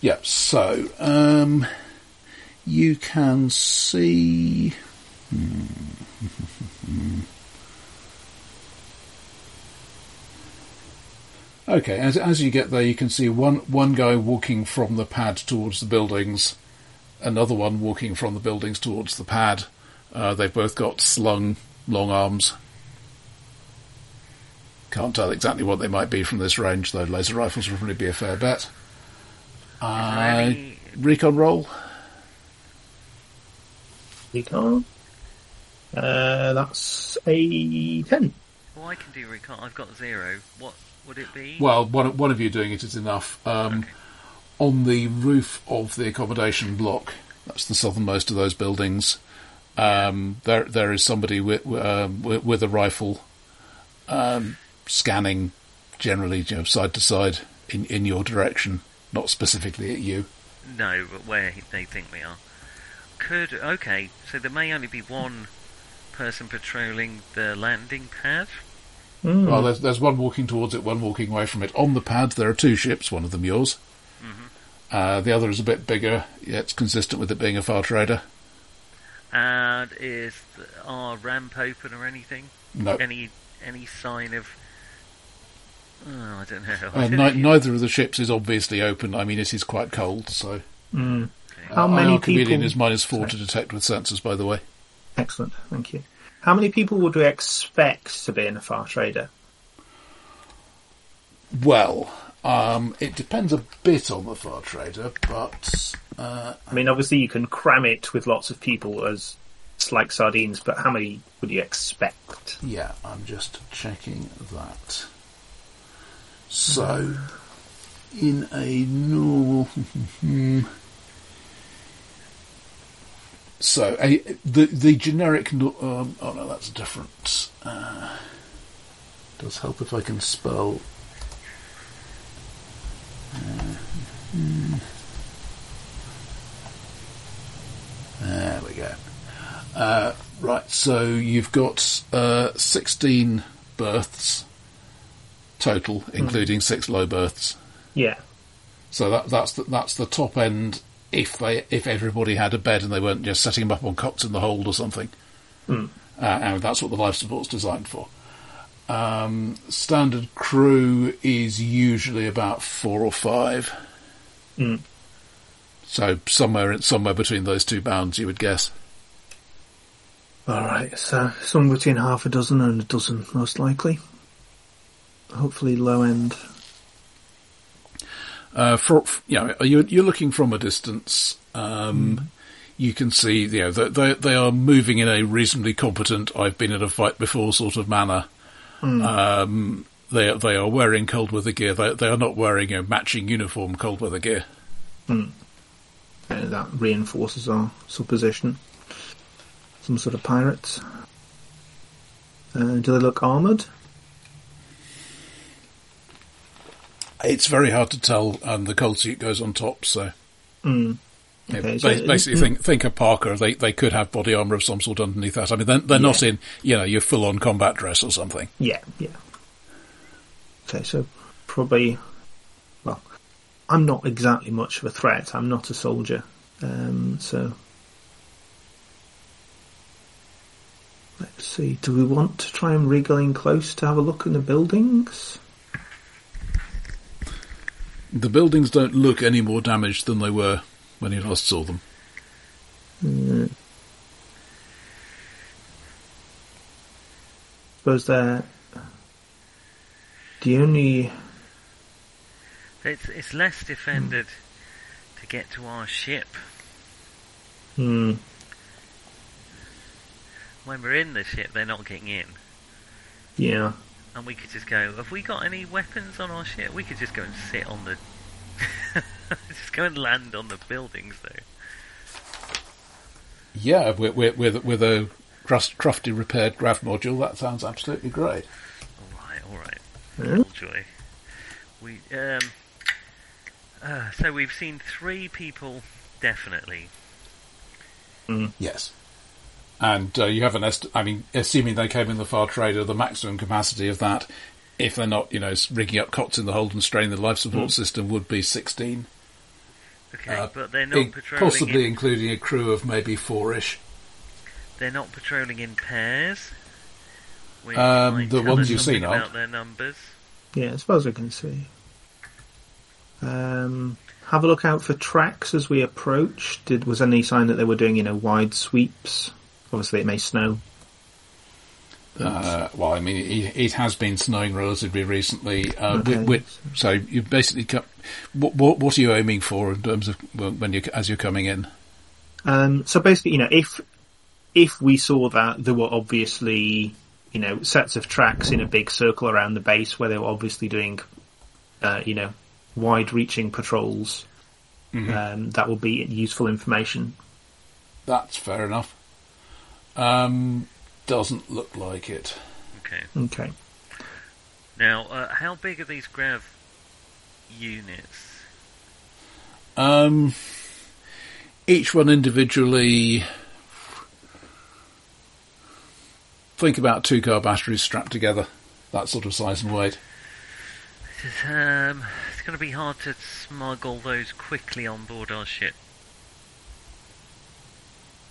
Speaker 4: yeah, so um, you can see. Hmm. Okay, as, as you get there, you can see one, one guy walking from the pad towards the buildings, another one walking from the buildings towards the pad. Uh, they've both got slung long arms. Can't tell exactly what they might be from this range, though. Laser rifles would probably be a fair bet. Uh,
Speaker 2: Any-
Speaker 4: recon roll.
Speaker 3: Recon. Uh, that's a ten.
Speaker 2: Well, I can do recon. I've got zero. What would it be?
Speaker 4: Well, one, one of you doing it is enough. Um, On the roof of the accommodation block, that's the southernmost of those buildings. Um, there, there is somebody with um, with, with a rifle, um, scanning generally you know, side to side in, in your direction, not specifically at you.
Speaker 2: No, but where he- they think we are. Could okay. So there may only be one person patrolling the landing pad.
Speaker 3: Mm.
Speaker 4: Well, there's, there's one walking towards it, one walking away from it. On the pad, there are two ships, one of them yours. Uh, the other is a bit bigger. Yeah, it's consistent with it being a far trader.
Speaker 2: And is th- our ramp open or anything?
Speaker 4: No.
Speaker 2: Any any sign of? Oh, I don't know.
Speaker 4: Uh, ni- neither of the ships is obviously open. I mean, it is quite cold, so.
Speaker 3: Mm.
Speaker 2: Okay.
Speaker 3: How
Speaker 4: Uh,
Speaker 3: many
Speaker 4: IR Chameleon
Speaker 3: people-
Speaker 4: is minus four to detect with sensors, by the way.
Speaker 3: Excellent, thank you. How many people would we expect to be in a far trader?
Speaker 4: Well, um, it depends a bit on the Far Trader, but. Uh,
Speaker 3: I mean, obviously you can cram it with lots of people as it's like sardines, but how many would you expect?
Speaker 4: yeah, I'm just checking that. So, in a normal. so, a, the, the generic. no- Um, oh no, that's different. Uh, does help if I can spell There we go. Uh, right, So you've got uh, 16 berths total, including six low berths.
Speaker 3: Yeah.
Speaker 4: So that, that's the, that's the top end. If they if everybody had a bed and they weren't just setting them up on cots in the hold or something, uh, and that's what the life support's designed for. Um, standard crew is usually about four or five.
Speaker 3: Mm.
Speaker 4: So somewhere in- somewhere between those two bounds, you would guess.
Speaker 3: All right. So somewhere between half a dozen and a dozen, most likely. Hopefully, low end.
Speaker 4: Uh, for, f- you know, you're, you're looking from a distance. Um, You can see, you know, that they, they are moving in a reasonably competent. I've been in a fight before sort of manner.
Speaker 3: Hmm.
Speaker 4: Um, they are- they are wearing cold weather gear. They, they are not wearing a matching uniform cold weather gear.
Speaker 3: Uh, that reinforces our supposition. Some sort of pirates. Uh, do they look armoured?
Speaker 4: It's very hard to tell, and the cold suit goes on top. So,
Speaker 3: Mm.
Speaker 4: you know,
Speaker 3: Okay, so-
Speaker 4: ba- basically, think think of Parker. They they could have body armor of some sort underneath that. I mean, they're, they're not in you know your full on combat dress or something.
Speaker 3: Yeah, yeah. Okay, so probably. Well, I'm not exactly much of a threat. I'm not a soldier, um, so let's see. Do we want to try and wriggle in close to have a look in the buildings?
Speaker 4: The buildings don't look any more damaged than they were when you last saw them.
Speaker 3: Suppose they're the only.
Speaker 2: It's, it's less defended to get to our ship.
Speaker 3: Hmm,
Speaker 2: When we're in the ship, they're not getting in.
Speaker 3: yeah.
Speaker 2: And we could just go, have we got any weapons on our ship? We could just go and sit on the. just go and land on the buildings, though.
Speaker 4: Yeah, with with with, with a crust, crafty repaired grav module, that sounds absolutely great.
Speaker 2: Alright, alright.
Speaker 3: Hmm?
Speaker 2: Joy. We, um. Uh, so we've seen three people, definitely.
Speaker 4: Yes. And uh, you have an est- I mean, assuming they came in the far trader, the maximum capacity of that, if they're not, you know, rigging up cots in the hold and straining the life support system, would be sixteen.
Speaker 2: Okay,
Speaker 4: Uh,
Speaker 2: but they're not
Speaker 4: in-
Speaker 2: patrolling.
Speaker 4: possibly
Speaker 2: in,
Speaker 4: including a crew of maybe four-ish.
Speaker 2: they're not patrolling in pairs. which
Speaker 4: Um,
Speaker 2: might
Speaker 4: the
Speaker 2: tell
Speaker 4: ones
Speaker 2: us
Speaker 4: you've seen
Speaker 2: something
Speaker 4: aren't.
Speaker 2: about their numbers.
Speaker 3: Yeah, as far as I can see. Um, have a look out for tracks as we approach. Did was any sign that they were doing you know wide sweeps? Obviously, it may snow.
Speaker 4: Uh, well, I mean, it, it has been snowing relatively recently. Uh,
Speaker 3: Okay.
Speaker 4: wi- wi- so you basically, co- what, what, what are you aiming for in terms of well, when you as you're coming in?
Speaker 3: Um, so basically, you know, if if we saw that there were obviously you know sets of tracks in a big circle around the base where they were obviously doing uh, you know wide-reaching patrols, um, that would be useful information.
Speaker 4: That's fair enough. Um, doesn't look like it.
Speaker 2: Okay.
Speaker 3: Okay.
Speaker 2: Now, uh, how big are these grav units?
Speaker 4: Um, each one individually. Think about two car batteries strapped together, that sort of size and weight.
Speaker 2: This is, um, it's going to be hard to smuggle those quickly on board our ship.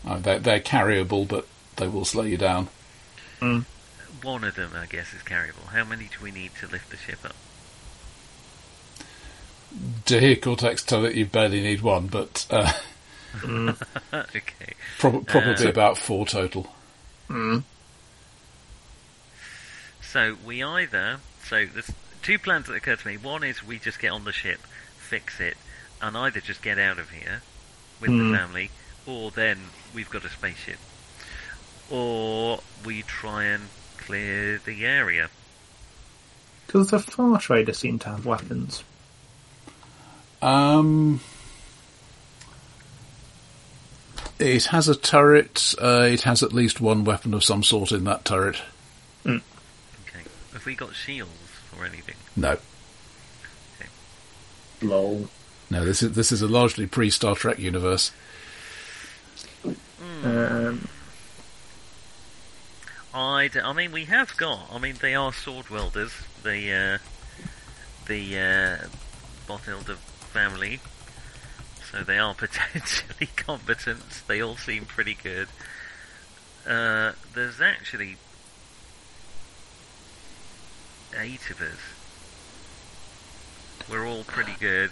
Speaker 4: Uh, they're, they're carryable, but they will slow you down.
Speaker 2: One of them, I guess, is carryable. How many do we need to lift the ship up?
Speaker 4: to hear Cortex tell it you barely need one, but uh,
Speaker 2: okay.
Speaker 4: prob- probably
Speaker 2: Uh,
Speaker 4: about four total.
Speaker 3: Mm.
Speaker 2: So we either so there's two plans that occur to me. One is we just get on the ship, fix it, and either just get out of here with the family, or then we've got a spaceship. Or we try and clear the area.
Speaker 3: Does the Far Trader seem to have weapons?
Speaker 4: Um, it has a turret. Uh, it has at least one weapon of some sort in that turret.
Speaker 2: Okay. Have we got shields or anything?
Speaker 4: No,
Speaker 3: Lol.
Speaker 4: no. This is this is a largely pre
Speaker 3: Uh,
Speaker 4: Star Trek universe.
Speaker 3: Um,
Speaker 2: I, d- I mean, we have got. I mean, they are sword welders. The uh, the uh, Bothilda family, so they are potentially competent. They all seem pretty good. Uh, there's actually eight of us. We're all pretty good.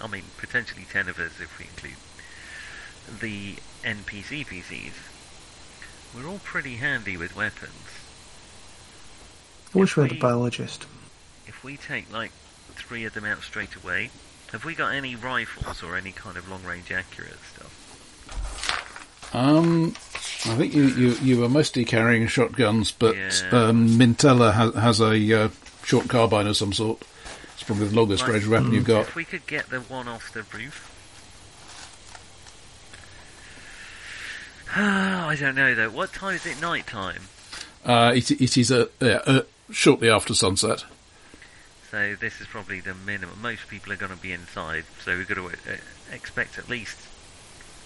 Speaker 2: I mean, potentially ten of us if we include the NPC PCs. We're all pretty handy with weapons.
Speaker 3: I wish we
Speaker 2: If
Speaker 3: had a
Speaker 2: we-
Speaker 3: biologist.
Speaker 2: If we take like three of them out straight away, have we got any rifles or any kind of long range accurate stuff?
Speaker 4: Um, I think you, you, you were mostly carrying shotguns, but
Speaker 2: Yeah.
Speaker 4: um, Mintella has, has a uh, short carbine of some sort. It's probably the longest
Speaker 2: Right.
Speaker 4: range weapon you've got.
Speaker 2: If we could get the one off the roof. I don't know though. What time is it night time?
Speaker 4: Uh, it, it is a, yeah, uh shortly after sunset.
Speaker 2: So this is probably the minimum. Most people are going to be inside, so we've got to uh, expect at least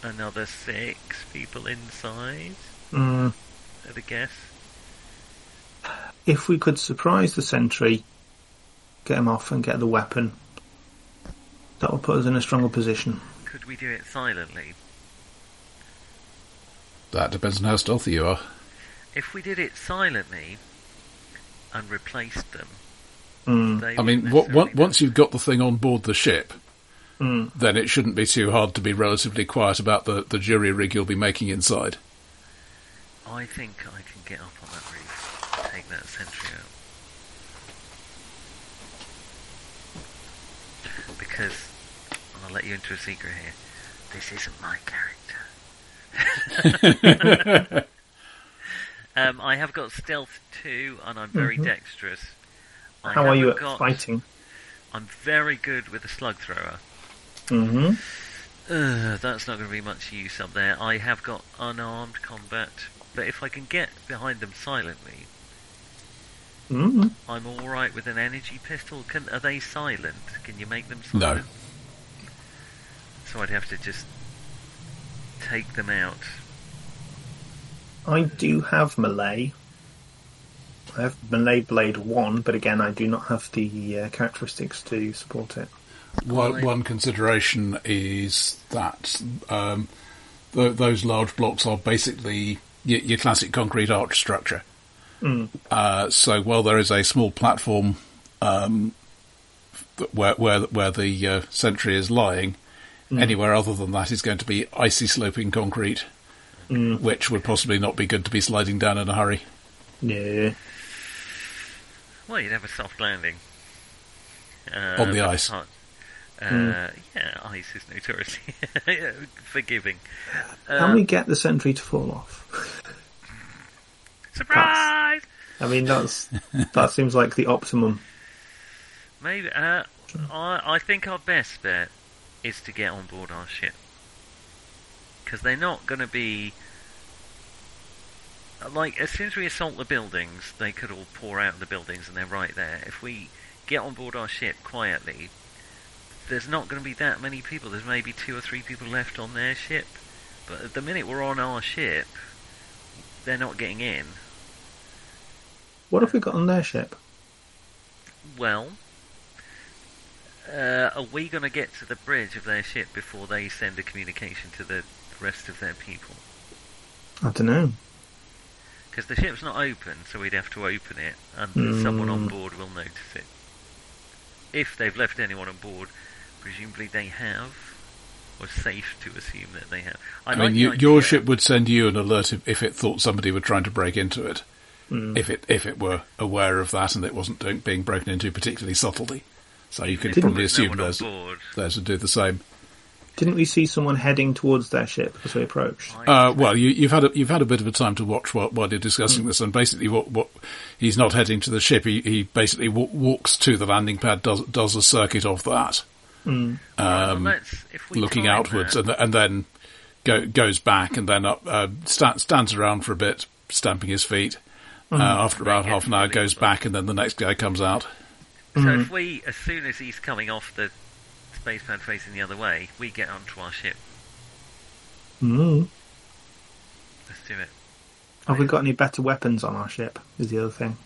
Speaker 2: another six people inside.
Speaker 3: Mm.
Speaker 2: At a guess.
Speaker 3: If we could surprise the sentry, get him off and get the weapon, that would put us in a stronger position.
Speaker 2: Could we do it silently?
Speaker 4: That depends on how stealthy you are.
Speaker 2: If we did it silently and replaced them,
Speaker 3: Mm.
Speaker 2: they
Speaker 4: I mean,
Speaker 2: wouldn't
Speaker 4: what,
Speaker 2: necessarily
Speaker 4: once
Speaker 2: know.
Speaker 4: you've got the thing on board the ship,
Speaker 3: Mm.
Speaker 4: then it shouldn't be too hard to be relatively quiet about the, the jury rig you'll be making inside.
Speaker 2: I think I can get up on that roof, take that sentry out, because and I'll let you into a secret here. This isn't my character. Um, I have got stealth two, and I'm very dexterous. I
Speaker 3: Mm-hmm. How are you at
Speaker 2: haven't got-
Speaker 3: fighting?
Speaker 2: I'm very good with a slug thrower.
Speaker 3: hmm
Speaker 2: Ugh, that's not going to be much use up there. I have got unarmed combat, but if I can get behind them silently,
Speaker 3: mm
Speaker 2: I'm all right with an energy pistol. Can are they silent? Can you make them
Speaker 4: No.
Speaker 2: silent? So I'd have to just take them out.
Speaker 3: I do have melee. I have melee blade one, but again, I do not have the uh, characteristics to support it.
Speaker 4: One,
Speaker 2: Right.
Speaker 4: one consideration is that um, th- those large blocks are basically your, your classic concrete arch structure.
Speaker 3: Mm.
Speaker 4: Uh, so while there is a small platform um, th- where where where the uh, sentry is lying, anywhere other than that is going to be icy sloping concrete,
Speaker 3: Mm.
Speaker 4: which would possibly not be good to be sliding down in a hurry.
Speaker 3: Yeah.
Speaker 2: Well, you'd have a soft landing uh,
Speaker 4: On the
Speaker 2: but
Speaker 4: ice.
Speaker 2: can't- Uh, Yeah, ice is notoriously forgiving.
Speaker 3: Can
Speaker 2: Um,
Speaker 3: we get the sentry to fall off?
Speaker 2: surprise!
Speaker 3: I mean, that's that seems like the optimum.
Speaker 2: Maybe. Uh, I, I think our best bet is to get on board our ship. Because they're not going to be. Like, as soon as we assault the buildings, they could all pour out of the buildings and they're right there. If we get on board our ship quietly, there's not going to be that many people. There's maybe two or three people left on their ship. But at the minute we're on our ship, they're not getting in.
Speaker 3: What have we got on their ship?
Speaker 2: Well, uh, are we going to get to the bridge of their ship before they send a communication to the rest of their people?
Speaker 3: I don't know.
Speaker 2: Because the ship's not open, so we'd have to open it, and then someone on
Speaker 3: Mm.
Speaker 2: board will notice it. If they've left anyone on board, presumably they have, or safe to assume that they have.
Speaker 4: I,
Speaker 2: like
Speaker 4: mean,
Speaker 2: the
Speaker 4: you, your
Speaker 2: idea-
Speaker 4: ship would send you an alert if, if it thought somebody were trying to break into it. If it if it were aware of that and it wasn't doing, being broken into particularly subtly, so you could
Speaker 2: If
Speaker 4: probably
Speaker 2: there's
Speaker 4: assume
Speaker 2: no one
Speaker 4: those
Speaker 2: on board.
Speaker 4: those would do the same.
Speaker 3: Didn't we see someone heading towards their ship as we approached?
Speaker 2: I-
Speaker 4: Uh, well, you, you've had a, you've had a bit of a time to watch while, while you're discussing this, and basically, what what he's not heading to the ship. He he basically wa- walks to the landing pad, does does a circuit of that,
Speaker 2: well, let's- if we
Speaker 4: um, looking
Speaker 2: time
Speaker 4: outwards,
Speaker 2: that-
Speaker 4: and and then go, goes back, and then up uh, sta stands around for a bit, stamping his feet.
Speaker 3: Mm.
Speaker 4: Uh, after about
Speaker 2: Right,
Speaker 4: half an hour, goes
Speaker 2: unbelievable.
Speaker 4: back, and then the next guy comes out.
Speaker 2: So
Speaker 3: Mm-hmm.
Speaker 2: if we, as soon as he's coming off the space pad facing the other way, we get onto our ship.
Speaker 4: Hmm.
Speaker 3: Mm.
Speaker 2: Let's do it.
Speaker 3: Have we got any better weapons on our ship? Is the other thing.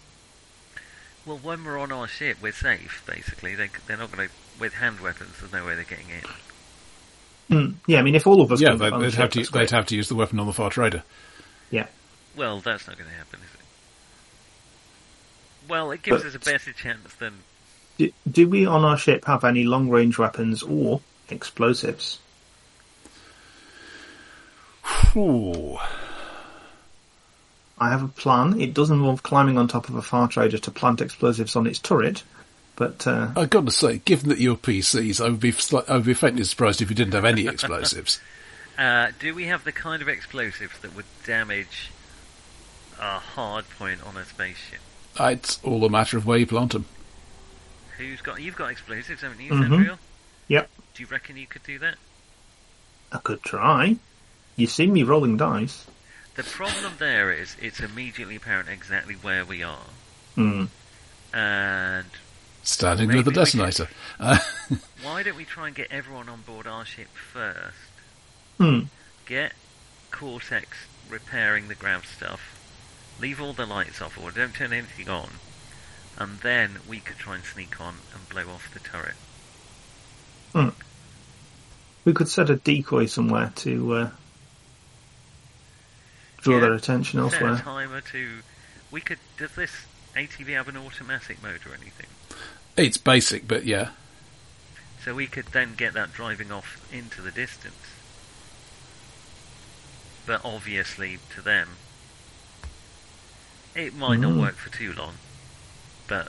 Speaker 2: Well, when we're on our ship, we're safe, basically. They, they're not going to. With hand weapons, there's no way they're getting in.
Speaker 3: Hmm. Yeah, I mean, if all of us
Speaker 4: yeah,
Speaker 3: can
Speaker 4: they,
Speaker 3: get on the
Speaker 4: they'd
Speaker 3: ship,
Speaker 4: have to
Speaker 3: that's great.
Speaker 4: they'd have to use the weapon on the Far Trader.
Speaker 3: Yeah,
Speaker 2: Well, that's not going to happen, is it? Well, it gives
Speaker 3: But-
Speaker 2: us a better chance than.
Speaker 3: do, do we on our ship have any long range weapons or explosives?
Speaker 4: Ooh.
Speaker 3: I have a plan. It does involve climbing on top of a far trader to plant explosives on its turret, but uh,
Speaker 4: I gotta say, given that you're PCs, I would be sli- I would be faintly surprised if you didn't have any explosives.
Speaker 2: Uh, do we have the kind of explosives that would damage a hard point on a spaceship?
Speaker 4: Uh, it's all a matter of where you plant them.
Speaker 2: Who's got? You've got explosives, haven't you,
Speaker 3: Mhm.
Speaker 2: Sandriel?
Speaker 3: yep,
Speaker 2: Do you reckon you could do that?
Speaker 3: I could try. You've seen me rolling dice.
Speaker 2: The problem there is it's immediately apparent exactly where we are,
Speaker 3: Hmm.
Speaker 2: and
Speaker 4: Standing
Speaker 2: Maybe
Speaker 4: with a
Speaker 2: we could-
Speaker 4: detonator. Uh,
Speaker 2: why don't we try and get everyone on board our ship first?
Speaker 3: Hmm.
Speaker 2: Get Cortex repairing the grav stuff. Leave all the lights off, or don't turn anything on, and then we could try and sneak on and blow off the turret.
Speaker 3: We could set a decoy somewhere to uh, draw
Speaker 2: Yeah.
Speaker 3: their attention
Speaker 2: Set a
Speaker 3: elsewhere.
Speaker 2: timer to. We could. Does this ATV have an automatic mode or anything?
Speaker 4: it's basic, but yeah.
Speaker 2: So we could then get that driving off into the distance. But obviously, to them, it might not
Speaker 3: Mm.
Speaker 2: work for too long. But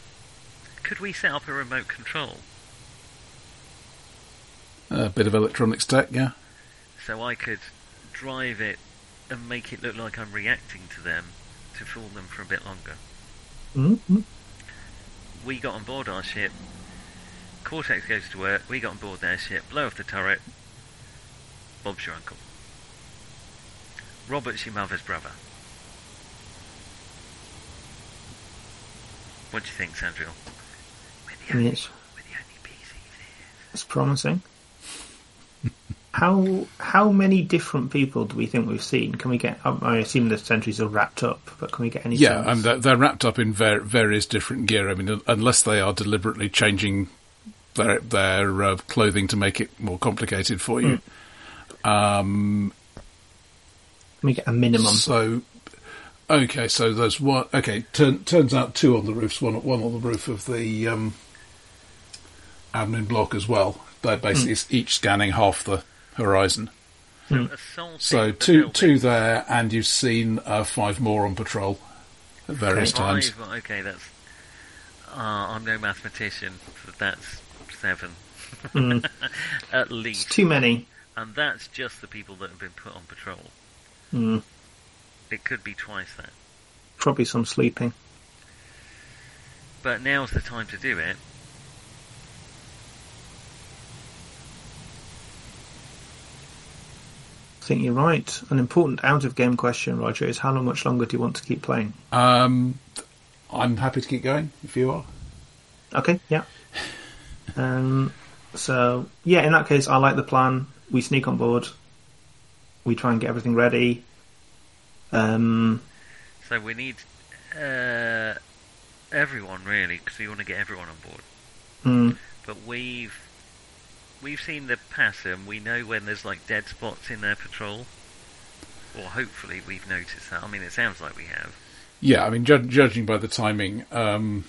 Speaker 2: could we set up a remote control
Speaker 4: A bit of electronics tech, yeah.
Speaker 2: so I could drive it and make it look like I'm reacting to them to fool them for a bit longer?
Speaker 3: hmm
Speaker 2: We got on board our ship. Cortex goes to work. We got on board their ship. Blow off the turret. Bob's your uncle. Robert's your mother's brother. What do you think, Sandriel? We're
Speaker 3: I
Speaker 2: the
Speaker 3: mean,
Speaker 2: only,
Speaker 3: it's,
Speaker 2: we're the only PCs here.
Speaker 3: it's promising. how how many different people do we think we've seen? Can we get? I, I assume the sentries are wrapped up, but can we get any?
Speaker 4: Yeah,
Speaker 3: sense?
Speaker 4: and they're, they're wrapped up in var- various different gear. I mean, un- unless they are deliberately changing their their uh, clothing to make it more complicated for you. Um,
Speaker 3: can we get a minimum?
Speaker 4: so, okay, so there's one. Okay, turn, turns out two on the roofs, one one on the roof of the um, admin block as well. They're basically each scanning half the horizon.
Speaker 2: Assaulting
Speaker 4: So
Speaker 2: the
Speaker 4: two
Speaker 2: building.
Speaker 4: two there, and you've seen uh, five more on patrol at various
Speaker 2: Five,
Speaker 4: times.
Speaker 2: well, oh, okay, that's. Uh, I'm no mathematician, but that's seven. At
Speaker 3: Mm. It's
Speaker 2: least.
Speaker 3: too many.
Speaker 2: And that's just the people that have been put on patrol.
Speaker 3: Hmm.
Speaker 2: It could be twice that.
Speaker 3: Probably some sleeping.
Speaker 2: But now's the time to do it.
Speaker 3: I think you're right. An important out of game question, Roger, is how long- much longer do you want to keep playing?
Speaker 4: Um, I'm happy to keep going if you are.
Speaker 3: Okay, yeah. Um, so yeah, in that case, I like the plan. We sneak on board. We try and get everything ready. Um,
Speaker 2: So we need uh, everyone really, because we want to get everyone on board.
Speaker 3: mm,
Speaker 2: But we've we've seen the pattern. We know when there's like dead spots in their patrol, or hopefully we've noticed that. I mean, it sounds like we have.
Speaker 4: Yeah, I mean, jud- judging by the timing, um,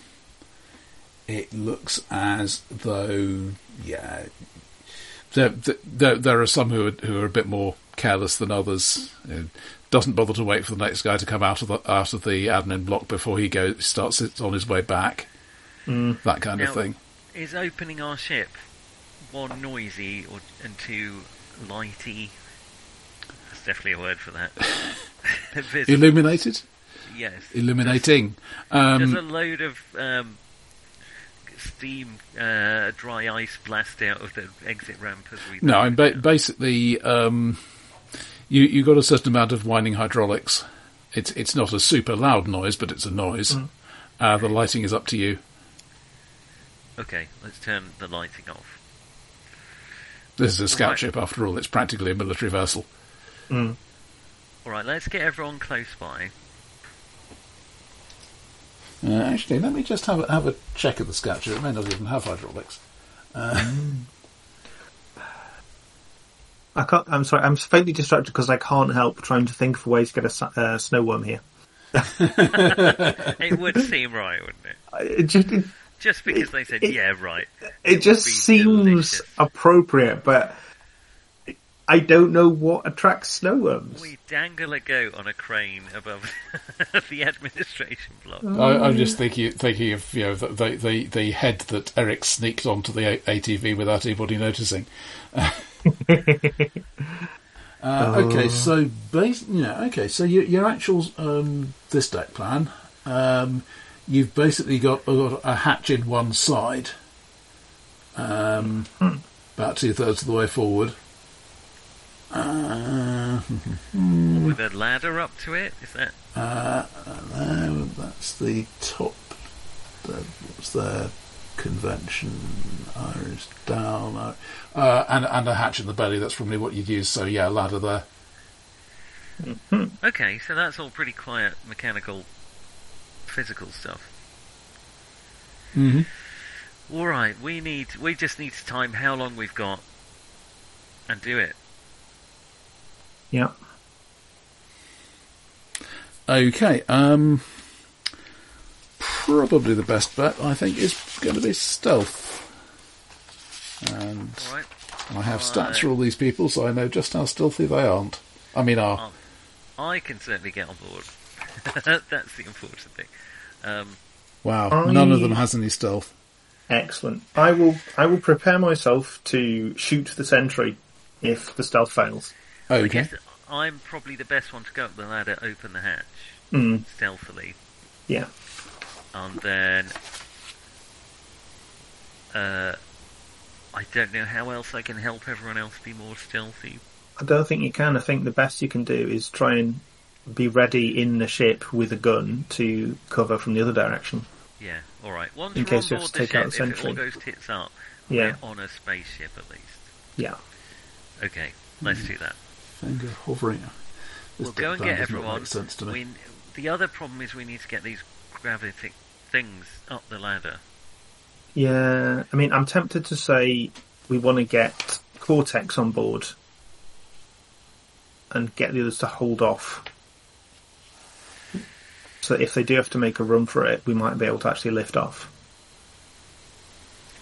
Speaker 4: it looks as though yeah, there there, there are some who are, who are a bit more careless than others. It doesn't bother to wait for the next guy to come out of the out of the admin block before he goes starts it on his way back. That kind
Speaker 2: Now-
Speaker 4: of thing.
Speaker 2: Is opening our ship one noisy or and two lighty? That's definitely a word for that. Visible,
Speaker 4: Illuminated,
Speaker 2: yes.
Speaker 4: illuminating. Um,
Speaker 2: There's a load of um, steam, uh, dry ice blast out of the exit ramp as we.
Speaker 4: No, I'm ba- basically um, you you got a certain amount of whining hydraulics. It's it's not a super loud noise, but it's a noise. Uh, the lighting is up to you.
Speaker 2: Okay, let's turn the lighting off.
Speaker 4: This is a scout
Speaker 2: Right.
Speaker 4: ship, after all. It's practically a military vessel.
Speaker 2: All right, let's get everyone close by.
Speaker 4: Uh, actually, let me just have a, have a check of the Scatcher. It may not even have hydraulics.
Speaker 3: I can't. I'm sorry. I'm faintly distracted because I can't help trying to think of ways to get a sa- uh, snow worm here.
Speaker 2: It would seem right, wouldn't it?
Speaker 3: I- It just, it,
Speaker 2: Just because they said,
Speaker 3: it-
Speaker 2: yeah, right.
Speaker 3: it just
Speaker 2: be
Speaker 3: seems
Speaker 2: delicious.
Speaker 3: appropriate, but I don't know what attracts snow worms.
Speaker 2: We dangle a goat on a crane above the administration block.
Speaker 4: I, I'm just thinking, thinking of you know the, the the head that Eric sneaked onto the A- ATV without anybody noticing. uh, okay, so base yeah, okay, so your, your actual um, this deck plan, um, you've basically got, uh, got a hatch in one side, um, about two thirds of the way forward. Uh,
Speaker 2: With a ladder up to it? Is that.
Speaker 4: Uh, no, that's the top. The, what's their convention? Irish down. Uh, uh, and, and a hatch in the belly, that's probably what you'd use. So, yeah, ladder there.
Speaker 2: Okay, so that's all pretty quiet, mechanical, physical stuff.
Speaker 4: Mhm.
Speaker 2: All right, we need. We just need to time how long we've got, and do it.
Speaker 3: Yeah.
Speaker 4: Okay, um. Probably the best bet, I think, is going to be stealth. And
Speaker 2: All right,
Speaker 4: I have stats for all these people, so I know just how stealthy they aren't. I mean, are.
Speaker 2: I can certainly get on board. that's the important thing. Um,
Speaker 4: Wow, none of
Speaker 3: I-
Speaker 4: them has any stealth.
Speaker 3: Excellent. I will. I will prepare myself to shoot the sentry if the stealth fails.
Speaker 2: I
Speaker 4: Okay.
Speaker 2: guess I'm probably the best one to go up the ladder, open the hatch
Speaker 3: Mm,
Speaker 2: stealthily,
Speaker 3: yeah.
Speaker 2: and then. Uh, I don't know how else I can help everyone else be more stealthy.
Speaker 3: I don't think you can. I think the best you can do is try and be ready in the ship with a gun to cover from the other direction.
Speaker 2: Yeah, alright. Once
Speaker 3: In
Speaker 2: we're
Speaker 3: case
Speaker 2: on
Speaker 3: you
Speaker 2: board
Speaker 3: have to
Speaker 2: the
Speaker 3: take
Speaker 2: ship,
Speaker 3: out the
Speaker 2: if it all
Speaker 3: sentry.
Speaker 2: goes tits up,
Speaker 3: Yeah.
Speaker 2: we're on a spaceship at least.
Speaker 3: Yeah.
Speaker 2: Okay, let's do that.
Speaker 4: Finger hovering. This
Speaker 2: we'll go and
Speaker 4: dick plan
Speaker 2: get
Speaker 4: doesn't
Speaker 2: everyone.
Speaker 4: Make sense to me.
Speaker 2: We, the other problem is we need to get these gravity things up the ladder.
Speaker 3: Yeah, I mean, I'm tempted to say we want to get Cortex on board and get the others to hold off. So that if they do have to make a run for it, we might be able to actually lift off.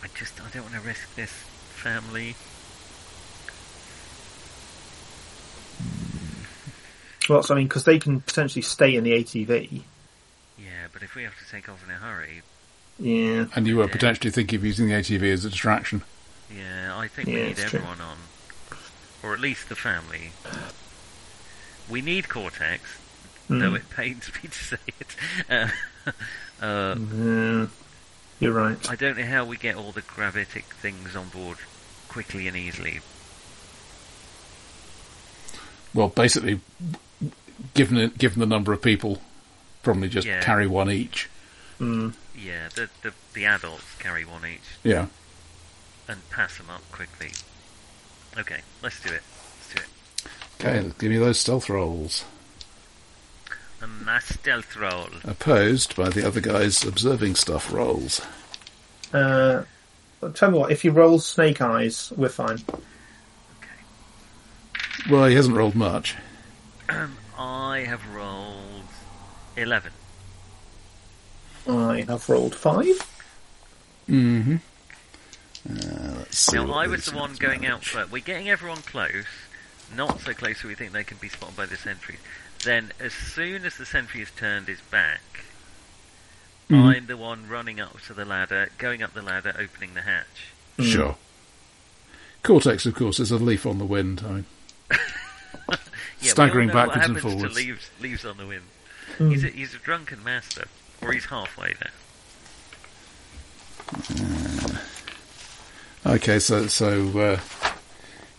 Speaker 2: I just I don't want to risk this family.
Speaker 3: Well, so, I mean, because they can potentially stay in the ATV.
Speaker 2: Yeah, but if we have to take off in a hurry,
Speaker 3: Yeah.
Speaker 4: And you were
Speaker 2: Yeah.
Speaker 4: potentially thinking of using the ATV as a distraction.
Speaker 2: yeah, I think we
Speaker 3: Yeah,
Speaker 2: need
Speaker 3: it's true.
Speaker 2: everyone on, or at least the family. We need Cortex,
Speaker 3: Hmm.
Speaker 2: though it pains me to say it. Uh, uh,
Speaker 3: Yeah. You're right.
Speaker 2: I don't know how we get all the gravitic things on board quickly and easily.
Speaker 4: Well, basically, given it, given the number of people, probably just
Speaker 2: Yeah.
Speaker 4: carry one each.
Speaker 2: Yeah, the the, the adults carry one each
Speaker 4: Yeah.
Speaker 2: and pass them up quickly. Okay, let's do it. Let's do it.
Speaker 4: Okay, give me those stealth rolls.
Speaker 2: A mass stealth roll.
Speaker 4: Opposed by the other guy's observing stuff rolls.
Speaker 3: Uh, but tell me what, if you roll Snake Eyes, we're fine.
Speaker 2: Okay.
Speaker 4: Well, he hasn't rolled much.
Speaker 2: Um, I have rolled eleven.
Speaker 3: I have rolled five.
Speaker 4: Mm-hmm. Uh, let's see
Speaker 2: Now
Speaker 4: what
Speaker 2: I was
Speaker 4: these
Speaker 2: the one
Speaker 4: guys
Speaker 2: going out
Speaker 4: manage.
Speaker 2: first. We're getting everyone close, not so close that we think they can be spotted by the sentries. Then, as soon as the sentry has turned his back,
Speaker 4: Mhm.
Speaker 2: I'm the one running up to the ladder, going up the ladder, opening the hatch.
Speaker 4: Sure. Cortex, of course, is a leaf on the wind. I mean,
Speaker 2: Yeah, we all
Speaker 4: Staggering
Speaker 2: know
Speaker 4: backwards and
Speaker 2: what happens
Speaker 4: forwards.
Speaker 2: To leaves, leaves on the wind. He's, a, he's a drunken master, or he's halfway there.
Speaker 4: Okay, so so uh,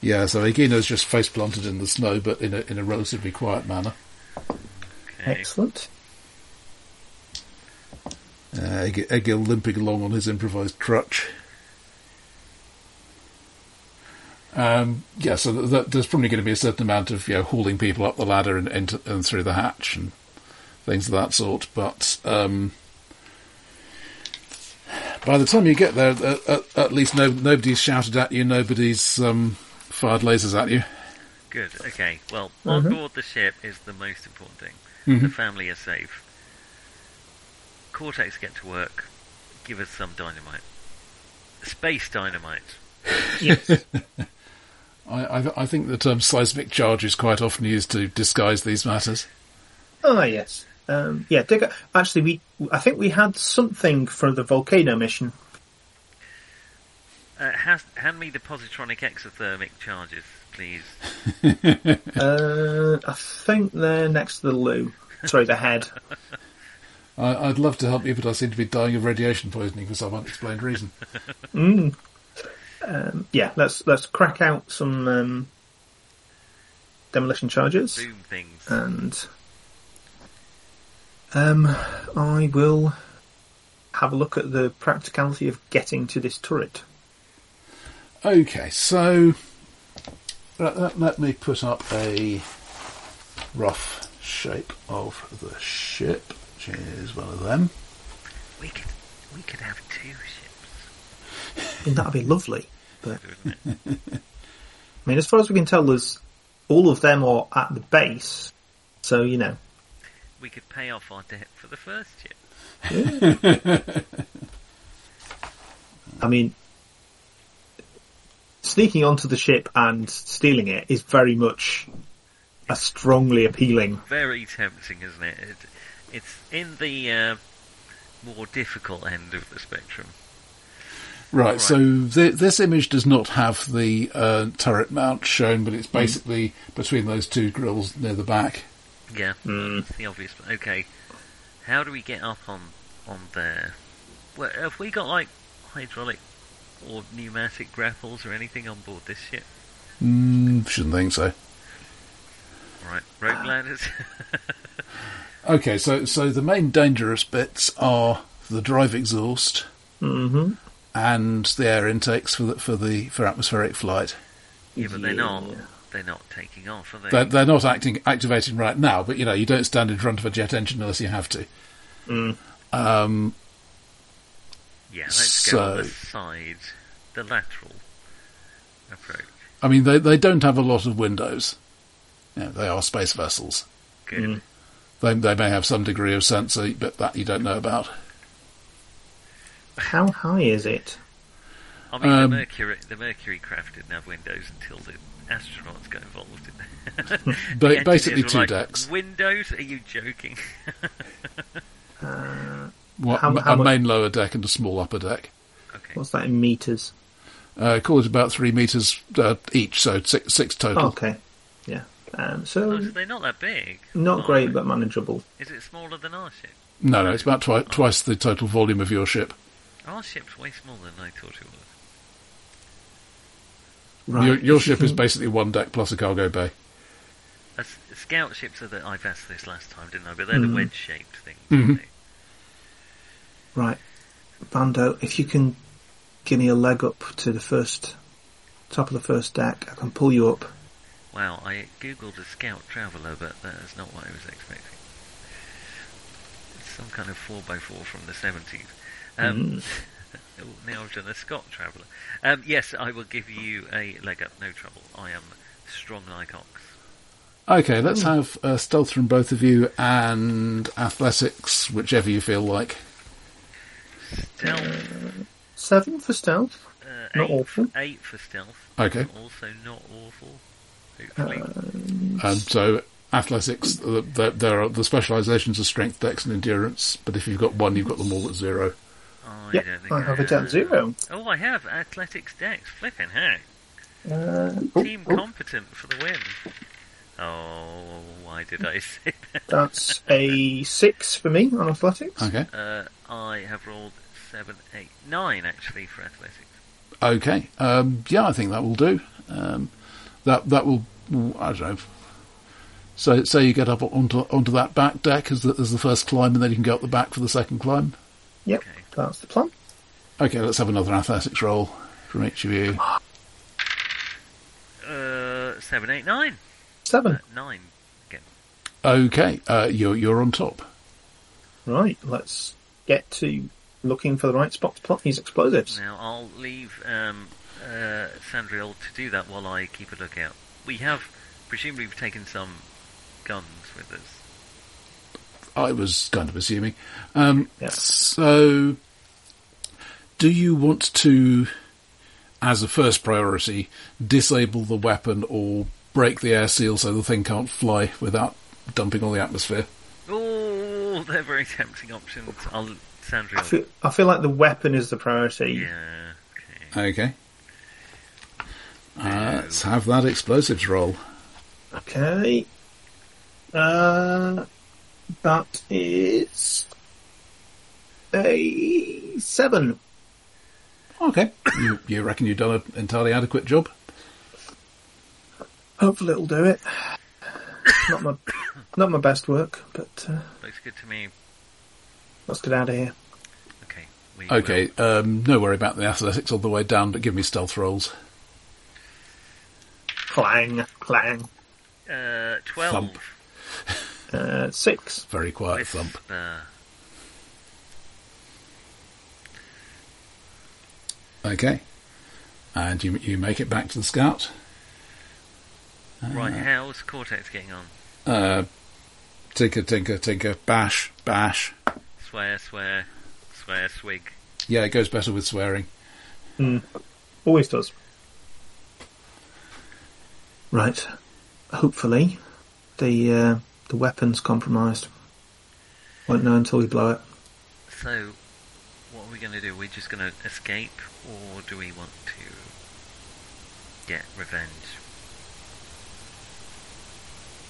Speaker 4: yeah, so Egino's just face planted in the snow, but in a in a relatively quiet manner.
Speaker 2: Okay.
Speaker 3: Excellent.
Speaker 4: Uh, Eg- Egil limping along on his improvised crutch. Um, yeah, so th- th- there's probably going to be a certain amount of you know, hauling people up the ladder and, and and through the hatch and things of that sort. But um, By the time you get there, uh, at, at least no, nobody's shouted at you, nobody's um, fired lasers at you.
Speaker 2: Good. Okay. Well, on board the ship is the most important thing. The family is safe. Cortex, get to work. Give us some dynamite. Space dynamite.
Speaker 4: I, I, th- I think the term seismic charge is quite often used to disguise these matters.
Speaker 3: Ah, yes. Um, yeah, dig actually, we I think we had something for the volcano mission.
Speaker 2: Uh, has, hand me the positronic exothermic charges, please.
Speaker 3: Uh, I think they're next to the loo. Sorry, the head.
Speaker 4: I, I'd love to help you, but I seem to be dying of radiation poisoning for some unexplained reason.
Speaker 3: Yeah, let's let's crack out some um, demolition charges,
Speaker 2: Boom things.
Speaker 3: Uh. and um, I will have a look at the practicality of getting to this turret.
Speaker 4: Okay, so let, let- let me put up a rough shape of the ship, which is one of them.
Speaker 2: We could we could have two ships,
Speaker 3: And that'd be lovely. But
Speaker 2: wouldn't it?
Speaker 3: I mean, as far as we can tell, there's all of them are at the base, so you know.
Speaker 2: we could pay off our debt for the first ship.
Speaker 3: I mean, sneaking onto the ship and stealing it is very much a strongly appealing.
Speaker 2: Very tempting, isn't it? it it's in the uh, more difficult end of the spectrum.
Speaker 4: Right,
Speaker 2: Right.
Speaker 4: so th- this image does not have the uh, turret mount shown, but it's basically between those two grills near the back.
Speaker 2: Yeah, it's the obvious. one. Okay, how do we get up on on there? Well, have we got like hydraulic or pneumatic grapples or anything on board this ship?
Speaker 4: Mm, shouldn't think so.
Speaker 2: Right, rope ladders.
Speaker 4: Okay, so so the main dangerous bits are the drive exhaust
Speaker 3: Mm-hmm.
Speaker 4: and the air intakes for the, for the for atmospheric flight.
Speaker 2: yeah, but they're not. They're not taking off, are they?
Speaker 4: They're, they're not acting activating right now, but you know you don't stand in front of a jet engine unless you have to.
Speaker 3: Mm.
Speaker 4: Um,
Speaker 2: yeah, let's go on the
Speaker 4: so-
Speaker 2: side, the lateral approach.
Speaker 4: I mean, they they don't have a lot of windows. Yeah, they are space vessels.
Speaker 2: Good.
Speaker 4: They they may have some degree of sensor, but that you don't know about.
Speaker 3: How high is it?
Speaker 2: I mean,
Speaker 4: Um,
Speaker 2: the Mercury the Mercury craft didn't have windows until the astronauts got involved. In
Speaker 4: Ba-
Speaker 2: The engineers
Speaker 4: basically
Speaker 2: were
Speaker 4: two
Speaker 2: like,
Speaker 4: decks.
Speaker 2: Windows? Are you joking?
Speaker 4: What,
Speaker 3: How-
Speaker 4: a
Speaker 3: how mu-
Speaker 4: main lower deck and a small upper deck.
Speaker 2: okay.
Speaker 3: What's that in meters?
Speaker 4: Uh, call it about three meters uh, each, so six, six total.
Speaker 3: Oh, okay, yeah. Um,
Speaker 2: Oh,
Speaker 3: so
Speaker 2: so they're not that big.
Speaker 3: not
Speaker 2: Oh,
Speaker 3: great, but manageable.
Speaker 2: Is it smaller than our ship?
Speaker 4: No, no, it's about twi- twice the total volume of your ship.
Speaker 2: Our ship's way smaller than I thought it was.
Speaker 3: Right. Hmm.
Speaker 4: Your, your ship is basically one deck plus a cargo bay.
Speaker 2: A s- scout ships are the. I've asked this last time, didn't I? But they're
Speaker 4: Mm.
Speaker 2: the wedge shaped things.
Speaker 4: Mhm.
Speaker 2: aren't they?
Speaker 3: Right, Bando, if you can give me a leg up to the first top of the first deck, I can pull you up.
Speaker 2: Wow, I googled a scout traveller, but that is not what I was expecting. It's some kind of 4x4 from the 70s. Um, oh,
Speaker 3: Mm-hmm.
Speaker 2: now I've done a Scott traveller. Um, yes, I will give you a leg up, no trouble. I am strong like ox.
Speaker 4: Okay,
Speaker 3: Hmm.
Speaker 4: let's have uh, stealth from both of you and athletics, whichever you feel like.
Speaker 2: Stealth,
Speaker 3: Seven for stealth.
Speaker 2: uh,
Speaker 3: Not
Speaker 2: eight,
Speaker 3: awful.
Speaker 2: eight for stealth.
Speaker 4: Okay.
Speaker 2: Also not awful, hopefully.
Speaker 3: Uh,
Speaker 4: And so athletics, uh, there, there are the specializations of strength decks and endurance, but if you've got one, you've got them all at zero.
Speaker 2: I
Speaker 3: Yep,
Speaker 2: don't think
Speaker 3: I have a
Speaker 2: have.
Speaker 3: down zero.
Speaker 2: Oh, I have athletics decks. Flipping heck.
Speaker 3: Uh,
Speaker 2: Team
Speaker 3: oh, oh,
Speaker 2: competent for the win. Oh, why did I say that?
Speaker 3: that's a six for me on athletics.
Speaker 4: Okay.
Speaker 2: Uh, I have rolled seven, eight, nine actually for athletics.
Speaker 4: Okay. Um, yeah, I think that will do. Um, that that will. I don't know. So so you get up onto onto that back deck as the, as the first climb, and then you can go up the back for the second climb.
Speaker 3: Yep,
Speaker 2: Okay.
Speaker 3: that's the plan.
Speaker 4: Okay, let's have another athletics roll from each of you.
Speaker 2: Uh, seven, eight, nine.
Speaker 3: Seven.
Speaker 2: Uh, nine.
Speaker 4: Okay, uh, you're you're on top.
Speaker 3: Right, let's get to looking for the right spot to plant these explosives.
Speaker 2: Now I'll leave um, uh, Sandriel to do that while I keep a lookout. We have presumably we've taken some guns with us.
Speaker 4: I Oh, was kind of assuming. Um,
Speaker 3: Yeah.
Speaker 4: So, do you want to, as a first priority, disable the weapon or break the air seal so the thing can't fly without dumping all the atmosphere?
Speaker 2: Oh, they're very tempting options. I'll
Speaker 3: I
Speaker 2: Sandriel.
Speaker 3: feel, I feel like the weapon is the priority.
Speaker 2: Yeah. Okay.
Speaker 4: Okay. Uh, let's have that explosives roll.
Speaker 3: Okay. Uh, that is a seven.
Speaker 4: Okay. you, you reckon you've done an entirely adequate job?
Speaker 3: Hopefully, it'll do it. Not my, not my best work, but uh,
Speaker 2: Looks good to me.
Speaker 3: let's get out of here.
Speaker 2: Okay. We
Speaker 4: Okay. Um, no worry about the athletics all the way down, but give me stealth rolls.
Speaker 3: Clang, clang.
Speaker 2: will. Uh, Twelve.
Speaker 4: Thump.
Speaker 3: Uh, six.
Speaker 4: Very quiet
Speaker 2: with,
Speaker 4: thump.
Speaker 2: uh,
Speaker 4: Okay. And you you make it back to the scout.
Speaker 2: right. How's Cortex getting on?
Speaker 4: Uh, tinker, tinker, tinker, bash, bash.
Speaker 2: Swear, swear, swear, swig.
Speaker 4: Yeah, it goes better with swearing.
Speaker 3: Always does. Right. Hopefully, the uh, the weapon's compromised. Won't know until we blow it.
Speaker 2: So, what are we going to do? Are we just going to escape, or do we want to get revenge?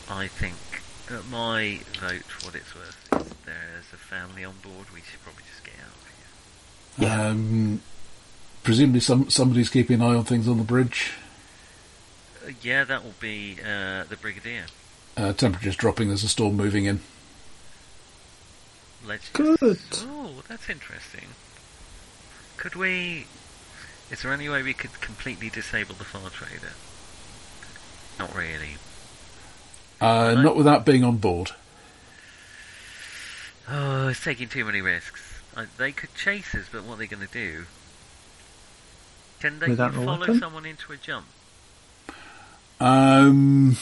Speaker 2: I think that my vote, for what it's worth, is there's a family on board. We should probably just get out of here.
Speaker 3: Yeah.
Speaker 4: Um, presumably, some somebody's keeping an eye on things on the bridge.
Speaker 2: Uh, yeah, that will be uh, the Brigadier.
Speaker 4: Uh, temperature's dropping. There's a storm moving in.
Speaker 2: Let's just-
Speaker 3: Good.
Speaker 2: Oh, that's interesting. Could we? Is there any way we could completely disable the far trader? Not really.
Speaker 4: Uh,
Speaker 2: Right.
Speaker 4: Not without being on board.
Speaker 2: Oh, it's taking too many risks. I, they could chase us, but what are they going to do? Can they
Speaker 3: Without a
Speaker 2: follow
Speaker 3: weapon?
Speaker 2: someone into a jump?
Speaker 4: Um,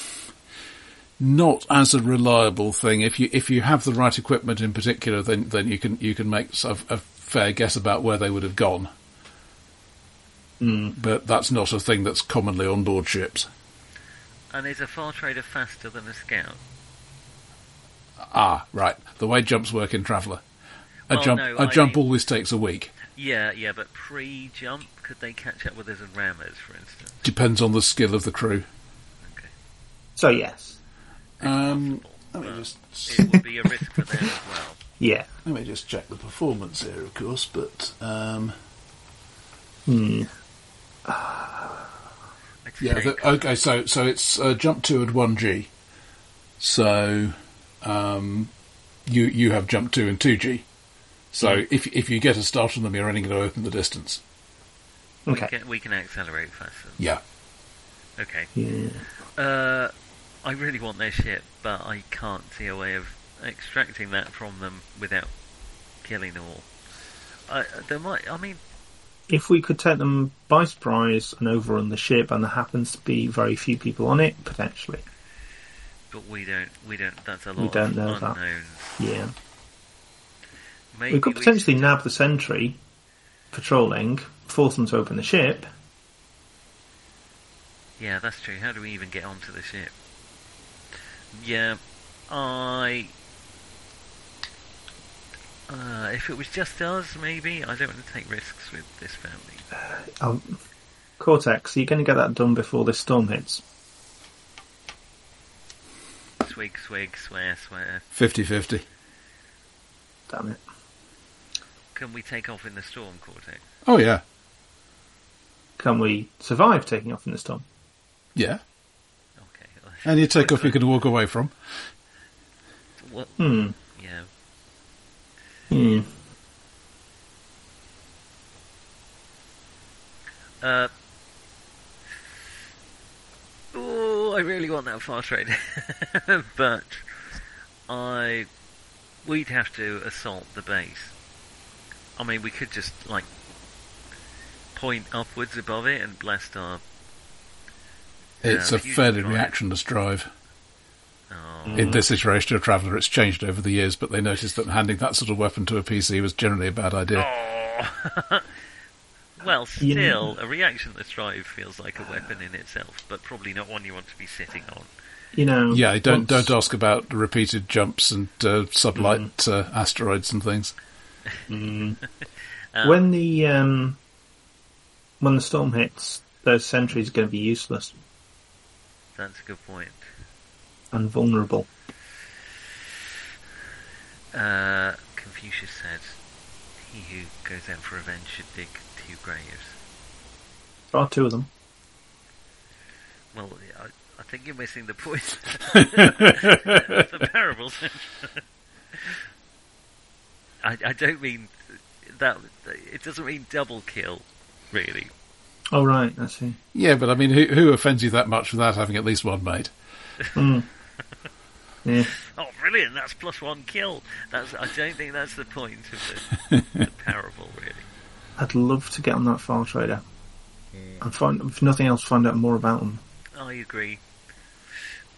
Speaker 4: not as a reliable thing. If you if you have the right equipment in particular, then then you can you can make s- a, a fair guess about where they would have gone. But that's not a thing that's commonly on board ships.
Speaker 2: And is a far trader faster than a scout?
Speaker 4: Ah, right. The way jumps work in Traveller. A
Speaker 2: Well,
Speaker 4: jump,
Speaker 2: Oh, no,
Speaker 4: a
Speaker 2: I
Speaker 4: jump
Speaker 2: mean-
Speaker 4: always takes a week.
Speaker 2: Yeah, yeah, but pre-jump, could they catch up with us and ram us, for instance?
Speaker 4: Depends on the skill of the crew.
Speaker 3: So yes,
Speaker 4: Um, let me
Speaker 2: But
Speaker 4: just
Speaker 2: It would be a risk for them as well.
Speaker 3: yeah.
Speaker 4: let me just check the performance here, of course. But um,
Speaker 3: Hmm.
Speaker 2: I'd
Speaker 4: yeah,
Speaker 2: say-
Speaker 4: the, okay. So so it's uh, jump two at one G. So um, you you have jump two and two G. So if if you get a start on them, you're only going to open the distance.
Speaker 2: we,
Speaker 3: Okay.
Speaker 2: can, we can accelerate faster.
Speaker 4: Yeah.
Speaker 2: Okay.
Speaker 3: Yeah.
Speaker 2: Uh, I really want their ship, but I can't see a way of extracting that from them without killing them all. I, there might, I mean,
Speaker 3: If we could take them by surprise and overrun the ship, and there happens to be very few people on it, potentially.
Speaker 2: but we don't, we don't. That's a lot.
Speaker 3: We don't
Speaker 2: of
Speaker 3: know that.
Speaker 2: unknowns.
Speaker 3: Yeah.
Speaker 2: Maybe
Speaker 3: We could potentially nab the sentry patrolling, force them to open the ship.
Speaker 2: Yeah, that's true. How do we even get onto the ship? Yeah, I. Uh, if it was just us, maybe I don't want to take risks with this family.
Speaker 3: Um, Cortex, are you going to get that done before this storm hits?
Speaker 2: Swig, swig, swear, swear.
Speaker 4: 50-50.
Speaker 3: Damn it.
Speaker 2: Can we take off in the storm, Cortex?
Speaker 4: Oh yeah.
Speaker 3: Can we survive taking off in the storm?
Speaker 4: Yeah.
Speaker 2: Okay.
Speaker 4: And you take off you can walk away from.
Speaker 2: What?
Speaker 3: Hmm.
Speaker 2: Yeah.
Speaker 3: Hmm.
Speaker 2: Uh. Oh, I really want that fast rate, but I we'd have to assault the base. I mean, we could just like point upwards above it and blast our.
Speaker 4: It's
Speaker 2: Yeah,
Speaker 4: a
Speaker 2: huge
Speaker 4: fairly
Speaker 2: drive.
Speaker 4: reactionless drive.
Speaker 2: Oh,
Speaker 4: In this iteration of Traveller, it's changed over the years, but they noticed that handing that sort of weapon to a PC was generally a bad idea.
Speaker 2: Oh. well,
Speaker 3: You
Speaker 2: still, a reactionless drive feels like a weapon in itself, but probably not one you want to be sitting on.
Speaker 3: You know.
Speaker 4: Yeah, don't
Speaker 3: once-
Speaker 4: don't ask about repeated jumps and uh, sublight uh, asteroids and things.
Speaker 2: Um,
Speaker 3: Hmm. when the um, when the storm hits, those sentries are going to be useless
Speaker 2: That's a good point.
Speaker 3: and vulnerable.
Speaker 2: Uh, Confucius said, "He who goes out for revenge should dig two graves."
Speaker 3: There are two of them.
Speaker 2: Well, I, I think you're missing the point. it's a parable. I, I don't mean that. It doesn't mean double kill, really.
Speaker 3: Oh right, I see.
Speaker 4: Yeah, but I mean, who, who offends you that much without having at least one mate?
Speaker 3: Yeah.
Speaker 2: Oh, brilliant! That's plus one kill. That's. I don't think that's the point of the, the parable, really.
Speaker 3: I'd love to get on that file trader and find, if nothing else, find out more about them.
Speaker 2: I agree.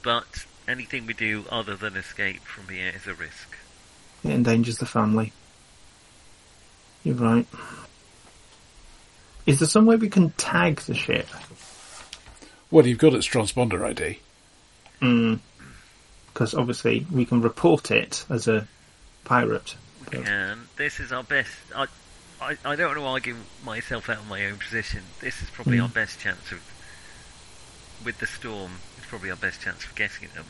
Speaker 2: But anything we do other than escape from here is a risk.
Speaker 3: It endangers the family. You're right. Is there some way we can tag the ship?
Speaker 4: Well, you've got its transponder ID.
Speaker 3: Because obviously we can report it as a pirate. But
Speaker 2: And Um, this is our best. I, I, I don't want to argue myself out of my own position. This is probably
Speaker 3: Mm.
Speaker 2: our best chance of. With the storm, it's probably our best chance of getting them.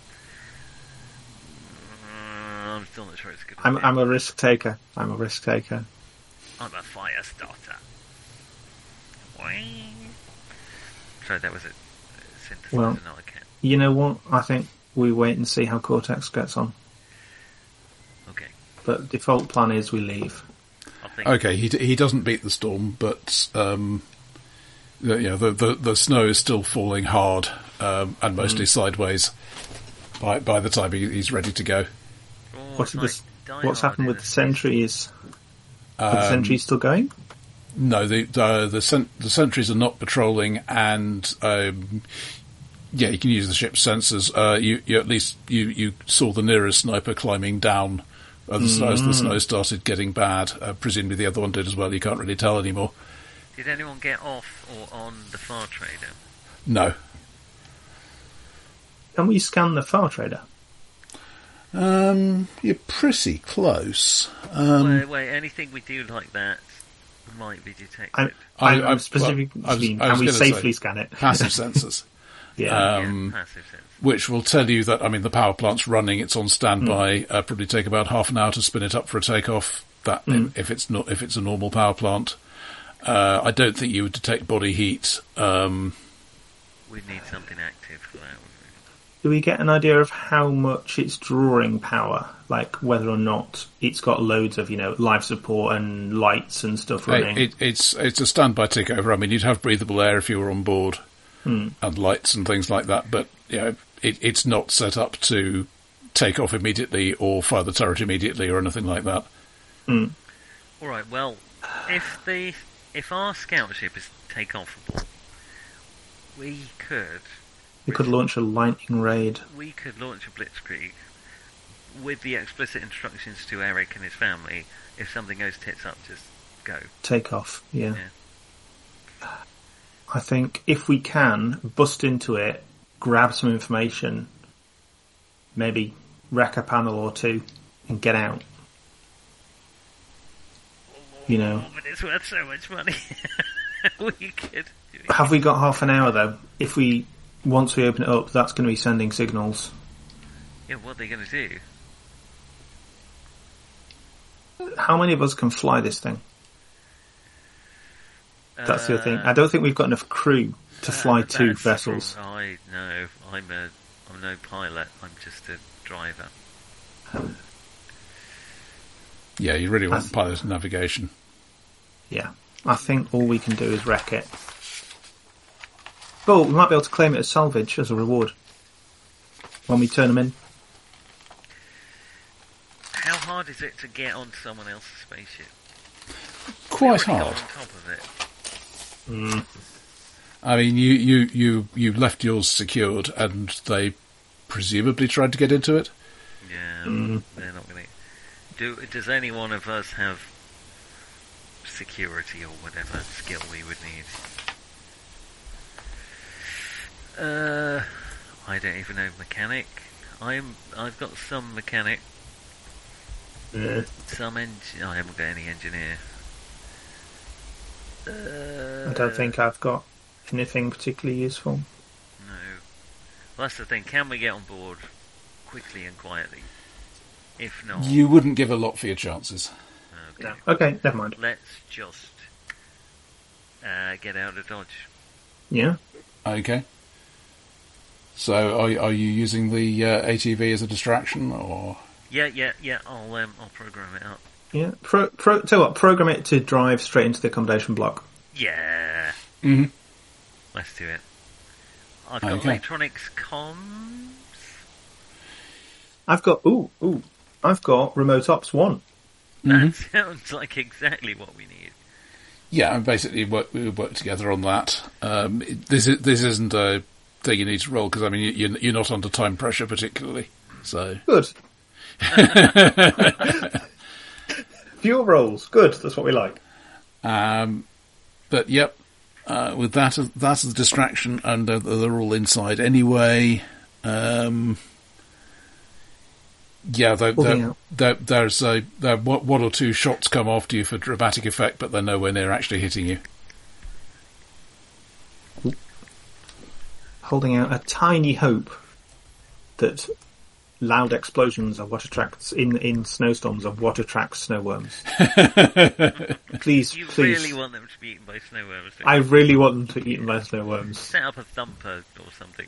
Speaker 2: Mm, I'm still not sure it's a good.
Speaker 3: I'm,
Speaker 2: idea.
Speaker 3: I'm a risk taker. I'm a risk taker.
Speaker 2: I'm a fire starter. Whee! Sorry, that was a a synthesis,
Speaker 3: Well-
Speaker 2: not a cat.
Speaker 3: You know what? I think we wait and see how Cortex gets on.
Speaker 2: Okay.
Speaker 3: But default plan is we leave.
Speaker 2: I think
Speaker 3: oh,
Speaker 4: Okay, he he doesn't beat the storm, but um, the, you know, the, the the snow is still falling hard um, and mostly sideways. By by the time he, he's ready to go,
Speaker 2: Oh, it's
Speaker 3: What's,
Speaker 2: like
Speaker 3: this,
Speaker 2: Die
Speaker 3: what's
Speaker 2: Hard in
Speaker 3: happened with
Speaker 2: a-
Speaker 3: the sentries? Are the
Speaker 4: Um,
Speaker 3: sentries still going?
Speaker 4: No, the the the, sen- the sentries are not patrolling, and um, yeah, you can use the ship's sensors. Uh, you, you at least you, you saw the nearest sniper climbing down uh, the snow, as the snow started getting bad. Uh, presumably, the other one did as well. You can't really tell anymore.
Speaker 2: Did anyone get off or on the Far Trader?
Speaker 4: No,
Speaker 3: Can we scan the file trader?
Speaker 4: um, you're pretty close. Um,
Speaker 3: Um,
Speaker 2: wait, wait, anything we do like that might be detected.
Speaker 3: I'm,
Speaker 4: I-
Speaker 3: I'm
Speaker 4: I- well,
Speaker 3: specifically
Speaker 4: I was-
Speaker 3: mean,
Speaker 4: I was
Speaker 3: can we
Speaker 4: gonna say-
Speaker 3: safely scan it?
Speaker 4: Passive sensors.
Speaker 3: yeah.
Speaker 2: Yeah,
Speaker 4: um,
Speaker 2: passive sense.
Speaker 4: which will tell you that I mean the power plant's running, it's on standby.
Speaker 3: Hmm.
Speaker 4: Uh, probably take about half an hour to spin it up for a takeoff. That
Speaker 3: Hmm.
Speaker 4: if, if it's not if it's a normal power plant, uh, I don't think you would detect body heat. Um,
Speaker 2: We need something active for that. wouldn't
Speaker 3: Do we get an idea of how much it's drawing power? Like whether or not it's got loads of, you know, life support and lights and stuff running.
Speaker 4: it, it, it's it's a standby takeover. I mean, you'd have breathable air if you were on board
Speaker 3: Hmm.
Speaker 4: and lights and things like that. But you know, it, it's not set up to take off immediately or fire the turret immediately or anything like that.
Speaker 2: we? All right. Well, if the if our scout ship is take offable, we could
Speaker 3: we could launch a lightning raid.
Speaker 2: we could launch a blitzkrieg with the explicit instructions to Eric and his family. If something goes tits up, just go.
Speaker 3: takeoff. Yeah.
Speaker 2: Yeah.
Speaker 3: I think if we can bust into it, grab some information, maybe wreck a panel or two, and get out. You know,
Speaker 2: Oh, but it's worth so much money. we could. do it.
Speaker 3: have we got half an hour though? If we once we open it up, that's going to be sending signals.
Speaker 2: Yeah, what are they going to do?
Speaker 3: How many of us can fly this thing? That's the other thing. I don't think we've got enough crew to fly
Speaker 2: Uh,
Speaker 3: two
Speaker 2: that's
Speaker 3: vessels.
Speaker 2: from- I know. I'm a. I'm no pilot. I'm just a driver.
Speaker 4: Yeah, you really want
Speaker 3: That's-
Speaker 4: pilot navigation.
Speaker 3: Yeah. I think all we can do is wreck it. But we might be able to claim it as salvage as a reward when we turn them in.
Speaker 2: How hard is it to get on someone else's spaceship?
Speaker 4: quite
Speaker 2: already
Speaker 4: hard.
Speaker 2: got On top of it.
Speaker 4: I mean, you, you, you, you left yours secured, and they presumably tried to get into it.
Speaker 2: Yeah,
Speaker 3: Mm.
Speaker 2: they're not going to. Do does any one of us have security or whatever skill we would need? Uh, I don't even know mechanic. I'm I've got some mechanic,
Speaker 3: Yeah.
Speaker 2: some engine. I haven't got any engineer. Uh,
Speaker 3: I don't think I've got anything particularly useful.
Speaker 2: No. Well, that's the thing. Can we get on board quickly and quietly? If not, uh,
Speaker 4: You wouldn't give a lot for your chances.
Speaker 2: okay.
Speaker 3: No. Okay, never mind.
Speaker 2: Let's just uh, get out of Dodge.
Speaker 3: Yeah.
Speaker 4: Okay. So, are, are you using the uh, ATV as a distraction, or
Speaker 2: Yeah, yeah, yeah. I'll um, I'll program it up.
Speaker 3: Yeah. Pro, pro, tell you what, program it to drive straight into the accommodation block.
Speaker 2: Yeah,
Speaker 4: mm-hmm.
Speaker 2: let's do it. I've got
Speaker 4: Okay.
Speaker 2: electronics comms.
Speaker 3: I've got ooh ooh. I've got remote ops one.
Speaker 4: Mm-hmm.
Speaker 2: That sounds like exactly what we need.
Speaker 4: yeah, and basically work, we work together on that. Um, it- this is, this isn't a thing you need to roll because I mean you, you're, you're not under time pressure particularly. So,
Speaker 3: Good. Fuel rolls. Good. That's what we like.
Speaker 4: um, but yep, uh, with that as- that's the distraction, and they're, they're all inside anyway. Um, yeah, there,
Speaker 3: Moving
Speaker 4: there,
Speaker 3: out.
Speaker 4: there, there's a there, one one or two shots come after you for dramatic effect, but they're nowhere near actually hitting you.
Speaker 3: Holding out a tiny hope that loud explosions are what attracts in in snowstorms are what attracts snowworms. please,
Speaker 2: You
Speaker 3: please.
Speaker 2: really want them to be eaten by snowworms. don't
Speaker 3: I
Speaker 2: you?
Speaker 3: really want them to eat my snowworms.
Speaker 2: set up a thumper or something.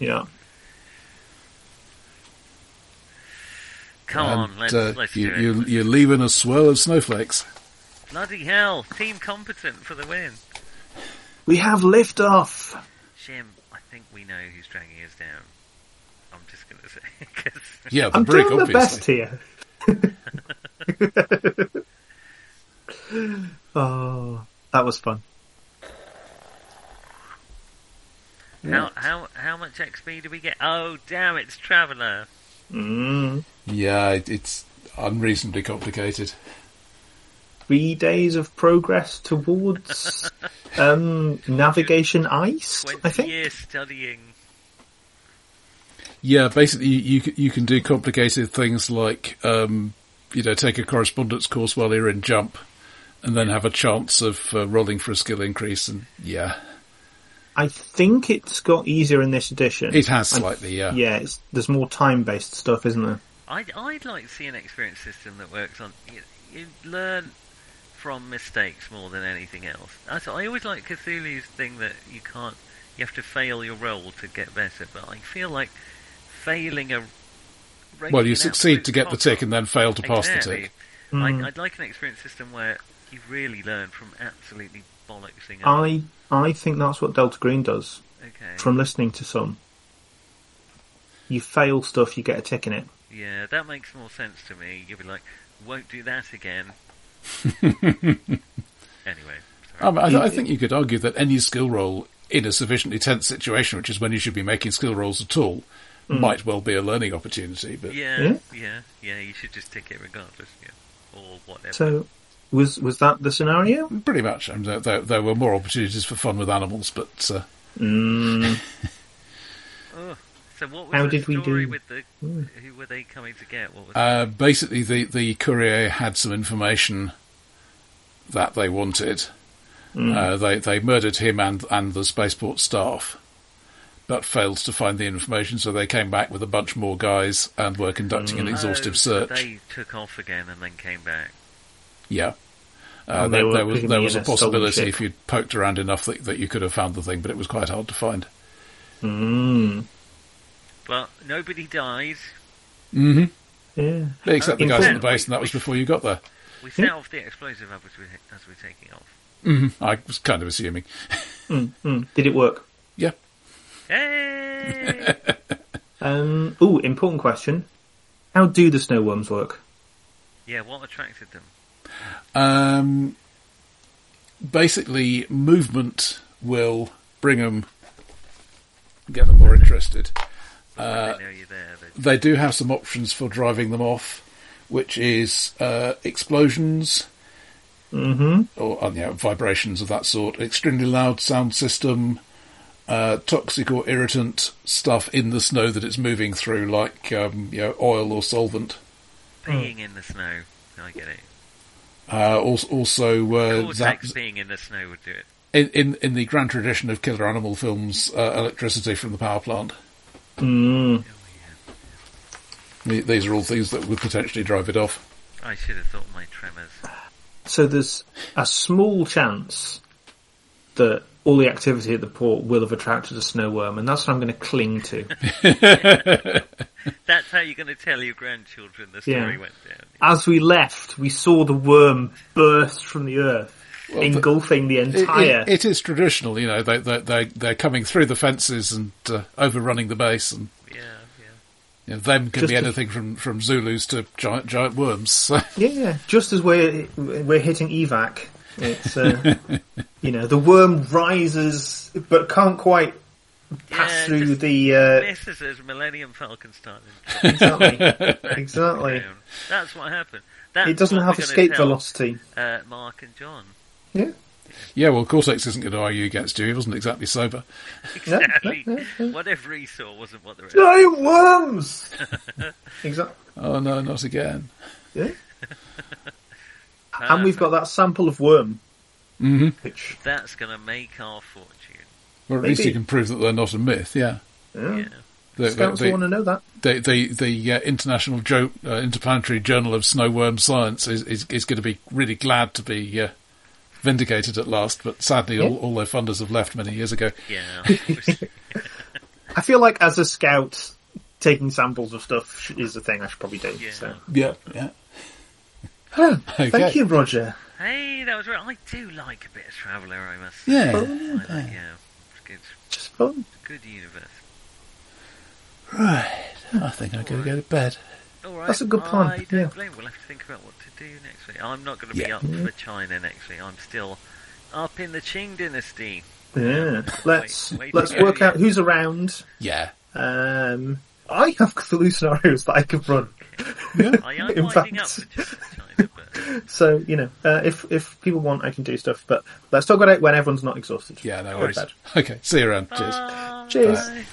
Speaker 3: Yeah.
Speaker 2: Come on,
Speaker 4: And,
Speaker 2: let's
Speaker 4: uh,
Speaker 2: let's
Speaker 4: you,
Speaker 2: do it.
Speaker 4: you, You're leaving a swirl of snowflakes.
Speaker 2: Bloody hell! Team competent for the win.
Speaker 3: We have liftoff.
Speaker 2: Jim, I think we know who's dragging us down. I'm just going to say. 'cause-
Speaker 4: Yeah, the
Speaker 3: I'm
Speaker 4: brick,
Speaker 3: doing the
Speaker 4: obviously.
Speaker 3: best here. oh, that was fun.
Speaker 2: how, how, how much XP do we get? Oh, damn, it's Traveller.
Speaker 3: Mm.
Speaker 4: Yeah, it, it's unreasonably complicated.
Speaker 3: Three days of progress towards um, navigation ice.
Speaker 2: 20
Speaker 3: I think.
Speaker 2: years studying.
Speaker 4: Yeah, basically, you you, c- you can do complicated things like, um, you know, take a correspondence course while you're in jump, and then have a chance of uh, rolling for a skill increase. And yeah,
Speaker 3: I think it's got easier in this edition.
Speaker 4: it has
Speaker 3: I-
Speaker 4: slightly. Yeah,
Speaker 3: Yeah, it's, there's more time-based stuff, isn't there?
Speaker 2: I'd, I'd like to see an experience system that works on. You, you learn from mistakes more than anything else. That's, I always like Cthulhu's thing that you can't. You have to fail your roll to get better, but I feel like failing a.
Speaker 4: well, you
Speaker 2: raking
Speaker 4: succeed to
Speaker 2: absolute
Speaker 4: get the
Speaker 2: cock
Speaker 4: tick and then fail to pass the
Speaker 2: Exactly.
Speaker 4: tick.
Speaker 3: Hmm. Mm.
Speaker 2: I, I'd like an experience system where you really learn from absolutely bollocksing up.
Speaker 3: I I think that's what Delta Green does.
Speaker 2: Okay.
Speaker 3: From listening to some, you fail stuff, you get a tick in it.
Speaker 2: Yeah, that makes more sense to me. You'll be like, won't do that again. anyway.
Speaker 4: I, mean, I, I think you could argue that any skill roll in a sufficiently tense situation, which is when you should be making skill rolls at all, might well be a learning opportunity. But
Speaker 2: Hmm. Yeah, yeah,
Speaker 3: Yeah?
Speaker 2: yeah, You should just tick it regardless. Yeah. Or whatever.
Speaker 3: So, was was that the scenario?
Speaker 4: pretty much, I mean, there, there, there were more opportunities for fun with animals, but uh,
Speaker 3: Hmm.
Speaker 2: Ugh. Oh, So what was
Speaker 3: How
Speaker 2: the
Speaker 3: did we
Speaker 2: story
Speaker 3: do? Hmm.
Speaker 2: with the? Who were they coming to get? What was?
Speaker 4: Uh, basically, the, the courier had some information that they wanted.
Speaker 3: Hmm.
Speaker 4: Uh, they they murdered him and and the spaceport staff, but failed to find the information. So they came back with a bunch more guys and were conducting
Speaker 3: Hmm.
Speaker 4: an exhaustive
Speaker 2: Oh, so
Speaker 4: search.
Speaker 2: They took off again and then came back.
Speaker 4: yeah. Uh,
Speaker 3: And
Speaker 4: there,
Speaker 3: they were
Speaker 4: there was there
Speaker 3: presumably
Speaker 4: was a
Speaker 3: in a stolen
Speaker 4: possibility
Speaker 3: ship.
Speaker 4: if you'd poked around enough that, that you could have found the thing, but it was quite hard to find.
Speaker 3: Mm.
Speaker 2: But nobody died.
Speaker 4: hmm
Speaker 3: Yeah.
Speaker 4: Except the
Speaker 3: In
Speaker 4: guys at
Speaker 3: fact-
Speaker 4: the base, and that was before you got there.
Speaker 2: We set off the explosive as we as we're taking off.
Speaker 4: hmm I was kind of assuming.
Speaker 3: Mm. Did it work?
Speaker 4: Yeah.
Speaker 2: Hey!
Speaker 3: Um, ooh, important question. How do the snowworms work?
Speaker 2: yeah, what attracted them?
Speaker 4: Um, basically movement will bring them, get them more interested. Uh,
Speaker 2: they know you're there. They,
Speaker 4: They do have some options for driving them off, which is uh, explosions, mm-hmm. or uh, yeah, vibrations of that sort, extremely loud sound system, uh, toxic or irritant stuff in the snow that it's moving through, like um, you know, oil or solvent.
Speaker 2: peeing
Speaker 3: oh.
Speaker 2: in the snow. I get it.
Speaker 4: Uh, also, also uh,
Speaker 2: Cortex
Speaker 4: zap-
Speaker 2: being in the snow would do it.
Speaker 4: in, in in the grand tradition of killer animal films, uh, electricity from the power plant.
Speaker 3: Mm.
Speaker 4: The- These are all things that would potentially drive it off.
Speaker 2: I should have thought my tremors.
Speaker 3: So there's a small chance that all the activity at the port will have attracted a snow worm, and that's what I'm going to cling to.
Speaker 2: That's how you're going to tell your grandchildren the
Speaker 3: Yeah.
Speaker 2: story went down.
Speaker 3: As we left, we saw the worm burst from the earth, engulfing the
Speaker 4: It- it-
Speaker 3: entire.
Speaker 4: it is traditional, you know. They they they they're coming through the fences and uh, overrunning the base, and
Speaker 2: Yeah, yeah.
Speaker 4: you know, them can
Speaker 3: Just
Speaker 4: be
Speaker 3: to-
Speaker 4: anything from from Zulus to giant giant worms. So,
Speaker 3: Yeah, just as we're we're hitting evac, it's uh, you know the worm rises but can't quite pass
Speaker 2: Yeah,
Speaker 3: through
Speaker 2: just
Speaker 3: the uh,
Speaker 2: This is as Millennium Falcon started.
Speaker 3: exactly exactly.
Speaker 2: down. That's what happened. That's
Speaker 3: It doesn't
Speaker 2: what
Speaker 3: have
Speaker 2: we're gonna
Speaker 3: escape
Speaker 2: tell,
Speaker 3: velocity.
Speaker 2: Uh, Mark and John.
Speaker 3: Yeah,
Speaker 4: yeah, well, Cortex isn't going to argue against you. He wasn't exactly sober.
Speaker 3: no,
Speaker 2: Exactly.
Speaker 3: no, no.
Speaker 2: Whatever he saw wasn't what the rest.
Speaker 3: giant worms. exactly.
Speaker 4: Oh no, not again.
Speaker 3: Yeah. and we've got that sample of worm,
Speaker 4: Mhm.
Speaker 3: which
Speaker 2: That's going to make our fortune.
Speaker 4: Or at least
Speaker 3: Maybe.
Speaker 4: you can prove that they're not a myth. Yeah.
Speaker 3: yeah,
Speaker 2: Yeah.
Speaker 4: They- they-
Speaker 3: scouts
Speaker 4: they-
Speaker 3: want to know that.
Speaker 4: the the the uh, international jo- uh, interplanetary journal of snowworm science is is, is going to be really glad to be uh, vindicated at last. But sadly, all,
Speaker 3: Yeah.
Speaker 4: all their funders have left many years ago.
Speaker 2: Yeah. unfortunately.
Speaker 3: I feel like as a scout, taking samples of stuff sh- is the thing I should probably do.
Speaker 2: Yeah.
Speaker 3: So.
Speaker 4: Yeah, yeah. okay.
Speaker 3: Thank you, Roger.
Speaker 2: hey, that was right. I do like a bit of Traveller, I must say.
Speaker 4: Yeah.
Speaker 2: I like, yeah. It's good.
Speaker 3: Just fun.
Speaker 2: Good universe.
Speaker 4: Right. Oh, I think I'm going to go to bed.
Speaker 2: All right.
Speaker 3: That's a good plan,
Speaker 2: I don't
Speaker 3: yeah.
Speaker 2: blame. We'll have to think about what to do next week. I'm not going to be
Speaker 4: Yeah.
Speaker 2: up for China next week. I'm still up in the Qing Dynasty.
Speaker 3: Yeah, let's
Speaker 2: Wait, wait
Speaker 3: let's
Speaker 2: to go,
Speaker 3: work
Speaker 2: yeah.
Speaker 3: out who's around.
Speaker 4: Yeah.
Speaker 3: Um, I have Cthulhu scenarios that I could run.
Speaker 2: I am
Speaker 3: In
Speaker 2: winding up
Speaker 3: fact.
Speaker 2: for Ch- China, but
Speaker 3: So you know, uh, if if people want, I can do stuff. But let's talk about it when everyone's not exhausted.
Speaker 4: Yeah, no
Speaker 3: Go to
Speaker 4: worries.
Speaker 3: bed.
Speaker 4: Okay. See you around. Cheers.
Speaker 2: Bye.
Speaker 3: Cheers.
Speaker 2: Bye.